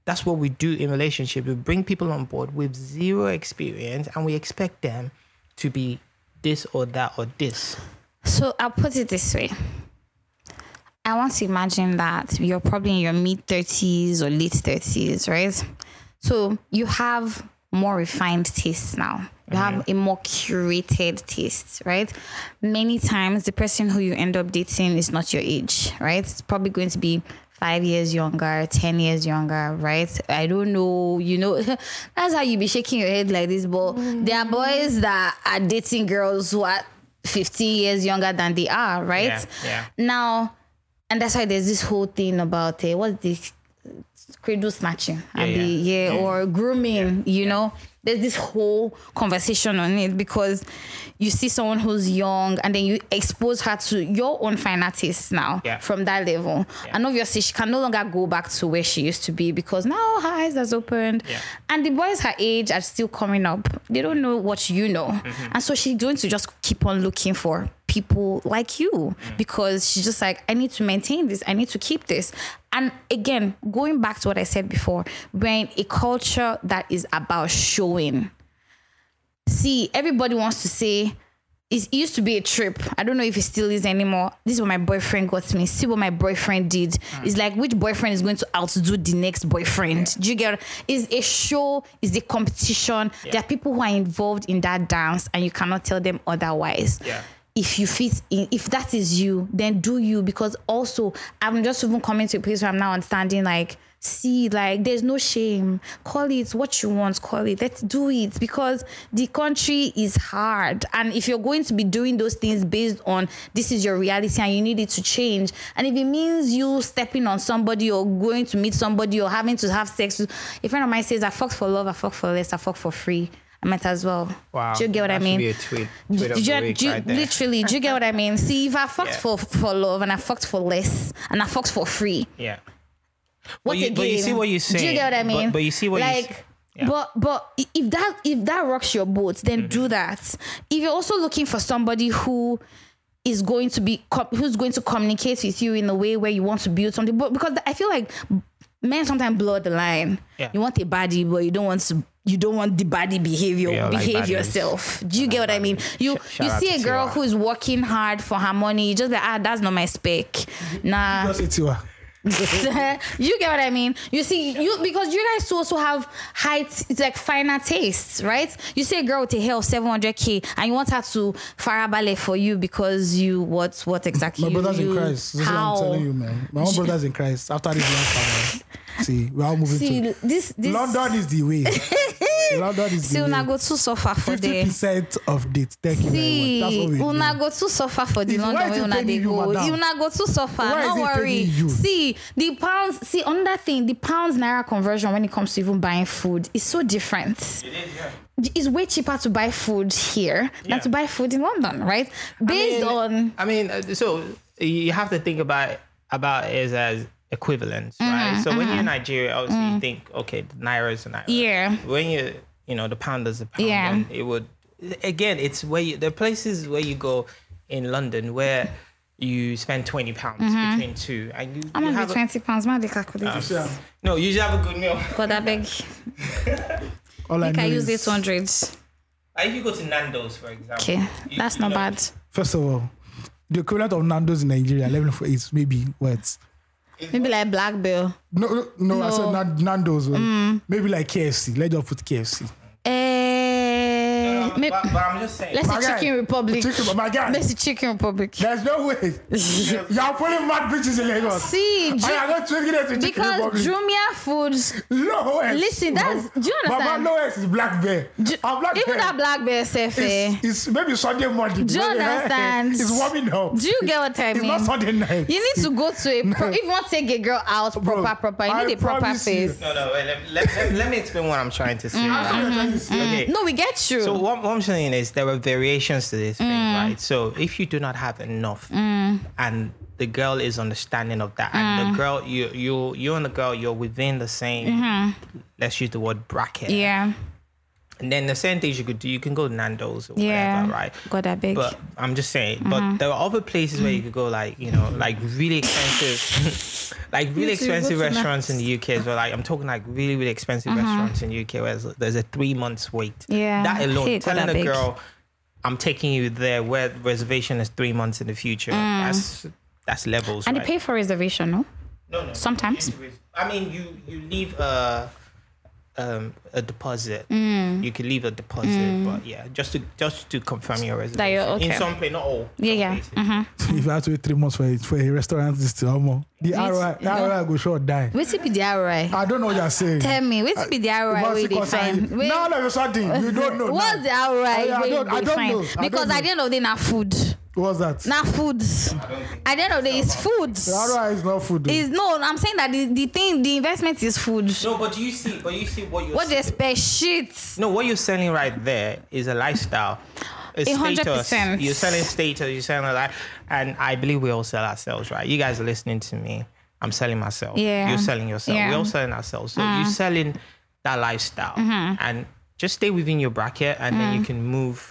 S3: That's what we do in relationship. We bring people on board with zero experience and we expect them to be this or that or this.
S6: So I'll put it this way. I want to imagine that you're probably in your mid 30s or late 30s, right? So you have more refined tastes now.
S3: Mm-hmm.
S6: You have a more curated taste, right? Many times the person who you end up dating is not your age, right? It's probably going to be five years younger, 10 years younger, right? I don't know, you know, *laughs* that's how you be shaking your head like this. But
S3: Mm.
S6: there are boys that are dating girls who are 50 years younger than they are, right?
S3: Yeah, yeah.
S6: Now, and that's why there's this whole thing about it. What's this cradle snatching? Yeah,
S3: yeah,
S6: yeah, or grooming, you know? There's this whole conversation on it because you see someone who's young and then you expose her to your own finalities now
S3: Yeah.
S6: from that level. And obviously, she can no longer go back to where she used to be because now her eyes has opened.
S3: Yeah.
S6: And the boys her age are still coming up. They don't know what you know. And so she's going to just keep on looking for people like you because she's just like, I need to maintain this. I need to keep this. And again, going back to what I said before, we're in a culture that is about showing. See, everybody wants to say, it used to be a trip. I don't know if it still is anymore. This is what my boyfriend got me. See what my boyfriend did. It's like which boyfriend is going to outdo the next boyfriend. Do you get? Is a show. Is a competition. There are people who are involved in that dance, and you cannot tell them otherwise.
S3: Yeah.
S6: If you fit in, if that is you, then do you. Because also, I'm just even coming to a place where I'm now understanding like. See, like, there's no shame. Call it what you want, call it. Let's do it because the country is hard. And if you're going to be doing those things based on this is your reality and you need it to change, and if it means you stepping on somebody or going to meet somebody or having to have sex, with, a friend of mine says, I fuck for love, I fuck for less, I fuck for free. I might as well. Do you get what I mean? Do you- do you- literally, do you get what I mean? See, if I fucked
S3: Yeah.
S6: for for love and I fucked for less and I fucked for free,
S3: Yeah.
S6: what
S3: But you-
S6: again?
S3: but you see what you're
S6: Do you
S3: saying.
S6: get what I
S3: But-
S6: mean?
S3: but you see what you
S6: like.
S3: s- yeah.
S6: But but i- if that if that rocks your boat, then
S3: Mm-hmm.
S6: do that. If you're also looking for somebody who is going to be co- who's going to communicate with you in a way where you want to build something, but because I feel like men sometimes blur the line.
S3: Yeah.
S6: You want a body, but you don't want to. You don't want the body behavior.
S3: Yeah, I like
S6: behave
S3: baddies.
S6: yourself. Do you get what I mean? You
S3: Sh-
S6: you
S3: shout out
S6: see
S3: to
S6: a girl
S3: Tiwa.
S6: who is working hard for her money. You just be like ah, that's not my spec.
S1: *laughs*
S6: Nah, *laughs*
S1: Just it, you are.
S6: you get what I mean? You see, you because you guys too also have high, t- it's like finer tastes, right? You see a girl with a hair of 700k and you want her to farabale for you because you what what exactly?
S1: My
S6: you-
S1: brother's in
S6: you-
S1: Christ. This is what
S6: how?
S1: I'm telling you, man. My
S6: *laughs*
S1: own brother's in Christ. After this last hour, see, we're all moving
S6: See,
S1: to
S6: this this
S1: London is the
S6: *laughs*
S1: way. London is
S6: See,
S1: the
S6: una
S1: way.
S6: go too suffer for
S1: Fifty
S6: the.
S1: percent of date. Thank you very
S6: See,
S1: much. That's what we do.
S6: una go too suffer for the
S1: Is- why
S6: London
S1: is
S6: way
S1: it
S6: una dey
S1: paining you,
S6: go.
S1: madam?
S6: Una go too suffer.
S1: Why is
S6: No
S1: it
S6: worry.
S1: paining you?
S6: See the pounds. See on that thing, the pounds naira conversion when it comes to even buying food is so different. it's way cheaper to buy food here than
S3: Yeah.
S6: to buy food in London, right? Based
S3: mean-
S6: on
S3: I mean, uh, so you have to think about about it as, as equivalence,
S6: Mm-hmm,
S3: right? So when you're in Nigeria, obviously you think, okay, the naira is the naira.
S6: Mm. Yeah.
S3: When you you know the pound is the pound.
S6: Yeah.
S3: And it would again, it's where you the places where you go in London where you spend twenty pounds between two, and you,
S6: Mm-hmm. I'm
S3: you
S6: gonna
S3: have
S6: be
S3: a-
S6: twenty pounds. Man, they calculate. this.
S1: Yeah.
S3: no, you just have a good meal.
S6: God, I beg.
S1: All I
S6: I
S1: know
S6: can use
S1: is,
S6: this hundred.
S3: Like if you go to Nando's, for example,
S6: Okay,
S3: you-
S6: that's
S3: you
S6: not
S3: know,
S6: bad.
S1: First of all, the equivalent of Nando's in Nigeria, level for is maybe what?
S6: Maybe like Black Bill.
S1: No, no, no, I said
S6: No. Mm.
S1: Nan- Nando's. well, Maybe like KFC. Let's just put KFC.
S6: Eh,
S3: Um,
S6: may-
S3: but, but I'm just saying.
S6: let's
S1: My
S6: say
S1: guy.
S6: Chicken Republic.
S1: Chicken, my guy.
S6: Let's say Chicken Republic.
S1: There's no way.
S6: *laughs*
S1: Y'all putting mad bitches in Lagos.
S6: See,
S1: I am
S6: Ju-
S1: not taking it to Chicken
S6: because
S1: Republic.
S6: Jumia food.
S1: no way.
S6: Listen, that's- do you
S1: Baba
S6: understand?
S1: Loes is black bear.
S6: Ju-
S1: Our Ah, black
S6: even
S1: bear
S6: that black bear self, eh?
S1: It's, it's maybe Sunday morning.
S6: Do you
S1: Maybe- *laughs*
S6: understand?
S1: It's warming up.
S6: Do you get what I
S1: it's
S6: mean?
S1: not Sunday night.
S6: You need to go to
S1: *laughs*
S6: a pro- if you want to take a girl out
S1: Bro,
S6: proper proper. You
S1: I
S6: need a proper
S1: promise you.
S6: face.
S3: No, no, wait, let, let, let, let me explain what I'm trying to say.
S6: Ah,
S3: right? Okay.
S6: Mm. No, Mm. we get you.
S3: So what, what I'm saying is there are variations to this thing, right? So if you do not have enough,
S6: Mm.
S3: and the girl is understanding of that, and the girl, you you you and the girl, you're within the same. Let's use the word bracket.
S6: Mm-hmm. yeah,
S3: And then the same things you could do, you can go Nando's or
S6: yeah.
S3: whatever, right?
S6: God, I beg.
S3: But I'm just saying.
S6: Mm-hmm.
S3: But there are other places where you could go, like you know, like really expensive, *laughs* like really
S6: You too, go
S3: expensive
S6: to
S3: restaurants in the UK. So like I'm talking like really really expensive restaurants in the UK where there's- there's a three months wait.
S6: Mm-hmm. Yeah,
S3: that alone,
S6: hey, God,
S3: telling
S6: I
S3: a
S6: beg.
S3: girl, I'm taking you there where reservation is three months in the future. That's that's levels.
S6: Mm. and
S3: right?
S6: they pay for reservation, no?
S3: No, no.
S6: Sometimes.
S3: you leave- I mean, you you leave a um a deposit.
S6: Mm.
S3: You can leave a deposit, but yeah, just to just to confirm your reservation.
S6: That you're
S3: In
S6: okay.
S3: some place, not all.
S6: Yeah,
S3: some
S6: yeah. Mm-hmm.
S1: *laughs*
S3: places.
S1: if you have to wait three months for a, for a restaurant this to almost the ROI, the
S6: no.
S1: ROI go short die.
S6: Wait till be the ROI.
S1: I don't know what you're saying.
S6: Tell me, wait till be the ROI.
S1: What's
S6: Where
S1: it
S6: they
S1: concern
S6: find?
S1: you?
S6: Wait,
S1: No, no, you're something. You don't know.
S6: What's the
S1: now.
S6: ROI?
S1: I- I
S6: where
S1: don't- I
S6: they
S1: don't
S6: find?
S1: know. I don't
S6: Because
S1: know.
S6: at the end of the day, not food.
S1: What's that?
S6: Not food. At the end of the day, it's food.
S1: The ROI is not food. though.
S6: Is no, I'm saying that the, the thing, the investment is food.
S3: No, but you see, but you see what you're.
S6: What they
S3: se-
S6: expect? Shit.
S3: No, what you're selling right there is a lifestyle. It's
S6: A hundred
S3: status.
S6: percent.
S3: You're selling status. You're selling that, and I believe we all sell ourselves, right? You guys are listening to me. I'm selling myself.
S6: Yeah.
S3: You're selling yourself.
S6: Yeah. Mm.
S3: We're all selling ourselves. So you're selling that lifestyle,
S6: Mm-hmm.
S3: and just stay within your bracket, and then
S6: Mm.
S3: you can move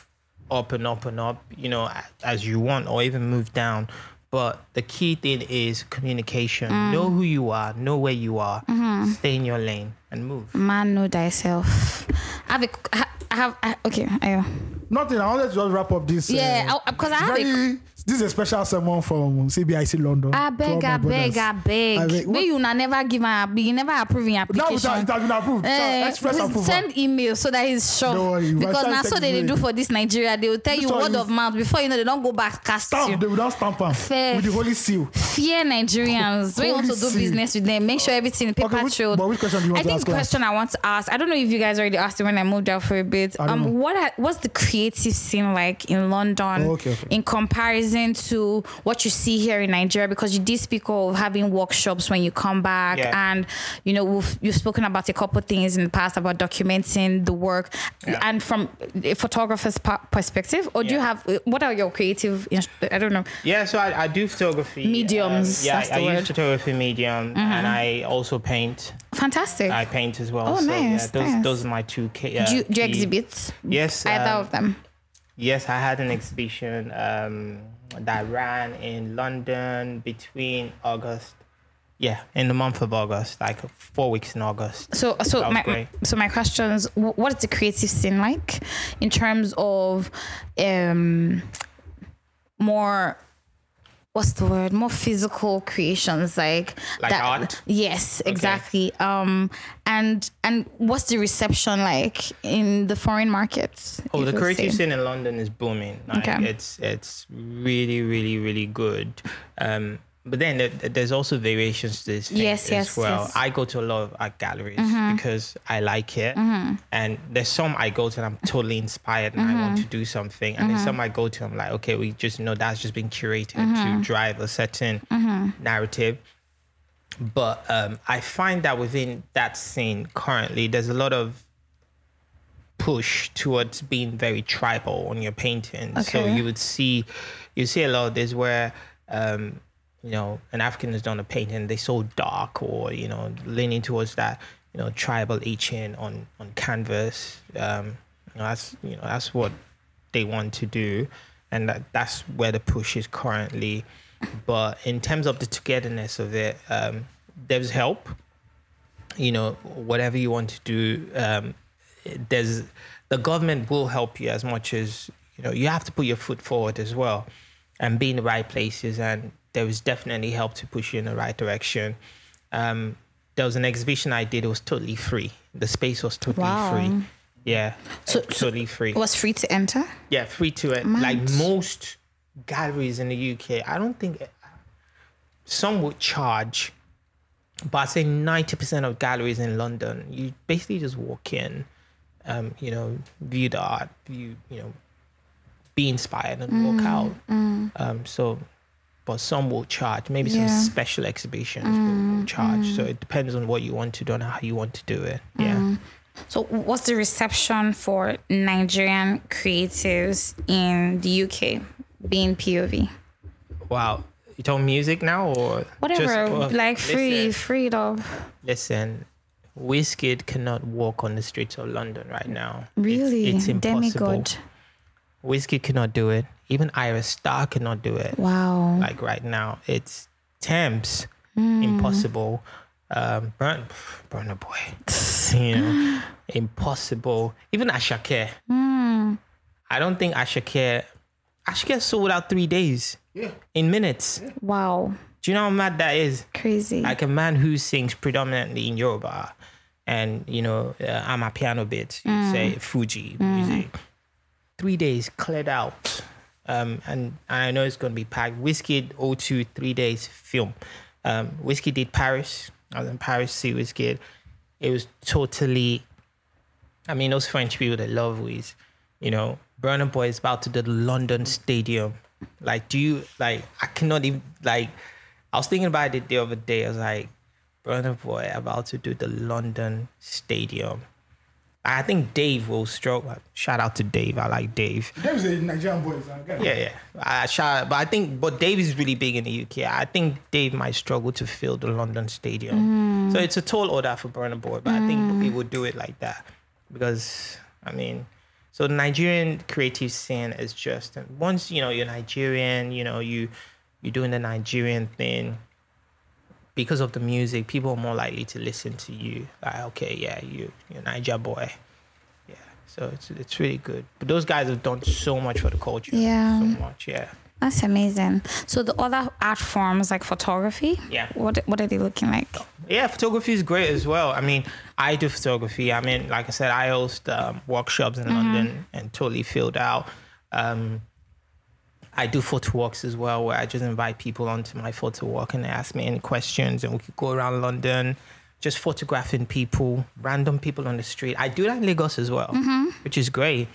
S3: up and up and up, you know, a- as you want, or even move down. But the key thing is communication.
S6: Mm.
S3: Know who you are. Know where you are.
S6: Mm-hmm.
S3: Stay in your lane and move.
S6: Man, know thyself. I have a. I have. I, okay. I,
S1: Nothing. I wanted to just wrap up this.
S6: yeah,
S1: uh,
S6: I- because I, have a.
S1: very, this is a special sermon from CBIC London. to
S6: I
S1: all
S6: beg,
S1: my
S6: I beg,
S1: brothers.
S6: I beg.
S1: I beg.
S6: May you na never give an, you never approve your
S1: Now it
S6: application.
S1: has it has been approved.
S6: Eh,
S1: Uh, Express
S6: please
S1: approval.
S6: send email so that he's sure.
S1: Don't worry, by the
S6: because
S1: time
S6: now
S1: he
S6: so
S1: takes
S6: they, they
S1: away-
S6: do for this Nigeria, they will tell
S1: This
S6: you
S1: one
S6: word
S1: is-
S6: of mouth before you know they don't go back cast
S1: stamp. They
S6: you.
S1: will not stamp am
S6: Fair.
S1: with the holy seal.
S6: Fear Nigerians. when you want to do
S1: Policy.
S6: business with them, make sure everything paper
S1: which-
S6: trail.
S1: but which question do you want
S6: I
S1: to
S6: think
S1: ask
S6: the
S1: us?
S6: question I want to ask. I don't know if you guys already asked it when I moved out for a bit.
S1: don't know.
S6: Um, what are, what's the creative scene like in London
S1: Oh, okay, okay.
S6: in comparison to what you see here in Nigeria? Because you did speak of having workshops when you come back,
S3: Yeah.
S6: and you know we've, you've spoken about a couple things in the past about documenting the work,
S3: Yeah.
S6: and from a photographer's pa- perspective. Or do you
S3: Yeah.
S6: have what are your creative? ins- I don't know.
S3: Yeah, so I, I do photography. um,
S6: Mediums,
S3: yeah,
S6: that's the
S3: I
S6: word. Mm-hmm.
S3: use photography medium, and I also paint.
S6: Fantastic.
S3: I paint as well.
S6: Oh,
S3: so
S6: nice,
S3: yeah, those
S6: nice.
S3: those are my two. Ca- uh,
S6: do you, do you
S3: key-
S6: exhibit
S3: Yes.
S6: either
S3: um,
S6: of them?
S3: Yes, I had an exhibition um, that ran in London between August. Yeah, in the month of August, like four weeks in August.
S6: So, so
S3: that was
S6: my
S3: great.
S6: so my questions: wh- What is the creative scene like in terms of um more? What's the word? More physical creations, like
S3: Like art?
S6: Yes, exactly. Um, and and what's the reception like in the foreign markets?
S3: Oh,
S6: if
S3: the
S6: you
S3: creative
S6: say?
S3: scene in London is booming. Like,
S6: Okay.
S3: It's it's really really really good. Um, but then th- th- there's also variations to this thing
S6: Yes,
S3: as
S6: yes,
S3: well.
S6: yes. Mm-hmm.
S3: I go to a lot of art galleries because I like it, and there's some I go to and I'm totally inspired and I want
S6: Mm-hmm.
S3: to do something, and there's some I go to and I'm like, okay, we just know that's just been curated
S6: Mm-hmm.
S3: to drive a certain narrative but um, I find that within that scene currently, there's a lot of push towards being very tribal on your painting. So
S6: Okay.
S3: you would see, you see a lot of this where, um, you know, an African has done a painting, they're so dark or you know leaning towards that, you know, tribal etching on on canvas. Um, you know, that's you know that's what they want to do, and that, that's where the push is currently. But in terms of the togetherness of it, um, there's help. You know, whatever you want to do, um, there's the government will help you as much as you know. You have to put your foot forward as well, and be in the right places. And there is definitely help to push you in the right direction. Um, there was an exhibition I did. It was totally free. The space was totally
S2: Wow.
S3: free. Yeah,
S2: So-
S3: totally free.
S2: It was free to enter.
S3: Yeah, free to it. Like most galleries in the UK, I don't think some would charge, but I say ninety percent of galleries in London, you basically just walk in, um, you know, view the art, view, you know, be inspired and
S2: Mm,
S3: walk out. Um, so, but some will charge. Maybe
S2: Yeah. Mm,
S3: some special exhibitions will, will charge. So it depends on what you want to do and how you want to do it. Yeah.
S2: Mm. So, what's the reception for Nigerian creatives in the UK being POV?
S3: Wow. You talking music now or
S2: Whatever,
S3: well,
S2: like free,
S3: Listen,
S2: free love.
S3: listen, Wizkid cannot walk on the streets of London right now. It's-
S2: Really,
S3: it's, impossible.
S2: demigod.
S3: Wizkid cannot do it. Even Iris Star cannot do it.
S2: Wow.
S3: Like right now, it's Thames
S2: Mm.
S3: impossible. Um, Burn, Burner Boy, *laughs* you know, impossible. Even Ashake.
S2: Mm.
S3: I don't think Ashake. Ashake sold out three days. Yeah. In minutes.
S2: wow.
S3: Do you know how mad that is?
S2: Crazy.
S6: Mm.
S3: Like a man who sings predominantly in Yoruba and, you know, uh, I'm a piano bit, you say Fuji music. Three days cleared out. Um, and I know it's going to be packed. Whiskey 02, three days film. Um, Whiskey did Paris. I was in Paris to see Whiskey. It was totally, I mean, those French people that love Wiz, you know, Burner Boy is about to do the London Stadium. Like, do you, like, I cannot even, like, I was thinking about it the other day. I was like, Burner Boy about to do the London Stadium. I think Dave will stroke. Shout out to Dave. I like Dave.
S1: There's a Nigerian boy. is that guy.
S3: Yeah, yeah. I shout, but I think, but Dave is really big in the UK. I think Dave might struggle to fill the London stadium. So it's a tall order for Burner Boy, but I think he would do it like that because I mean, so the Nigerian creative scene is just once you know you're Nigerian, you know you you're doing the Nigerian thing because of the music. People are more likely to listen to you. Like, okay, yeah, you you're Niger boy. Yeah, so it's it's really good. But those guys have done so much for the culture.
S2: Yeah.
S3: so much. Yeah.
S2: That's amazing. So the other art forms like photography.
S3: Yeah.
S2: What what are they looking like?
S3: Yeah, photography is great as well. I mean, I do photography. I mean, like I said, I host um, workshops in London and totally filled out. Um, I do photo walks as well, where I just invite people onto my photo walk and they ask me any questions, and we could go around London, just photographing people, random people on the street. I do that in Lagos as well, which is great.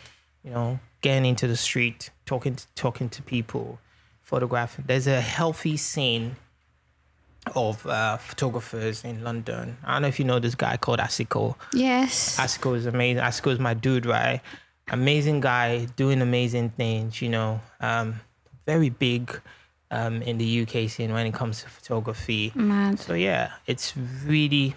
S3: You know, getting into the street, talking to, talking to people, photographing. There's a healthy scene of uh, photographers in London. I don't know if you know this guy called Asiko.
S2: Yes.
S3: Asiko is amazing. Asiko is my dude, right? Amazing guy, doing amazing things. You know, um, very big um, in the UK scene when it comes to photography.
S2: Mad.
S3: So yeah, it's really,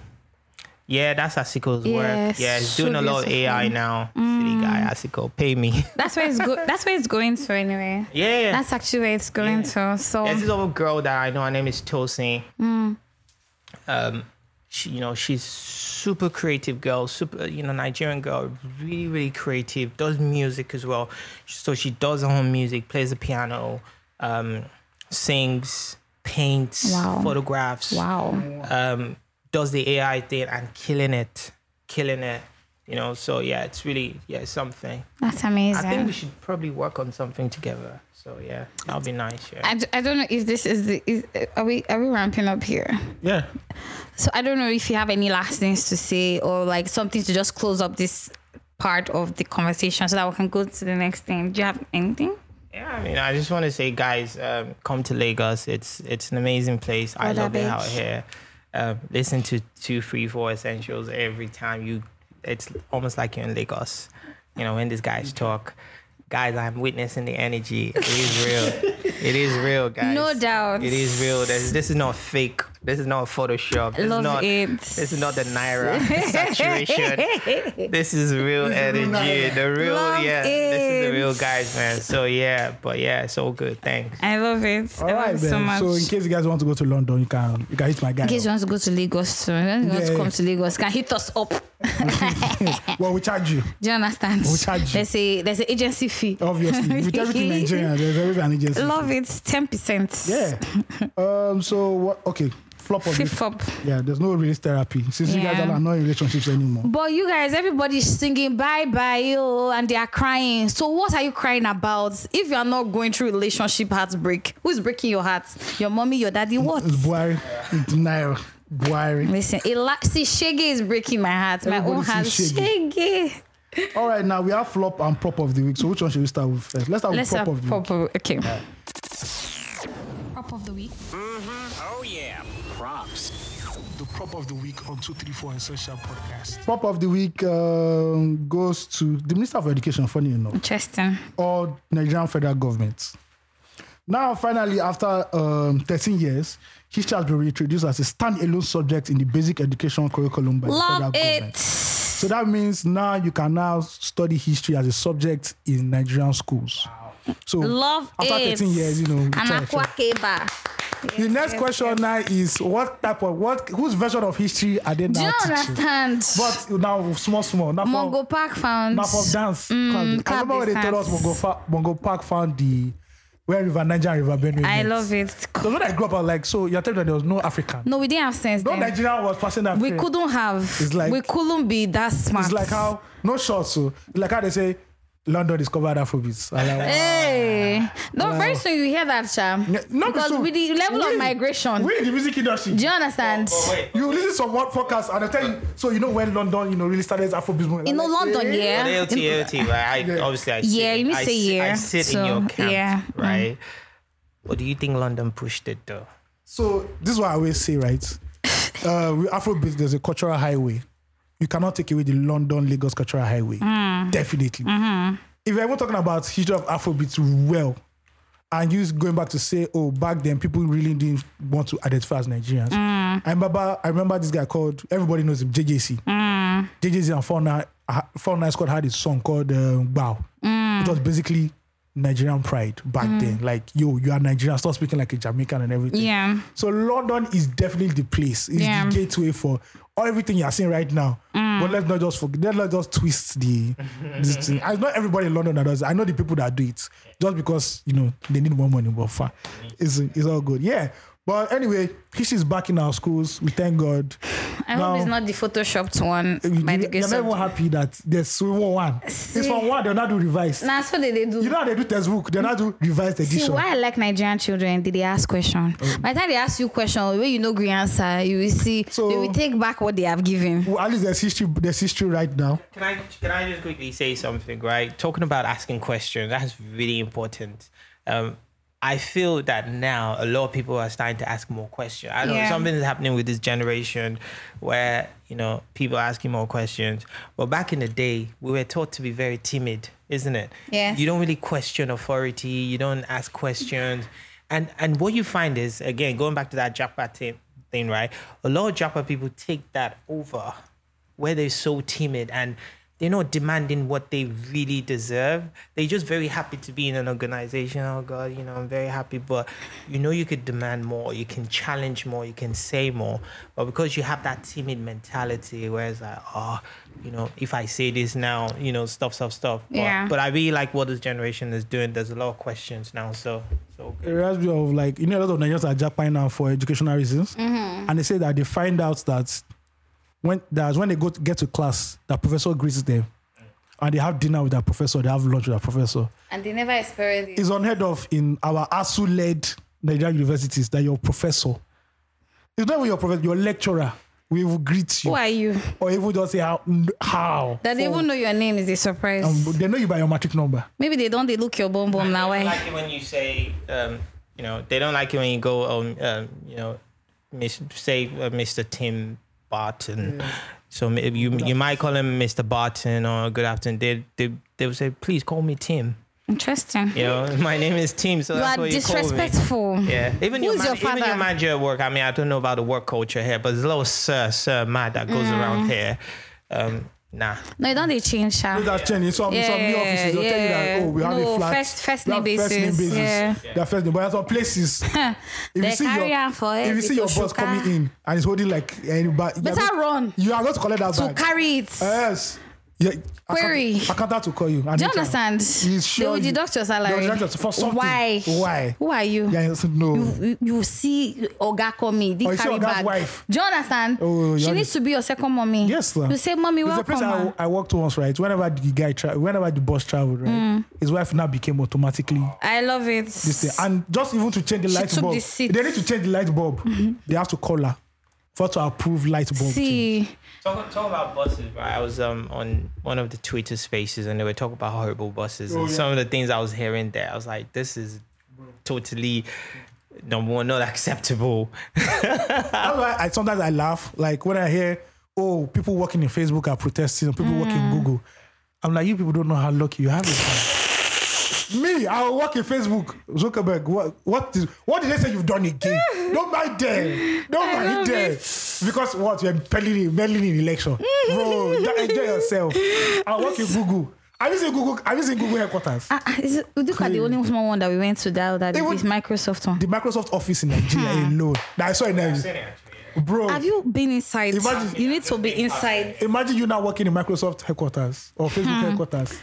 S3: yeah, that's Asiko's
S2: Yes,
S3: work. Yeah, he's doing
S2: so
S3: a lot of
S2: beautiful.
S3: AI now. City guy,
S2: Mm.
S3: Asiko, pay me. *laughs*
S2: That's where it's go. That's where it's going to anyway.
S3: yeah,
S2: That's actually where it's going to. So
S3: There's this little girl that I know. Her name is Tosin.
S2: Mm.
S3: Um, she, you know, she's super creative girl, super, you know, Nigerian girl, really, really creative. Does music as well. So she does her own music, plays the piano, um, sings, paints,
S2: Wow.
S3: photographs
S2: wow.
S3: um, does the AI thing and killing it, killing it. You know, so yeah, it's really yeah it's something.
S2: That's
S3: I think we
S2: amazing.
S3: should probably work on something together. So yeah, that'll be nice. Yeah.
S2: I, d- I don't know if this is the is, are we are we ramping up here?
S3: Yeah.
S2: So I don't know if you have any last things to say or like something to just close up this part of the conversation so that we can go to the next thing. Do you have anything?
S3: Yeah, I mean, I just want to say, guys, um, come to Lagos. It's it's an amazing place. I
S2: Or
S3: love it
S2: Labege.
S3: out here. Um, listen to two, three, four essentials every time you. It's almost like you're in Lagos. You know, when these guys
S2: Mm-hmm.
S3: talk, guys, I'm witnessing the energy. It is real. it is real,
S2: *laughs*
S3: guys.
S2: No doubt.
S3: It is real. There's, this is not fake This is not Photoshop. This
S2: Love
S3: is not,
S2: it.
S3: This is not the
S2: *laughs*
S3: Naira saturation. This is real energy.
S1: Naira.
S3: The real,
S2: Love
S3: yeah. This is
S2: it.
S3: the real guys, man. So, yeah. But, yeah, it's all good. Thanks.
S2: I love it. I
S1: All
S2: love
S1: right,
S2: it
S1: then.
S2: so much.
S1: So in case you guys want to go to London, you can you can hit my guy.
S2: In case you want to go to Lagos, too. When you want to
S1: Yeah,
S2: come
S1: yeah.
S2: to Lagos, can hit us up.
S1: up. *laughs* well, we charge you.
S2: Do you understand?
S1: We'll charge you.
S2: There's a there's an agency fee.
S3: Oh.
S1: Obviously, with everything Nigerian, there's always an agency.
S2: Love it. Ten percent.
S1: Yeah. Um. So what? Okay. Flop of
S2: Fifth
S1: it.
S2: up.
S1: Yeah. There's no release therapy since you guys
S2: Yeah.
S1: are not in relationships anymore.
S2: But you guys, everybody's singing bye bye oh, and they are crying. So what are you crying about? If you are not going through relationship heartbreak, who's breaking your heart? Your mommy, your daddy, what?
S1: It's Buhari. It's Naira. Buhari.
S2: Listen, it la- see, Shege is breaking my heart. My own
S1: Everybody
S2: heart.
S1: sees
S2: Shege.
S1: All right. Now we have flop and prop of the week. So which one should we start with first? Let's start
S2: Let's
S1: with
S2: have
S1: prop of the week.
S2: pop. Okay.
S4: Prop of the week.
S8: Oh, yeah. Props.
S9: The prop of the week on 234 Essential Podcast.
S1: Prop of the week um, goes to the Minister of Education. Funny enough.
S2: Interesting.
S1: or Nigerian federal government. Now, finally, after um, 13 years, history has been reintroduced as a standalone subject in the basic education curriculum by
S2: Love
S1: the federal
S2: it.
S1: government. So that means now you can now study history as a subject in Nigerian schools. So
S2: Love
S1: after
S2: it.
S1: 13 years, you know. we try-
S2: Anakwa Keba.
S1: the next question now is what type of what whose version of history are they
S2: Do you
S1: now teaching?
S2: understand?
S1: But now small, small. Now for-
S2: Mongo Mm, Park found.
S1: Map of dance. Club. I
S2: club
S1: remember when they told us
S2: dance.
S1: Mongo, Fa- Mongo Park found the where River Niger and River Benue.
S2: I
S1: met.
S2: love it.
S1: Because when I grew up, I was like, so you're telling me there was no African.
S2: No, we didn't have sense.
S1: No
S2: then.
S1: Nigerian was passing that.
S2: we
S1: thing.
S2: couldn't have.
S1: It's like-
S2: we couldn't be that smart.
S1: It's like how no shots. So it's like how they say London discovered Afrobeats. I'm
S2: Eh,
S1: like,
S2: Hey, no, very soon you hear that, Sham.
S1: "Yeah, uh, no,
S2: because
S1: so
S2: with the level
S1: we-
S2: of migration,
S1: we in the music industry.
S2: do you understand?
S1: You listen to some one forecast and I tell you, so you know when London, you know, really started Afrobeats. movement.
S2: You know,
S1: Like,
S2: London,
S1: eh,
S2: yeah.
S3: But LT, LT, right? I, Obviously, I
S2: Yeah,
S3: sit,
S2: you
S3: in-
S2: miss
S3: I
S2: a
S3: sit-
S2: year,
S3: I sit
S2: so,
S3: in your camp,
S2: yeah. Mm.
S3: right? What do you think London pushed it though?
S1: So this is what I always say, right? Uh, with Afrobeat, there's a cultural highway. You cannot take away the London Lagos cultural highway. Definitely. If you're even talking about history of Afrobeat well, and you going back to say, oh, back then people really didn't want to identify as Nigerians. I remember, I remember this guy called everybody knows him, JJC. JJC and Fauna, uh, Fauna Scott had a song called um, Bow. It was basically Nigerian pride back then. Like, yo, you are Nigerian, stop speaking like a Jamaican and everything.
S2: Yeah.
S1: So London is definitely the place. It's
S2: Yeah. Mm.
S1: the gateway for everything you're seeing right now. But let's not just forget. Let's not just twist the this thing. I know everybody in London that does. it. I know the people that do it just because you know they need more money. But fine, it's it's all good. Yeah. But anyway, history's back in our schools. We thank God.
S2: I
S1: Now-
S2: hope it's not the photoshopped one. By the
S1: You're
S2: grace
S1: not
S2: of
S1: even happy that there's one. It's from one. They're not do revised.
S2: Nah, so they, they do.
S1: You know how they do textbook. They're not do revised edition.
S2: See why I like Nigerian children? Did they ask question?
S1: Oh.
S2: By the time they ask you question, where you know green answer, you will see
S1: So-
S2: they will take back what they have given.
S1: Well, at least there's history. There's history right now.
S3: Can I can I just quickly say something? Right, talking about asking questions, that's really important. Um, I feel that now a lot of people are starting to ask more questions. I know
S2: Yeah.
S3: something is happening with this generation where you know people are asking more questions. But back in the day, we were taught to be very timid, isn't it?
S2: Yes.
S3: You don't really question authority. You don't ask questions, and and what you find is again going back to that Japa thing, thing, right? A lot of Japa people take that over where they're so timid and they're not demanding what they really deserve. They're just very happy to be in an organization. Oh God, you know, I'm very happy. But you know, you could demand more, you can challenge more, you can say more. But because you have that timid mentality, where it's like, oh, you know, if I say this now, you know, stuff, stuff, stuff. But,
S2: Yeah.
S3: but I really like what this generation is doing. There's a lot of questions now, so so
S1: It
S3: good.
S1: reminds me of like you know a lot of Nigerians are jackpine now for educational reasons, and they say that they find out that when that when they go to get to class, that professor greets them, and they have dinner with that professor, they have lunch with that professor.
S2: And they never experience it.
S1: It's unheard of in our ASU-led Nigerian universities that your professor, it's not even your professor, your lecturer will greet you,
S2: Who are you?
S1: or even just say how how.
S2: That they even know your name is a surprise.
S1: Um, they know you by your matric number.
S2: Maybe they don't they look your bum bum now. eh?
S3: They don't
S2: Why?
S3: like it when you say, um, you know, they don't like it when you go, um, um, you know, mis- say uh, Mr. Tim Barton.
S2: Mm.
S3: So ma- you you might call him Mr. Barton or good afternoon. They they they will say, please call me Tim.
S2: Interesting.
S3: You know, *laughs* my name is Tim, so
S2: You
S3: that's
S2: are
S3: what you call me.
S2: disrespectful.
S3: Yeah, even your,
S2: Who's
S3: man,
S2: your
S3: even your
S2: father?
S3: manager at work. I mean, I don't know about the work culture here, but there's a lot of sir, sir, mad that
S2: Mm.
S3: goes around here. Um, nah,
S2: No, you don't they change sharp.
S1: That's changing. So,
S2: Yeah,
S1: some new offices they'll tell you
S2: yeah.
S1: that oh we have
S2: No,
S1: a flat.
S2: first- first
S1: we have
S2: name basis. Yeah.
S1: They're first name, but that's some
S2: *laughs*
S1: places. if
S2: They carry am for
S1: if you
S2: head,
S1: see your
S2: they
S1: boss
S2: push
S1: coming
S2: you
S1: in and he's holding like any bag,
S2: Better run.
S1: You are going to collect that
S2: To
S1: bag.
S2: carry it.
S1: Yes. Yeah.
S2: Query.
S1: I can't have to call you.
S2: Do you understand?
S1: He's sure
S2: they will
S1: you-
S2: deduct your salary.
S1: They will deduct your- for something.
S2: Why?
S1: Why?
S2: Who are you?
S1: Yeah, he said, no.
S2: You, you see Oga coming, the
S1: Or you see
S2: carry
S1: Oga's
S2: bag.
S1: wife.
S2: Do you understand?
S1: Oh,
S2: she
S1: you're-
S2: needs to be your second mommy.
S1: Yes, sir.
S2: You say, mommy,
S1: There's a
S2: welcome.
S1: place I,
S2: ma."
S1: I worked once, right? Whenever the guy, tra- whenever the boss traveled, right,
S2: Mm.
S1: his wife now became automatically
S2: I love it.
S1: this thing. And just even to change the
S2: She
S1: light
S2: took
S1: bulb,
S2: the seat. Mm-hmm.
S1: they need to change the light bulb. They have to call her for her to approve light bulb. change.
S2: See,
S3: Talk, talk about buses, right? I was um on one of the Twitter spaces and they were talking about horrible buses and some of the things I was hearing there. I was like, this is totally number one, not acceptable.
S1: That's why I sometimes I laugh like when I hear oh people working in Facebook are protesting, or people working
S2: Mm.
S1: in Google. I'm like you people don't know how lucky you have it. Me, I will work in Facebook. Zuckerberg, what what is what did they say you've done again? don't mind them. Don't mind
S2: love
S1: them. Because what you're meddling in, meddling in election, bro.
S2: *laughs*
S1: you enjoy yourself. I work in Google. Have you seen Google? Have you seen Google headquarters?
S2: ah, ah, is it, look at the only small one that we went to that that
S1: They would-
S2: is Microsoft one.
S1: The Microsoft office in Nigeria alone. That I saw in Nigeria, bro.
S2: Hmm. Have you been inside?
S1: Imagine-
S2: you need to be inside.
S1: Imagine you now working in Microsoft headquarters or Facebook
S2: Hmm.
S1: headquarters.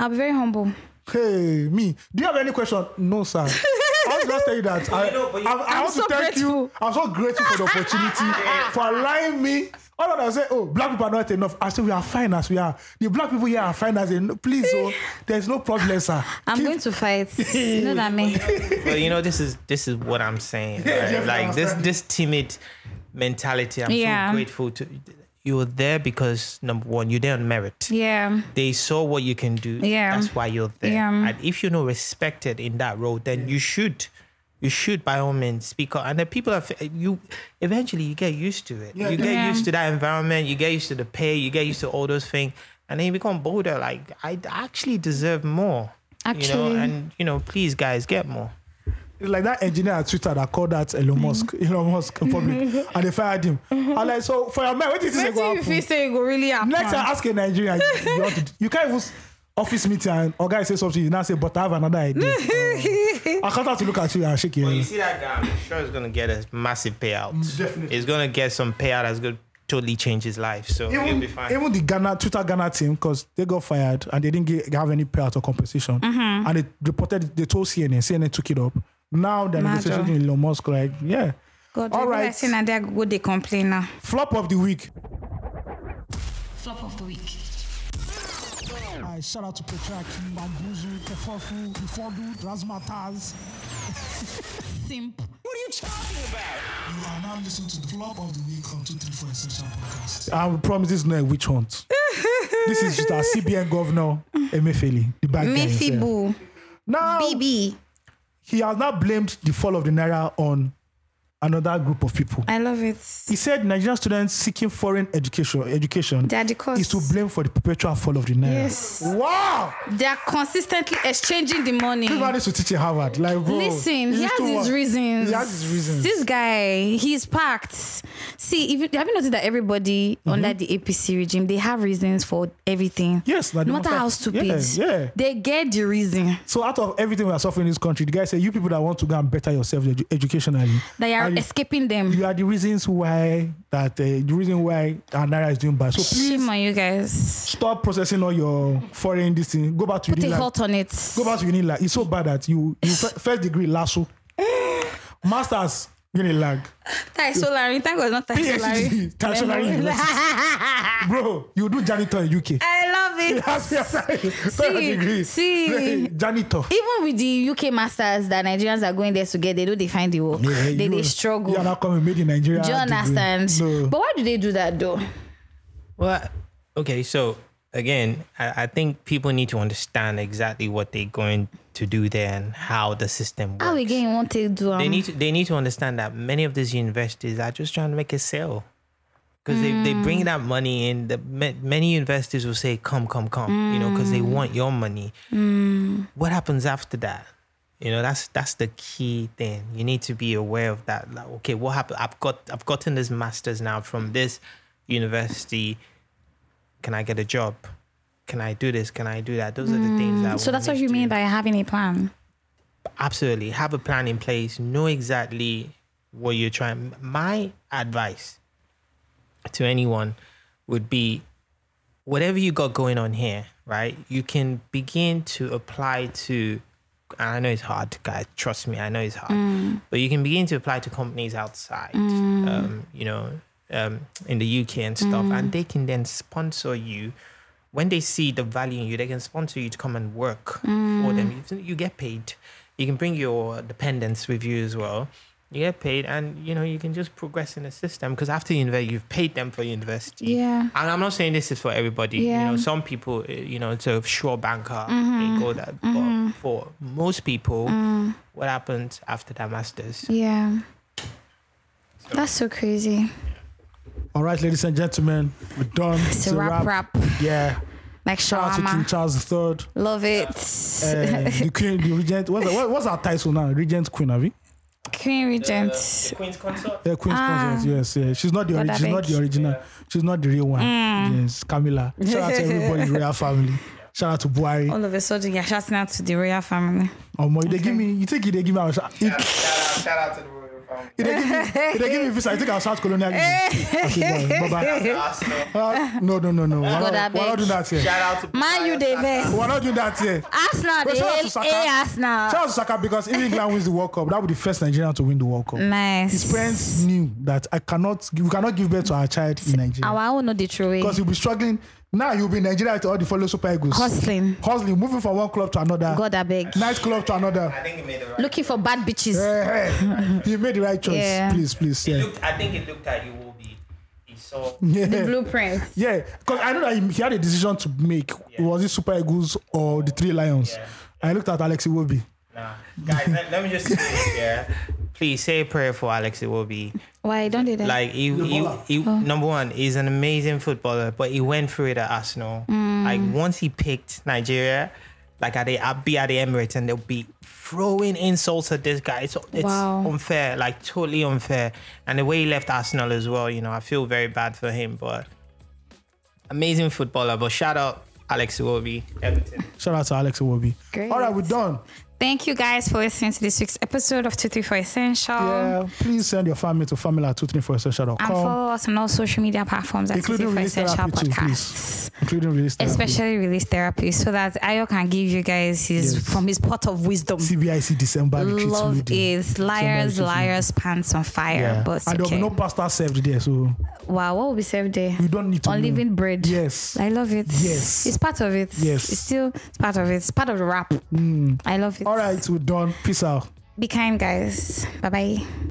S2: I'll be very humble.
S1: Hey, me. Do you have any question? No, sir. I was just tell you
S3: *laughs*
S1: that. I,
S3: know, but you-
S1: I, I
S2: I'm
S1: want
S2: so
S1: to thank you.
S2: grateful.
S1: I'm so grateful for the
S2: *laughs*
S1: opportunity for allowing me. All of them say, oh, black people are not enough. I said, we are fine as we are. The black people here are fine as enough. Please,
S2: *laughs*
S1: oh, there's no problem, sir.
S2: I'm
S1: Keep-
S2: going
S1: *laughs*
S2: to fight. you know that man.
S3: but you know, this is this is what I'm saying.
S1: Yeah,
S3: right?
S1: yeah,
S3: Like this
S1: understand.
S3: this timid mentality. I'm
S2: Yeah.
S3: so grateful to you were there because number one, you're there on merit.
S2: Yeah.
S3: They saw what you can do.
S2: Yeah.
S3: That's why you're there.
S2: Yeah.
S3: And if you're not respected in that role, then you should you should by all means speak up. And the people are you eventually you get used to it.
S1: Yeah,
S3: you get
S2: yeah.
S3: used to that environment, you get used to the pay, you get used to all those things. And then you become bolder, like I actually deserve more. You
S2: Actually.
S3: know, and you know, please guys, get more.
S1: It's like that engineer at Twitter that called that
S2: Mm-hmm.
S1: Elon Musk, Elon Musk in
S2: *laughs*
S1: public, and they fired him. I'm like, so for your man, what is this
S2: Wetin
S1: going
S2: you
S1: to
S2: feel say e go really happen.
S1: Next time, ask a Nigerian. You, you, want to, you can't even s- office meeting and or guy say something. You now say, but I have another
S2: *laughs*
S1: idea. Uh, I can't have to look at you and shake your
S3: But you
S1: head.
S3: see that guy, I'm sure he's gonna get a massive payout.
S1: definitely.
S3: He's gonna get some payout that's gonna totally change his life. So he'll
S1: Even,
S3: be fine.
S1: even the Ghana Twitter Ghana team, because they got fired and they didn't get, have any payout or compensation,
S2: Mm-hmm.
S1: and they reported they told CNN, CNN took it up. Now they're
S2: Mad,
S1: negotiating
S2: oh.
S1: with Elon Musk, like yeah.
S2: God,
S1: All
S2: all right. I
S1: right,
S2: say na there go dey complain now.
S1: flop of the week.
S4: Flop of the week.
S10: I shout out to Petraki, Bambuzu, Kefofu, Ifodu, Razmataz.
S4: Simp.
S11: What are you talking about?
S10: You are now listening to the flop of the week on 234 Essential Podcast.
S1: I promise this is not a witch
S2: *laughs*
S1: hunt. this is just our CBN governor Emefiele, the bad guy. himself.
S2: Mefibu,
S1: Now,
S2: BB.
S1: he has now blamed the fall of the naira on another group of people.
S2: I love it.
S1: He said Nigerian students seeking foreign education education
S2: They are the cause.
S1: is to blame for the perpetual fall of the naira.
S2: Yes.
S1: Wow.
S2: They are consistently exchanging the money.
S1: This man needs to teach in Harvard. Like, bro.
S2: Listen,
S1: this
S2: he
S1: is
S2: has
S1: too
S2: his
S1: much.
S2: reasons.
S1: He has his reasons.
S2: This guy, he's packed. See, if you, have you noticed that everybody
S1: Mm-hmm.
S2: under the APC regime, they have reasons for everything.
S1: Yes,
S2: no
S1: like the
S2: matter
S1: matter-
S2: how stupid.
S1: Yeah, yeah.
S2: They get the reason
S1: so out of everything we are suffering in this country, the guy said, you people that want to go and better yourself edu- educationally,
S2: they are
S1: and you,
S2: escaping them.
S1: you are the reasons why that uh, the reason why our naira is doing bad. So please
S2: Shame on you guys.
S1: stop processing all your foreign this thing. Go back to
S2: Put
S1: the
S2: a
S1: like,
S2: halt on it.
S1: go back to Unilag. It's so bad that you, you fir- first degree
S2: *laughs*
S1: lasso, masters Unilag,
S2: Ty Solari, thank God not Ty
S1: PhD *laughs*
S2: Solari.
S1: Ty Solari
S2: *laughs*
S1: University. bro. You do janitor in *laughs* UK.
S2: I love it.
S1: Third degree.
S2: see.
S1: janitor.
S2: Even with the UK masters that Nigerians are going there to get, they know they find the work.
S1: Yeah,
S2: they,
S1: you-
S2: they struggle.
S1: You are not coming made in Nigeria.
S2: Do you
S1: degree.
S2: understand?
S1: No.
S2: But why do they do that though?
S3: Well, okay, so again, I, I think people need to understand exactly what they're going to do there and how the system works.
S2: How again you want to do um,
S3: They need to they need to understand that many of these universities are just trying to make a sale. because they,
S6: Mm.
S3: they bring that money in. The ma- many investors will say, "Come, come, come," you know, because
S6: Mm.
S3: they want your money. What happens after that? You know, that's that's the key thing. You need to be aware of that. Like, okay, what happened? I've got I've gotten this master's now from this university. Can I get a job? Can I do this? Can I do that? Those are the things that.
S6: Mm. So
S3: one
S6: that's what
S3: needs
S6: you
S3: to-
S6: mean by having a plan.
S3: absolutely have a plan in place know exactly what you're trying my advice to anyone would be whatever you got going on here right you can begin to apply to and i know it's hard guys trust me i know it's hard but you can begin to apply to companies outside um, you know um, in the uk and stuff and they can then sponsor you when they see the value in you, they can sponsor you to come and work for them. You, you get paid. You can bring your dependents with you as well. You get paid, and you know you can just progress in the system because after university, you've paid them for university.
S6: Yeah.
S3: And I'm not saying this is for everybody.
S6: Yeah.
S3: You know, some people, eh, you know, it's a sure banker. They go that. But for most people, what happens after that masters?
S6: Yeah. That's so crazy.
S1: All right, ladies and gentlemen, we're done.
S6: It's a wrap, wrap.
S1: Yeah.
S6: Like
S1: Shout out to King
S6: shawarma.
S1: Charles III.
S6: *laughs* Love it.
S1: Uh, the Queen, the Regent. What's, the- what- what's our title now? Regent Queen, have we?
S6: Queen Regent.
S3: Queen's consort.
S1: Yeah, Queen's
S6: Ah.
S1: Consort. Yes, yeah. She's not the
S6: God,
S1: ori-
S6: I
S1: she's not
S6: beg.
S1: the original. She's not the real one.
S6: Mm.
S1: Yes, Camilla. Shout out to everybody,
S6: *laughs*
S1: in the royal family. Shout out to Buhari.
S6: All of a sudden, you're shouting out to the royal family.
S1: Um, they give me. You think they give me? I'll shout- If,
S3: uh, Shout out to the royal family.
S1: if they give me, if they give me visa, I think I'll shout colonialism.
S6: *laughs*
S1: Bye bye. Uh, no, no, no, no. We're
S6: God, I
S1: not, we're
S6: beg.
S1: not doing that here.
S3: Shout out to
S6: Man, you the best.
S1: We're not doing that here.
S6: Arsenal,
S1: But
S6: they
S1: shout out to
S6: hail
S1: Saka.
S6: Ah, eh, Arsenal.
S1: Shout out to Saka because if England wins the World Cup, that would be the first Nigerian to win the World Cup.
S6: Mm.
S1: His
S6: Nice.
S1: parents knew that I cannot, we cannot give birth to our child in Nigeria.
S6: Our own know the true way.
S1: because you'll be struggling. Now you'll be in Nigeria with all the fellow Super Eagles.
S6: Hustling.
S1: Hustling, moving from one club to another,
S6: God, I beg.
S1: night club to another.
S3: I think he made the right.
S6: Looking for bad bitches.
S1: Eh, eh. you made the right choice.
S6: Yeah.
S1: Please, please.
S3: He
S1: Yeah.
S3: looked, I think it looked at you will be. He saw.
S6: The
S1: Yeah.
S6: blueprint.
S1: Yeah. Because I know that he, he had a decision to make. Was it Super Eagles or the Three Lions? I looked at Alex Iwobi.
S3: Nah, guys, let, let me just say this here. Please say a prayer for Alex. It will be
S6: Why don't they?
S3: like he, he, he-
S6: Oh.
S3: number one. He's an amazing footballer, but he went through it at Arsenal.
S6: Mm.
S3: Like once he picked Nigeria, like at the I'll be at the Emirates, and they'll be throwing insults at this guy. It's it's
S6: Wow.
S3: unfair, like totally unfair. And the way he left Arsenal as well, you know, I feel very bad for him. But amazing footballer. But shout out Alex Iwobi, Everton.
S1: Shout out to Alex Iwobi.
S6: Great.
S1: All right, we're done.
S6: Thank you guys for listening to this week's episode of 234 Essential.
S1: Yeah. Please send your family to family at
S6: Um, And
S1: 234essential.com,
S6: follow us on all social media platforms at
S1: including
S6: 234
S1: release
S6: Essential
S1: therapy too,
S6: Podcast.
S1: please. Including release therapy.
S6: Especially release therapy, so that Ayo can give you guys his
S1: Yes.
S6: from his pot of wisdom.
S1: CBIC December retreat.
S6: Love
S1: leading.
S6: is
S1: Somebody
S6: liars,
S1: should-
S6: liars, pants on fire.
S1: Yeah.
S6: But
S1: and there'll
S6: okay.
S1: be no pasta served there, so
S6: wow, what will be served there?
S1: you don't need to.
S6: on
S1: know.
S6: living bread.
S1: Yes.
S6: I love it.
S1: Yes.
S6: It's part of it.
S1: Yes. Mm.
S6: It's still it's part of it. It's part of the rap. I love it.
S1: All right, we're done. Peace out.
S6: Be kind, guys. Bye bye.